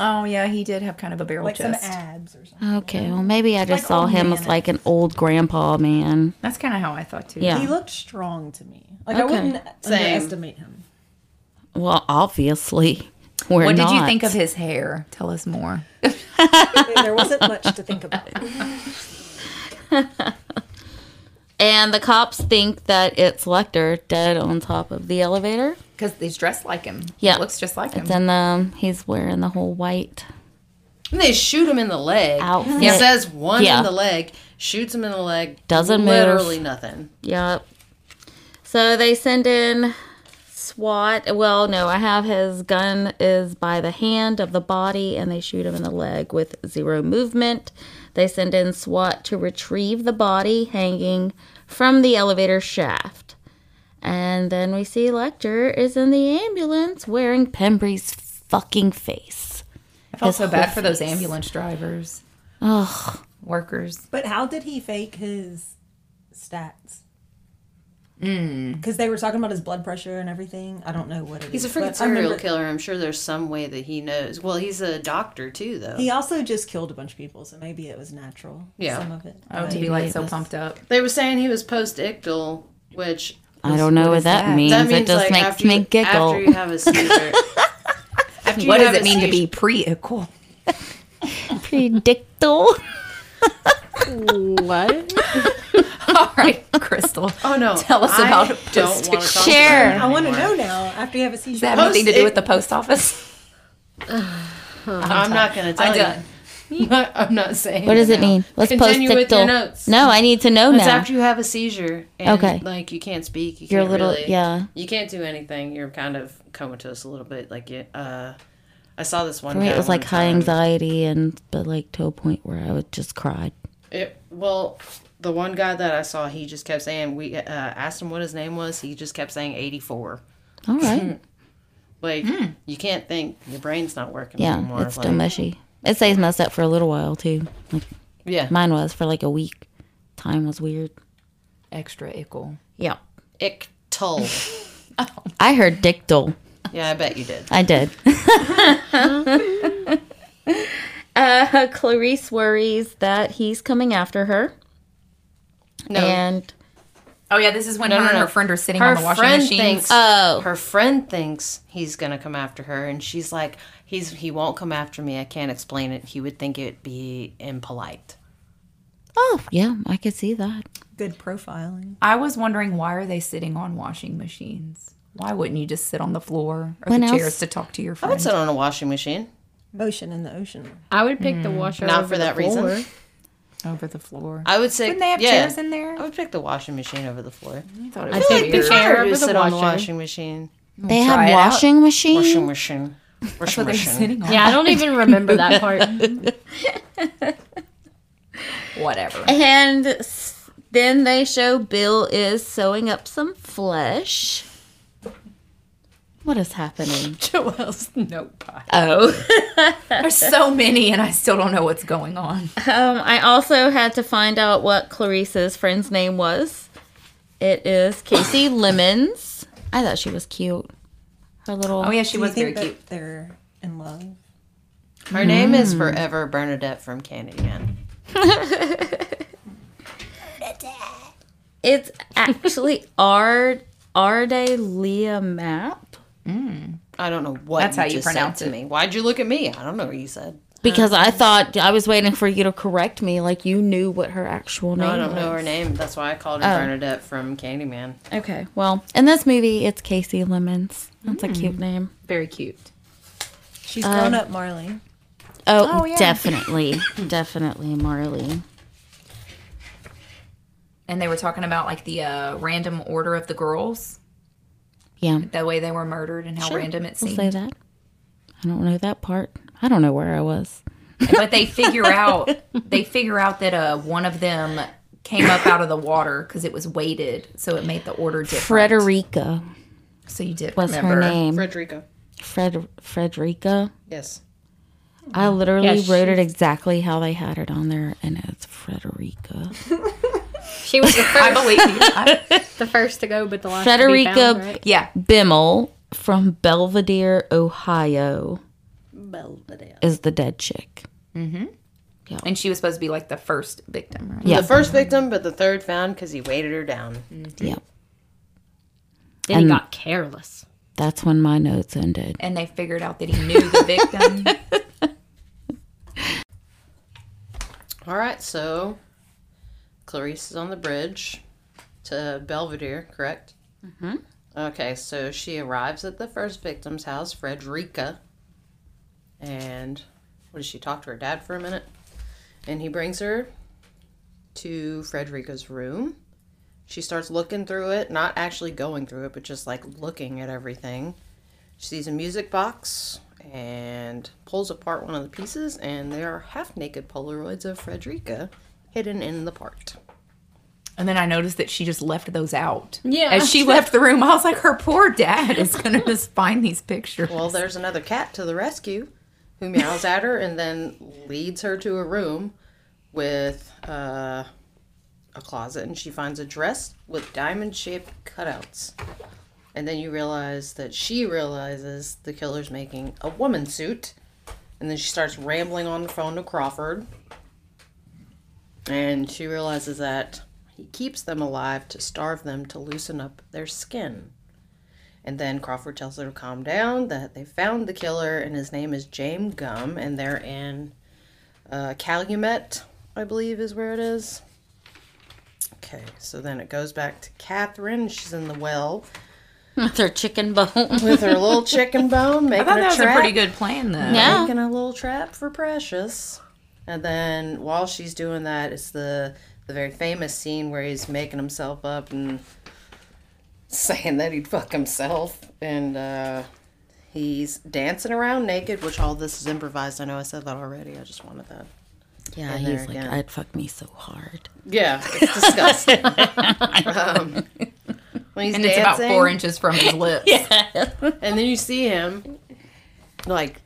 S1: Oh yeah, he did have kind of a barrel
S7: like some
S1: chest.
S7: abs or something.
S3: Okay, well maybe I just
S7: Like
S3: saw
S7: old
S3: him
S7: man.
S3: as like an old grandpa man.
S1: That's kind of how I thought too.
S3: Yeah.
S7: He looked strong to me. Like I
S3: Okay.
S7: wouldn't
S2: Same.
S7: underestimate him.
S3: Well, obviously, [LAUGHS] we're
S1: What
S3: not.
S1: did you think of his hair? Tell us more.
S7: There wasn't much to think about.
S3: And the cops think that it's Lecter dead on top of the elevator.
S1: Because he's dressed like him.
S3: Yeah.
S1: He looks just like him.
S3: It's in the he's wearing the whole white
S2: And they shoot him in the leg.
S3: outfit.
S2: He says one
S3: Yeah.
S2: in the leg, shoots him in the leg.
S3: Doesn't move.
S2: literally nothing.
S3: Yep. So they send in SWAT. Well, no, I have his gun is by the hand of the body, and they shoot him in the leg with zero movement. They send in SWAT to retrieve the body hanging from the elevator shaft. And then we see Lecter is in the ambulance wearing Pembry's fucking face.
S1: I felt
S3: his
S1: so bad
S3: whole
S1: for those
S3: face.
S1: ambulance drivers,
S3: Ugh.
S1: workers.
S7: But how did he fake his stats? Because they were talking about his blood pressure and everything. I don't know what it is.
S2: He's a
S7: but I
S2: freaking serial
S7: remember-
S2: killer. I'm sure there's some way that he knows. Well, he's a doctor too, though.
S7: He also just killed a bunch of people, so maybe it was natural.
S2: Yeah.
S7: Some of it.
S1: Oh, to be like so pumped up.
S2: They were saying he was post-ictal, which
S3: I don't know what,
S1: is
S3: that,
S1: that?
S3: means.
S2: that means
S3: It just
S2: like
S3: makes
S2: after you,
S3: me giggle. [LAUGHS]
S2: After you have a seizure. After you
S1: What does
S2: have
S1: it
S2: a
S1: mean to
S2: seizure-
S1: be eh, pre-equal?
S3: Predictable.
S4: What?
S1: All right, [LAUGHS] Crystal.
S2: Oh no!
S1: Tell us
S2: I
S1: about
S2: don't want to
S3: Share.
S7: I want to know now after you have a seizure.
S1: Does that have
S2: Post-
S1: anything to do
S2: it-
S1: with the post office?
S2: I'm, not going to tell
S1: I'm
S2: you.
S1: done.
S2: [LAUGHS] I'm not saying.
S3: What does it
S2: now.
S3: mean? Let's
S2: Continue with your
S3: post-ictal.
S2: notes.
S3: No, I need to know
S2: It's
S3: now.
S2: after you have a seizure. And,
S3: Okay.
S2: Like you can't speak. You
S3: You're a
S2: can't
S3: little-
S2: really,
S3: yeah.
S2: You can't do anything. You're kind of comatose a little bit. Like you, uh, I saw this one.
S3: For me,
S2: guy
S3: it was
S2: one
S3: like high
S2: time.
S3: anxiety, and but like to a point where I would just cried.
S2: It, well, the one guy that I saw, he just kept saying. We uh, asked him what his name was. He just kept saying 84.
S3: All [LAUGHS] right,
S2: Like you can't think. Your brain's not working anymore.
S3: Hmm. yeah, it's still
S2: like-
S3: mushy. It stays messed up for a little while too. Like
S2: Yeah.
S3: mine was for like a week. Time was weird.
S1: Extra equal.
S3: Yeah,
S2: Ictal.
S3: I heard dictal.
S2: yeah, I bet you did.
S3: I did. [LAUGHS] uh, Clarice worries that he's coming after her,
S2: No.
S3: and
S1: Oh yeah, this is when her
S2: no,
S1: and
S2: no.
S1: her friend are sitting
S2: her
S1: on the washing
S2: friend
S1: machine.
S2: thinks
S3: oh,
S2: her friend thinks he's gonna come after her, and she's like, "He's he won't come after me. I can't explain it. He would think it'd be impolite."
S3: oh, yeah, I could see that.
S7: Good profiling.
S1: I was wondering why are they sitting on washing machines? Why wouldn't you just sit on the floor or
S3: When
S1: the
S3: else-
S1: chairs to talk to your
S2: I
S1: friend?
S2: would sit on a washing machine.
S7: Motion in the ocean.
S4: I would pick
S3: Hmm.
S4: the washer.
S2: Not
S4: over
S2: for
S4: the
S2: that reason.
S4: floor.
S1: Over the floor.
S2: I would say,
S1: Wouldn't they have
S2: yeah,
S1: chairs in Mm. there?
S2: I would pick the washing machine over the floor.
S1: I thought it
S4: I
S1: was
S4: think
S1: weird.
S4: the chair
S2: I
S4: over
S2: would
S4: the
S2: sit on the
S4: washer.
S2: washing machine.
S3: They
S1: try
S3: have
S1: it out.
S3: washing machine.
S1: [LAUGHS]
S2: Washing machine. Washing
S1: They're
S2: machine.
S1: sitting on
S4: Yeah, I don't even remember
S2: [LAUGHS]
S4: that part.
S1: whatever.
S3: And s- then they show Bill is sewing up some flesh. What is happening?
S2: Joelle's notepad.
S3: Oh.
S1: There's so many, and I still don't know what's going on.
S3: [LAUGHS] Um, I also had to find out what Clarice's friend's name was. It is [COUGHS] Casey Lemons. I thought she was cute. Her little.
S1: Oh yeah, she
S7: Do
S1: was
S7: you
S1: very
S7: think that
S1: cute.
S7: they're in love?
S2: Her name is
S1: Mm.
S2: Forever Bernadette from Candyman.
S3: It's [LAUGHS] actually Ard Arde Leah Map
S2: I don't know what
S1: That's
S2: you
S1: how you
S2: just said
S1: pronounce
S2: to
S1: it.
S2: me. Why'd you look at me? I don't know what you said.
S3: because I thought I was waiting for you to correct me, like you knew what her actual name.
S2: I don't
S3: was.
S2: know her name. That's why I called
S1: Oh.
S2: her Bernadette from Candyman.
S3: Okay, well, in this movie, it's Casey Lemons. That's a cute name.
S1: Very cute.
S7: She's
S1: Um,
S7: grown up, Marley.
S3: Oh,
S1: Oh, yeah.
S3: definitely, [LAUGHS] definitely Marley.
S1: And they were talking about like the uh, random order of the girls,
S3: Yeah,
S1: the way they were murdered, and how random it
S3: we'll
S1: seemed.
S3: say that. I don't know that part. I don't know where I was.
S1: but they figure out they figure out that uh, one of them came up out of the water because it was weighted, so it made the order different.
S3: Frederica
S1: So you did
S3: was
S1: remember.
S3: her name.
S2: Frederica.
S3: Fred Frederica.
S2: Yes.
S3: I literally
S4: Yeah,
S3: wrote it exactly how they had it on there, and it's Frederica.
S4: She was the
S1: I
S4: first,
S1: believe you. I-
S4: the first to go, but the last
S3: Frederica
S4: to be found, right?
S1: yeah,
S3: Bimmel from Belvedere, Ohio.
S9: Belvedere.
S3: is the dead chick.
S1: And she was supposed to be like the first victim, right?
S3: Yeah.
S2: The first victim, but the third found because he weighted her down.
S3: Yep.
S4: Then
S3: And-
S4: he got careless.
S3: That's when my notes ended.
S1: And they figured out that he knew the victim. [LAUGHS]
S2: All right, so Clarice is on the bridge to Belvedere, correct? Mm-hmm. Okay, so she arrives at the first victim's house, Frederica, and what does she talk to her dad for a minute? And he brings her to Frederica's room. She starts looking through it, not actually going through it, but just like looking at everything. She sees a music box and pulls apart one of the pieces, and there are half naked Polaroids of Frederica hidden in the part.
S1: and then I noticed that she just left those out.
S4: Yeah.
S1: As she left the room, I was like, her poor dad is going to [LAUGHS] just find these pictures.
S2: Well, there's another cat to the rescue who meows at her and then leads her to a room with uh, a closet, and she finds a dress with diamond shaped cutouts. And then you realize that she realizes the killer's making a woman suit. And then she starts rambling on the phone to Crawford. And she realizes that he keeps them alive to starve them to loosen up their skin. And then Crawford tells her to calm down, that they found the killer, and his name is James Gum, and they're in uh, Calumet, I believe is where it is. Okay, so then it goes back to Catherine. She's in the well
S3: With her chicken bone.
S2: with her little chicken
S1: [LAUGHS]
S2: bone,
S1: I
S2: making
S1: thought
S2: a
S1: that was
S2: trap,
S1: a pretty good plan, though.
S3: Yeah.
S2: making a little trap for Precious. And then while she's doing that, it's the the very famous scene where he's making himself up and saying that he'd fuck himself, and uh, he's dancing around naked. Which all this is improvised. I know I said that already. I just wanted that.
S3: Yeah,
S2: And
S3: he's
S2: there
S3: like,
S2: again.
S3: I'd fuck me so hard.
S2: Yeah, it's
S3: [LAUGHS]
S2: disgusting. um, when he's
S1: And it's
S2: dancing,
S1: about four inches from
S7: [LAUGHS]
S1: his lips.
S2: And then you see him, like,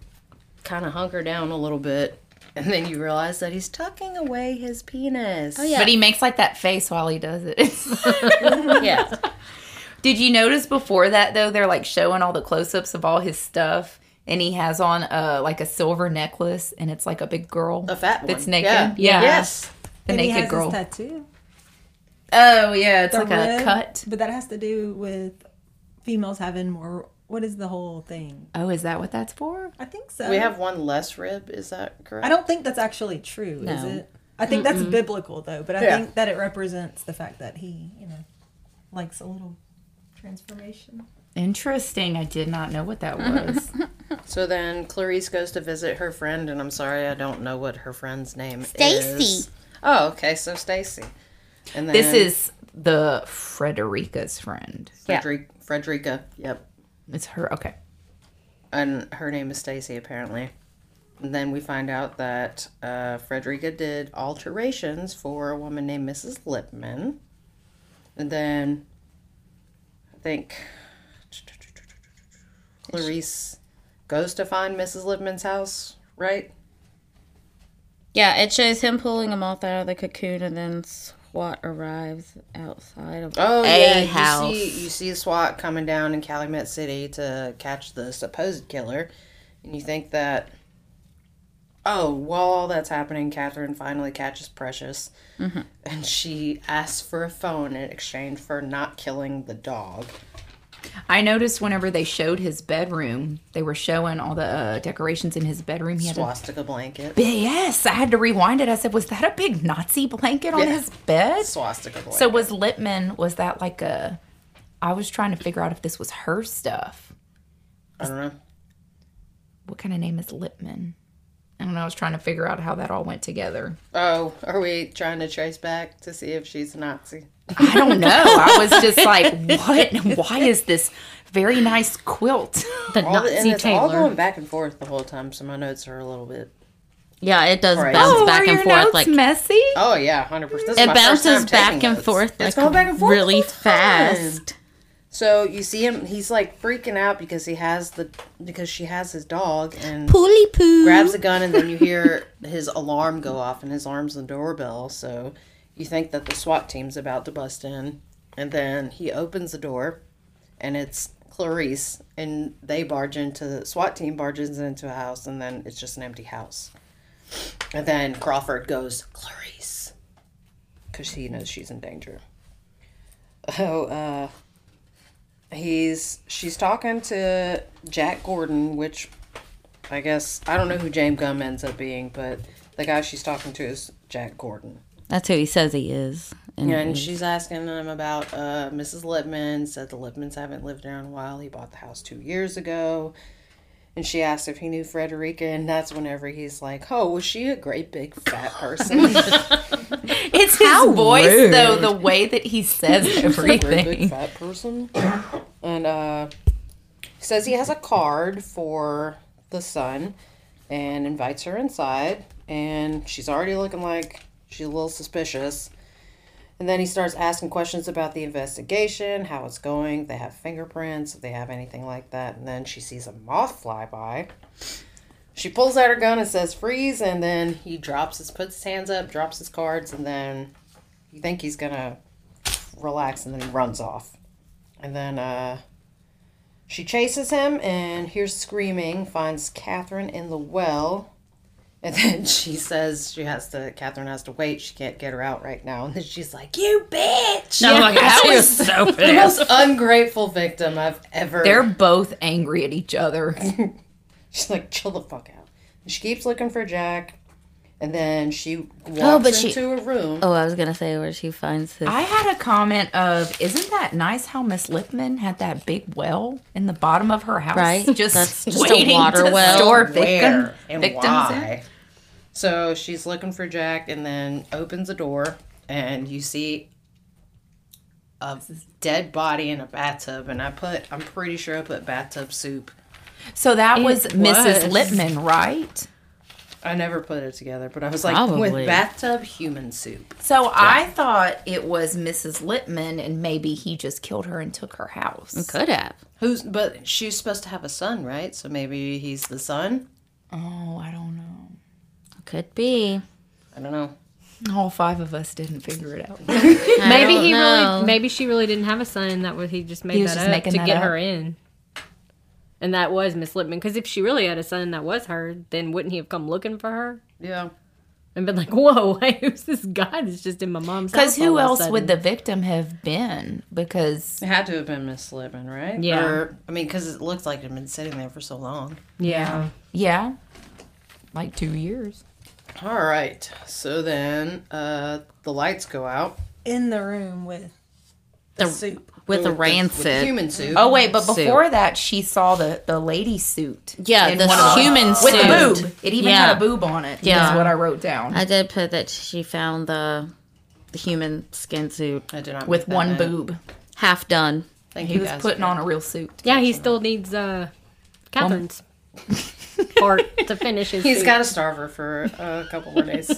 S2: kind of hunker down a little bit. And then you realize that he's tucking away his penis. Oh,
S1: But he makes like that face while he does
S7: [LAUGHS]
S1: it.
S2: Yeah.
S1: [LAUGHS] Did you notice before that though? They're like showing all the close-ups of all his stuff, and he has on a like a silver necklace, and it's like a big girl,
S2: A fat one.
S1: that's naked.
S2: Yeah.
S1: Yeah.
S2: Yes.
S1: the
S7: and he
S1: naked
S7: has
S1: girl.
S7: his tattoo.
S1: oh yeah, it's
S7: The
S1: like a
S7: rib,
S1: cut.
S7: But that has to do with females having more. What is the whole thing?
S1: Oh, is that what that's for?
S7: I think so.
S2: We have one less rib. Is that correct?
S7: I don't think that's actually true, is it? I think that's biblical though, but I
S2: Yeah.
S7: think that it represents the fact that he, you know, likes a little transformation.
S1: Interesting. I did not know what
S7: [LAUGHS]
S1: that was.
S2: So then Clarice goes to visit her friend, and I'm sorry, I don't know what her friend's name
S9: Stacy.
S2: is. Oh, okay. So Stacy. And then
S1: this is the Frederica's friend.
S2: Frederic- Frederica. Yep.
S1: It's her. Okay.
S2: and her name is Stacy apparently. And then we find out that uh, Frederica did alterations for a woman named Mrs. Lipman. And then I think Clarice goes to find Mrs. Lipman's house, right?
S9: Yeah, it shows him pulling a moth out of the cocoon, and then SWAT arrives outside of.
S2: Oh
S3: A
S2: yeah,
S3: house.
S2: you see you see SWAT coming down in Calumet City to catch the supposed killer, and you think that oh, while all that's happening, Catherine finally catches Precious, and she asks for a phone in exchange for not killing the dog.
S1: I noticed whenever they showed his bedroom, they were showing all the uh, decorations in his bedroom. He had a
S2: Swastika blanket.
S1: Yes, I had to rewind it. I said, "Was that a big Nazi blanket on
S2: Yeah.
S1: his bed?"
S2: Swastika blanket.
S1: So was Lipman? Was that like a? I was trying to figure out if this was her stuff.
S2: I don't know.
S1: What kind of name is Lipman? I don't know. I was trying to figure out how that all went together.
S2: Oh, are we trying to trace back to see if she's a Nazi?
S1: I don't know. I was just like, what? Why is this very nice quilt?
S4: The
S2: All the, and
S4: Nazi
S2: it's all
S4: tailor.
S2: going back and forth the whole time, so my notes are a little bit.
S3: Yeah, it does
S2: Right.
S3: bounce
S1: Oh,
S3: back
S1: are
S3: and
S1: your
S3: forth
S1: notes
S3: like
S1: messy?
S2: Oh yeah, hundred percent.
S3: it bounces back and forth
S2: It's
S3: like
S2: going back and forth the
S3: really
S2: whole time.
S3: fast.
S2: So you see him; he's like freaking out because he has the because she has his dog and
S3: Pooly poo.
S2: grabs a gun, and then you hear his alarm go off, and his arm's the doorbell. So you think that the SWAT team's about to bust in, and then he opens the door, and it's Clarice, and they barge into the SWAT team barges into a house, and then it's just an empty house. And then Crawford goes Clarice, because he knows she's in danger. Oh, uh, he's she's talking to Jack Gordon, which I guess I don't know who James Gum ends up being, but the guy she's talking to is Jack Gordon.
S3: That's who he says he is. And
S2: Yeah, and she's asking him about uh, Mrs. Lipman. Said the Lipmans haven't lived there in a while. He bought the house two years ago. And she asked if he knew Frederica, and that's whenever he's like, "Oh, was she a great big fat [LAUGHS] person?
S1: It's his voice, though, the way that he says
S2: great big
S1: [LAUGHS] everything.
S2: fat person?" And uh, says he has a card for the son, and invites her inside. And she's already looking like she's a little suspicious. And then he starts asking questions about the investigation, how it's going, if they have fingerprints, if they have anything like that. And then she sees a moth fly by. She pulls out her gun and says, freeze. And then he drops his, puts his hands up, drops his cards, and then you think he's going to relax and then he runs off. And then uh, she chases him and hears screaming, finds Catherine in the well. And [LAUGHS] then she says she has to, Catherine has to wait. She can't get her out right now. And then she's like, You bitch!
S1: Oh
S5: I'm like, that was so
S2: The
S5: bad.
S2: most ungrateful victim I've ever.
S1: They're both angry at each other.
S2: She's like, chill the fuck out. And she keeps looking for Jack, and then she walks
S3: Oh, but
S2: into
S3: she-
S2: a room.
S3: oh, I was gonna say where she finds his.
S1: I had a comment of, "Isn't that nice how Miss Lipman had that big well in the bottom of her house,
S3: Right?
S1: Just
S3: That's just a
S1: waiting
S3: water
S1: to
S3: well.
S1: store victim,
S2: Where and
S1: victims in?"
S2: why? So she's looking for Jack, and then opens a door, and you see a dead body in a bathtub. And I put, I'm pretty sure I put bathtub soup.
S1: So that was, Mrs.
S2: was.
S1: Lipman, right?
S2: I never put it together, but I was like,
S3: Probably.
S2: with bathtub human soup.
S1: So I thought it was Mrs. Lipman, and maybe he just killed her and took her house.
S3: could have.
S2: Who's? But she's supposed to have a son, right? So maybe he's the son.
S1: Oh, I don't know.
S3: Could be.
S2: I don't know.
S1: All five of us didn't figure it out.
S4: Maybe he
S3: know.
S4: really, maybe she really didn't have a son. and That was he just made
S1: He was
S4: that
S1: just
S4: up
S1: making
S4: to
S1: that
S4: get
S1: up.
S4: her in. And that was Miss Lipman. Because if she really had a son that was her, then wouldn't he have come looking for her
S2: Yeah.
S4: and been like, "Whoa, [LAUGHS] who's this guy that's just in my mom's house?"
S1: Because who
S4: all of a
S1: else would
S4: sudden?"
S1: the victim have been? Because
S2: It had to have been Miss Lipman, right?
S4: Yeah.
S2: Or, I mean, because it looked like it had been sitting there for so long.
S4: Yeah.
S1: yeah, like two years.
S2: All right. So then uh, the lights go out.
S7: in the room with the, soup.
S3: With
S2: With
S3: a
S2: the
S3: rancid.
S2: human soup.
S1: Oh wait, but before that, she saw the the lady suit.
S3: yeah,
S1: in
S3: the
S1: one of the-
S3: human suit.
S1: with a boob. It even had
S3: Yeah.
S1: a boob on it. Yeah,
S3: Yeah.
S1: is what I wrote down.
S3: I did put that she found the the human skin suit
S2: I did not
S1: with
S2: make that
S1: one
S2: note.
S1: boob,
S3: half done.
S2: Thank
S1: he
S2: you
S1: was
S2: guys.
S1: putting on a real suit.
S4: Yeah, he still needs uh, Catherine's part to finish his.
S2: He's
S4: suit.
S2: got to starve her for a couple
S1: [LAUGHS]
S2: more days,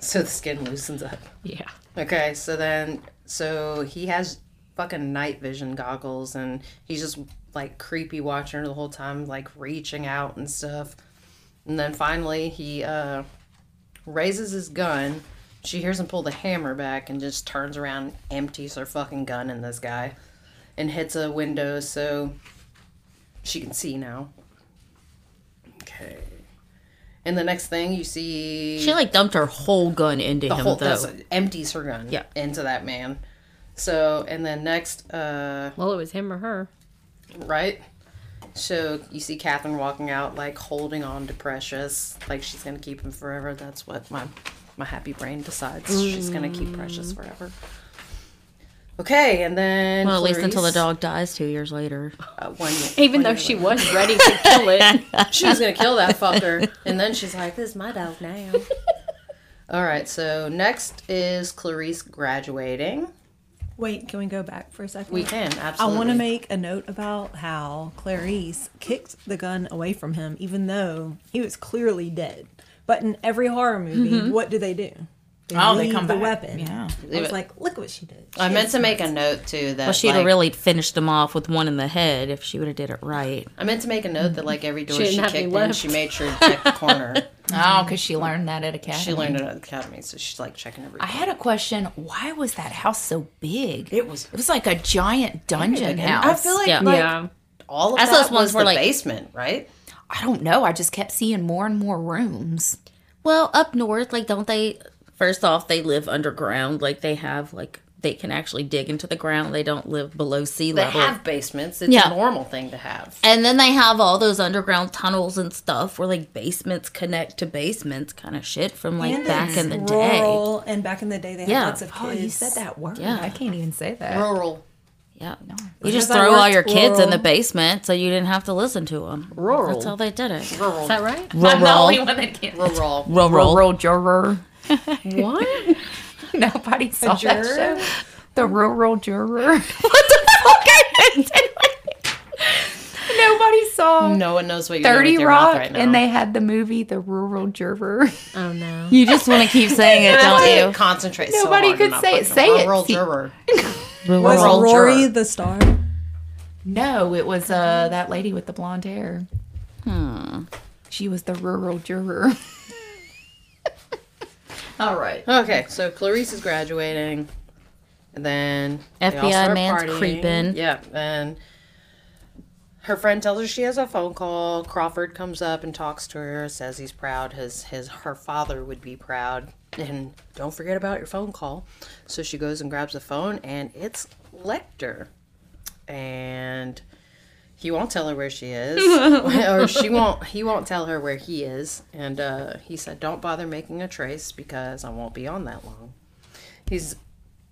S2: so the skin loosens up.
S4: yeah.
S2: Okay, so then, so he has fucking night vision goggles, and he's just like creepy watching her the whole time, like reaching out and stuff. And then finally, he uh, raises his gun. She hears him pull the hammer back and just turns around, and empties her fucking gun in this guy, and hits a window so she can see now. Okay. And the next thing you see,
S3: She like dumped her whole gun into
S2: the
S3: him
S2: whole
S3: though.
S2: that's- empties her gun
S3: Yeah.
S2: into that man. So and then next, uh,
S4: Well, it was him or her.
S2: right? So you see Catherine walking out, like holding on to Precious, like she's gonna keep him forever. That's what my my happy brain decides. She's gonna keep Precious forever. Okay, and then
S3: Mm. well, at least until the
S2: Clarice,
S3: dog dies two years later.
S2: uh, one year- one
S4: Even though
S2: year
S4: she
S2: later.
S4: was ready to kill it,
S2: she was gonna kill
S3: [LAUGHS]
S2: that fucker, and then she's like, "This is my dog now." All right, so next is Clarice graduating.
S7: Wait, can we go back for a second?
S2: We can
S7: I
S2: absolutely.
S7: want to make a note about how Clarice kicked the gun away from him, even though he was clearly dead. But in every horror movie, what do they do? They
S1: Mm-hmm. Oh, they
S7: leave
S1: come
S7: the
S1: back.
S7: weapon.
S1: Yeah.
S7: I was like, look what she did.
S2: I meant to make a note too that
S3: Well, she'd
S2: like,
S3: have really finished him off with one in the head if she would have did it right.
S2: I meant to make a note that like every door
S4: didn't
S2: she,
S4: have any
S2: kicked in,
S4: left.
S2: she made sure to check the corner.
S1: Oh, because she learned that at academy.
S2: she learned it at the academy, so she's like checking every.
S1: I had a question. Why was that house so big?
S2: It was-
S1: It was like a giant dungeon
S2: And
S1: house.
S2: I feel like
S3: Yeah.
S2: like
S4: [LAUGHS] yeah,
S2: all of
S3: That's
S2: that
S3: those ones
S2: was
S3: where,
S2: the
S3: like-
S2: basement, right?
S1: I don't know. I just kept seeing more and more rooms.
S3: Well, up north, like, don't they? First off, they live underground. Like, they have, like, they can actually dig into the ground. They don't live below sea
S2: They
S3: level.
S2: have basements. It's
S3: Yeah.
S2: a normal thing to have.
S3: and then they have all those underground tunnels and stuff where, like, basements connect to basements kind of shit from, like,
S7: And
S3: back
S7: it's
S3: in the day.
S7: rural, And back in the day, they had
S3: Yeah.
S7: lots of kids.
S1: Oh, you said that word.
S3: Yeah.
S1: I can't even say that.
S2: Rural.
S3: Yeah. You just
S7: Because I
S3: throw all
S7: worked
S3: your kids in the
S7: rural.
S3: basement so you didn't have to listen to them.
S2: Rural.
S3: That's how they did it.
S4: Is that right?
S3: Rural.
S2: Rural.
S3: Rural.
S1: Rural juror.
S3: What?
S1: [LAUGHS] Nobody saw that
S7: juror?
S1: show. The rural juror. [LAUGHS] what the fuck? I didn't do it. Nobody saw
S2: No one knows what you're 30
S1: Thirty
S2: doing with your
S1: Rock,
S2: mouth right now.
S1: and they had the movie The Rural Juror. [LAUGHS]
S4: Oh no.
S3: You just want to keep saying it,
S2: [LAUGHS] Don't you
S3: don't
S2: concentrate
S1: Nobody
S2: so hard on
S1: could
S2: that
S1: say it.
S2: fucking
S1: Say it.
S2: Rural
S1: See-
S2: juror.
S3: you?
S7: Was
S2: Rural
S7: Rory
S2: juror.
S7: the star?
S1: No, it was uh that lady with the blonde hair. Hmm. She was the rural juror.
S2: All right. Okay, so Clarice is graduating, and then they all
S3: FBI
S2: start
S3: man's creeping.
S2: Yeah, and her friend tells her she has a phone call. Crawford comes up and talks to her, says he's proud. His his her father would be proud, and don't forget about your phone call. So she goes and grabs the phone, and it's Lecter, and he won't tell her where she [LAUGHS] is or she won't he won't tell her where he is and uh, he said don't bother making a trace because i won't be on that long he's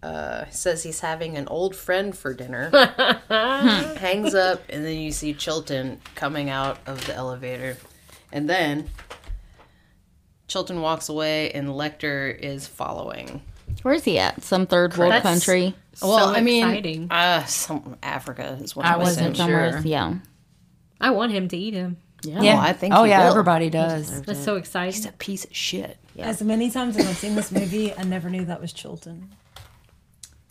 S2: uh, says he's having an old friend for [LAUGHS] dinner hangs up and then you see chilton coming out of the elevator and then chilton walks away and lecter is following
S3: Where's he at? Some third world
S2: That's-
S3: country.
S2: well i mean
S4: exciting.
S2: uh some africa is what
S1: I
S2: i was
S1: wasn't
S2: saying
S3: Somewhere. Yeah.
S4: I want him to eat him.
S2: yeah i think
S1: Oh
S2: he
S1: yeah,
S2: will.
S1: everybody does.
S4: That's so exciting.
S2: He's a piece of shit
S7: As many times as I've seen this movie, I never knew that was Chilton.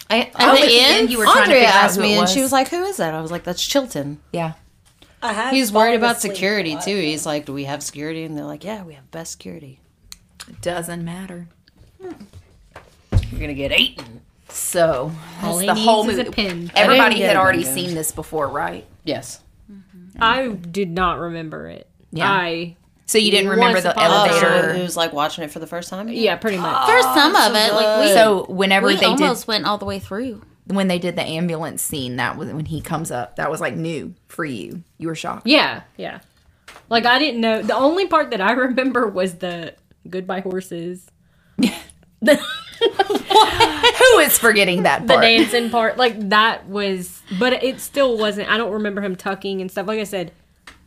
S2: I,
S1: Oh,
S3: At the end,
S1: you were trying to
S2: Andrea
S1: figure out
S2: asked
S1: who
S2: me,
S1: it
S2: and she
S1: was.
S2: was like, "Who is that?" I was like, "That's Chilton."
S1: Yeah.
S7: I have
S2: He was worried
S7: fallen
S2: about
S7: asleep
S2: security
S7: a lot.
S2: too. He's like, "Do we have security?" And they're like, "Yeah, we have best security.
S1: Doesn't matter.
S2: You're gonna get eaten."
S1: So
S4: All
S1: that's
S4: he
S1: the
S4: needs
S1: whole
S4: is a
S1: movie.
S4: pin.
S1: Everybody
S2: get
S1: had
S2: it,
S1: already
S2: Dungeons.
S1: seen this before, right?
S2: Yes.
S4: I did not remember it.
S1: Yeah.
S4: I
S1: So you didn't remember
S4: Once
S1: the
S4: upon a time.
S1: elevator.
S2: Uh, So it was like watching it for the first time.
S4: yeah, pretty much.
S3: There's some of it. Like we,
S1: so whenever
S3: we
S1: they
S3: almost went all the way through.
S1: did when they did the ambulance scene, that was when he comes up. That was like new for you. You were shocked.
S4: Yeah, yeah. Like I didn't know. The only part that I [LAUGHS] remember was the
S1: [LAUGHS]
S4: goodbye horses,
S1: Who is forgetting that
S4: the
S1: part?
S4: dancing part. Like that was, but it still wasn't. I don't remember him tucking and stuff. Like I said,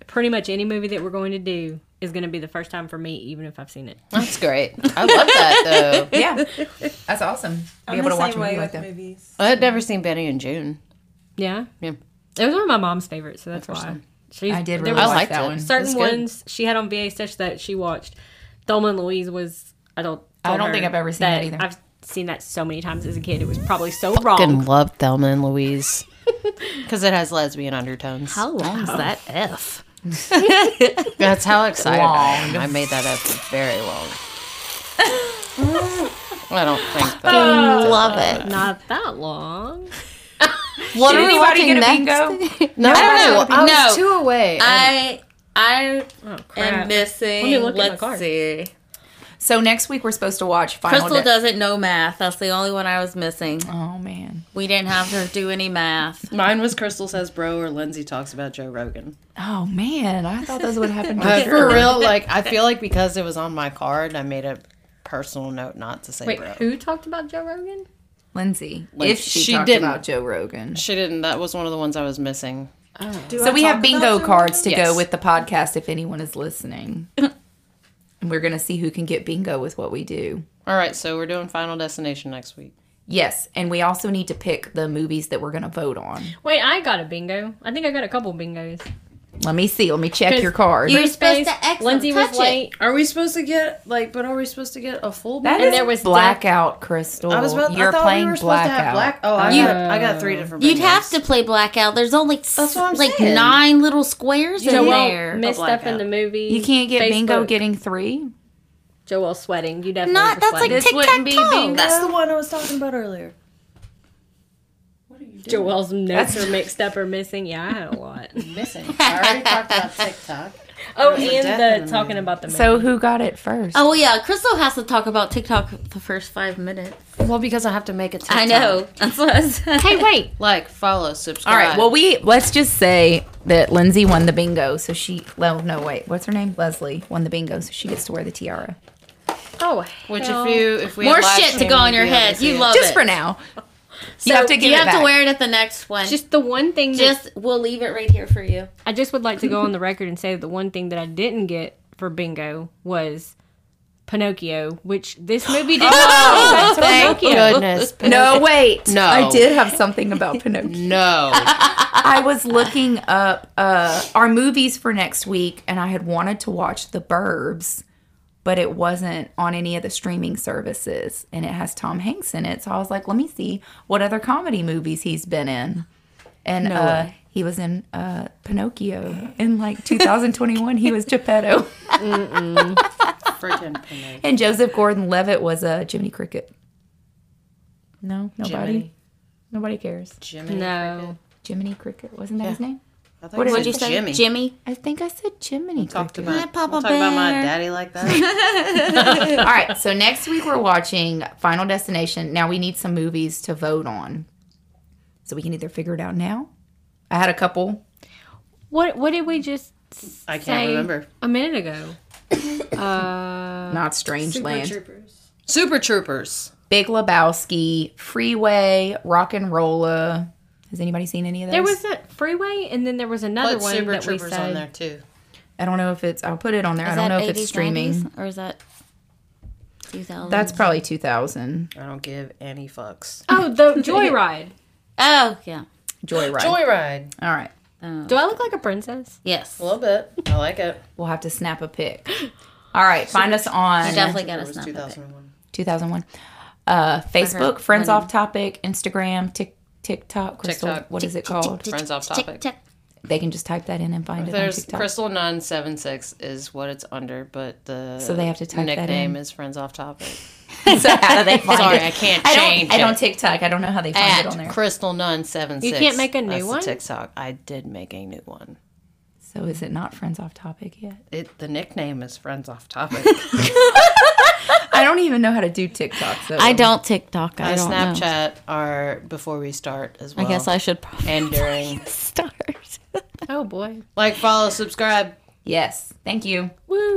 S4: pretty much any movie that we're going to do is going to be the first time for me, even if I've seen it.
S2: that's great. I love that though.
S4: [LAUGHS]
S1: yeah, that's awesome. Be
S7: I'm
S1: able to
S7: the
S1: watch a
S7: same
S1: movie
S7: way
S1: like
S7: with
S1: that.
S7: movies.
S2: [LAUGHS] I had never seen Benny and June.
S4: Yeah,
S2: Yeah.
S4: It was one of my mom's favorites, so that's why. She's,
S1: I did
S4: There
S1: really
S4: was
S1: like
S2: liked
S1: that
S2: it.
S1: one.
S4: certain
S2: It's good.
S4: ones she had on VA such that she watched. Thelma and Louise was. I don't.
S1: I
S4: told
S1: don't think
S4: her
S1: I've ever seen that either.
S4: I've seen that so many times as a kid. It was probably so wrong.
S2: Fucking love Thelma and Louise because it has lesbian undertones.
S3: How long's that F?
S2: That's how excited I am. I made that up for very long. I don't think that.
S3: Love it.
S4: Not that long.
S3: What are we
S1: Anybody
S3: watching
S1: gonna [LAUGHS]
S3: next?
S1: bingo?
S2: no, I
S3: don't know.
S2: I was
S3: No.
S2: two away.
S3: I I
S4: Oh
S3: am
S4: crap!
S3: missing.
S4: Let me look at my
S3: Let's
S4: card.
S3: see.
S1: So next week we're supposed to watch Final
S3: Crystal
S1: De-
S3: doesn't know math. That's the only one I was missing.
S1: Oh man.
S3: We didn't have her do any math.
S2: Mine was Crystal says bro or Lindsay talks about Joe Rogan.
S1: Oh man. I thought those would [LAUGHS] happen for
S2: But
S1: sure.
S2: Uh, for real, like I feel like because it was on my card, I made a personal note not to say
S4: Wait,
S2: bro.
S4: who talked about Joe Rogan?
S1: Lindsay,
S2: Like,
S1: if she,
S2: she
S1: talked
S2: didn't.
S1: about Joe Rogan.
S2: She didn't. That was one of the ones I was missing.
S7: Do
S1: So
S7: I
S1: we
S7: talk
S1: have bingo
S7: about Joe
S1: cards to
S2: Yes.
S1: go with the podcast if anyone is
S2: [LAUGHS]
S1: listening. and we're going to see who can get bingo with what we do.
S2: All right, so we're doing Final Destination next week.
S1: Yes, and we also need to pick the movies that we're going to vote on.
S4: Wait, I got a bingo. I think I got a couple bingos.
S1: Let me see. Let me check
S4: 'Cause
S1: your card.
S4: Free
S3: supposed
S4: space,
S3: to X them,
S4: Lindsay was
S3: touch it.
S4: late.
S2: Are we supposed to get like? But are we supposed to get a full?
S1: That
S4: And
S1: is
S4: there was
S1: blackout, Crystal.
S2: I was about.
S1: You're
S2: I thought
S1: playing
S2: we were supposed
S1: blackout.
S2: to have black. Oh, I,
S4: You-
S2: got, I got three different.
S3: You'd
S2: bingos.
S3: have to play blackout. There's only
S2: That's what I'm
S3: like
S2: saying.
S3: nine little squares in
S4: Joel
S3: there.
S4: missed up in the movie.
S1: You can't get bingo
S4: Facebook.
S1: getting three.
S4: Joel sweating. You definitely
S3: Not
S4: were
S3: that's like
S4: sweating.
S3: tic tac toe.
S2: That's the one I was talking about earlier.
S4: Joelle's notes are mixed up or missing. Yeah, I had a lot.
S2: [LAUGHS] Missing. I already talked about TikTok.
S4: Oh,
S2: There's a death
S4: and
S2: in
S4: the
S2: the
S4: talking about the
S1: So who got it first?
S3: Oh well, yeah. Crystal has to talk about TikTok the first five minutes.
S2: Well, because I have to make a TikTok.
S3: I know. That's what I said.
S4: hey, wait.
S2: Like, follow, subscribe.
S1: All right. Well, we let's just say that Lindsay won the bingo, so she. Well, no, wait. What's her name? Leslie won the bingo, so she gets to wear the tiara
S4: Oh,
S2: which
S4: hell.
S2: if you if we
S3: More
S2: had live
S3: shit to go
S2: stream,
S3: on your
S2: you'd be able to
S3: head.
S2: see
S3: You
S2: it.
S3: love
S1: just
S3: it.
S1: for now. you have to give
S3: you
S1: it
S3: have
S1: back.
S3: to wear it at the next one. Just,
S4: Just the one thing that
S3: we'll leave it right here for you.
S4: I just would like to go on the record and say that the one thing that I didn't get for bingo was Pinocchio, which this movie did not.
S2: Oh, Thank goodness.
S1: No, wait.
S2: No.
S1: I did have something about Pinocchio.
S2: No.
S1: [LAUGHS] I was looking up uh, our movies for next week, and I had wanted to watch The Burbs, but it wasn't on any of the streaming services, and it has Tom Hanks in it. So I was like, let me see what other comedy movies he's been in, and uh, he was in uh, Pinocchio in like 2021. he was Geppetto,
S2: [LAUGHS] Freaking Pinocchio.
S1: and Joseph Gordon-Levitt was a uh, Jiminy Cricket. No, nobody,
S2: Jiminy.
S1: nobody cares.
S2: Jiminy.
S4: no.
S1: Jiminy Cricket wasn't that his name?
S2: I
S1: What
S2: thought
S1: did
S2: you
S3: What'd you
S2: said
S3: say,
S2: Jimmy.
S3: Jimmy?
S1: I think I said Jiminy
S2: Talked
S1: Cricket.
S2: about.
S3: Hi, Papa
S2: don't talk about my
S3: Bear.
S2: daddy like that.
S1: All right, so next week we're watching Final Destination. Now we need some movies to vote on. So we can either figure it out now. I had a couple.
S4: What What did we just?
S2: I can't
S4: say
S2: remember.
S4: A minute
S2: [COUGHS]
S4: ago. uh,
S1: Not Strange Land.
S2: Super Troopers.
S1: Big Lebowski, Freeway, Rock and Rolla. Has anybody seen any of those?
S4: there was a freeway, and then there was another
S2: Put
S4: one
S2: Super
S4: that we
S2: Troopers
S4: said.
S2: on there too.
S1: I don't know if it's I'll put it on there. I don't know if it's streaming.
S3: or is that 2000?
S1: That's probably 2000.
S2: I don't give any fucks.
S4: Oh,
S2: [LAUGHS]
S4: the Joyride.
S3: oh yeah.
S1: [GASPS] Joyride.
S2: Joyride.
S1: All right.
S4: Do I look like a princess?
S3: Yes.
S2: A little bit. I like it.
S1: We'll have to snap a pic. [GASPS] All right, find us on
S3: Definitely got
S2: It
S3: to
S2: was
S3: snap it.
S2: 2001.
S1: 2001. Uh, Facebook, Friends Off Topic, Instagram, Tik TikTok, Crystal,
S2: TikTok.
S1: what is it called?
S2: Friends off
S3: Tick
S2: topic.
S3: tick.
S1: They can just type that in and find it on
S2: There's
S1: TikTok.
S2: Crystal Nine Seven Six is what it's under, but the
S1: So they have to type that
S2: nickname
S1: in.
S2: is Friends Off
S1: [LAUGHS]
S2: Topic.
S1: so how
S3: [LAUGHS]
S1: do they find
S2: Sorry,
S1: it?
S2: I can't
S1: I
S2: change
S1: don't, I don't
S2: it.
S1: TikTok. I don't know how they find it on
S2: At
S1: there.
S2: Crystal Nun Seven Six.
S4: You can't make a new
S2: That's the
S4: one?
S2: TikTok. I did make a new one.
S1: So is it not Friends Off Topic yet?
S2: It the nickname is Friends Off Topic.
S1: [LAUGHS] I don't even know how to do TikTok. So
S3: I don't TikTok. I
S2: And
S3: don't know.
S2: Snapchat are before we start as well.
S3: I guess I should probably [LAUGHS]
S2: and during
S3: start.
S4: Oh boy.
S2: like follow subscribe.
S1: Yes. Thank you.
S4: Woo.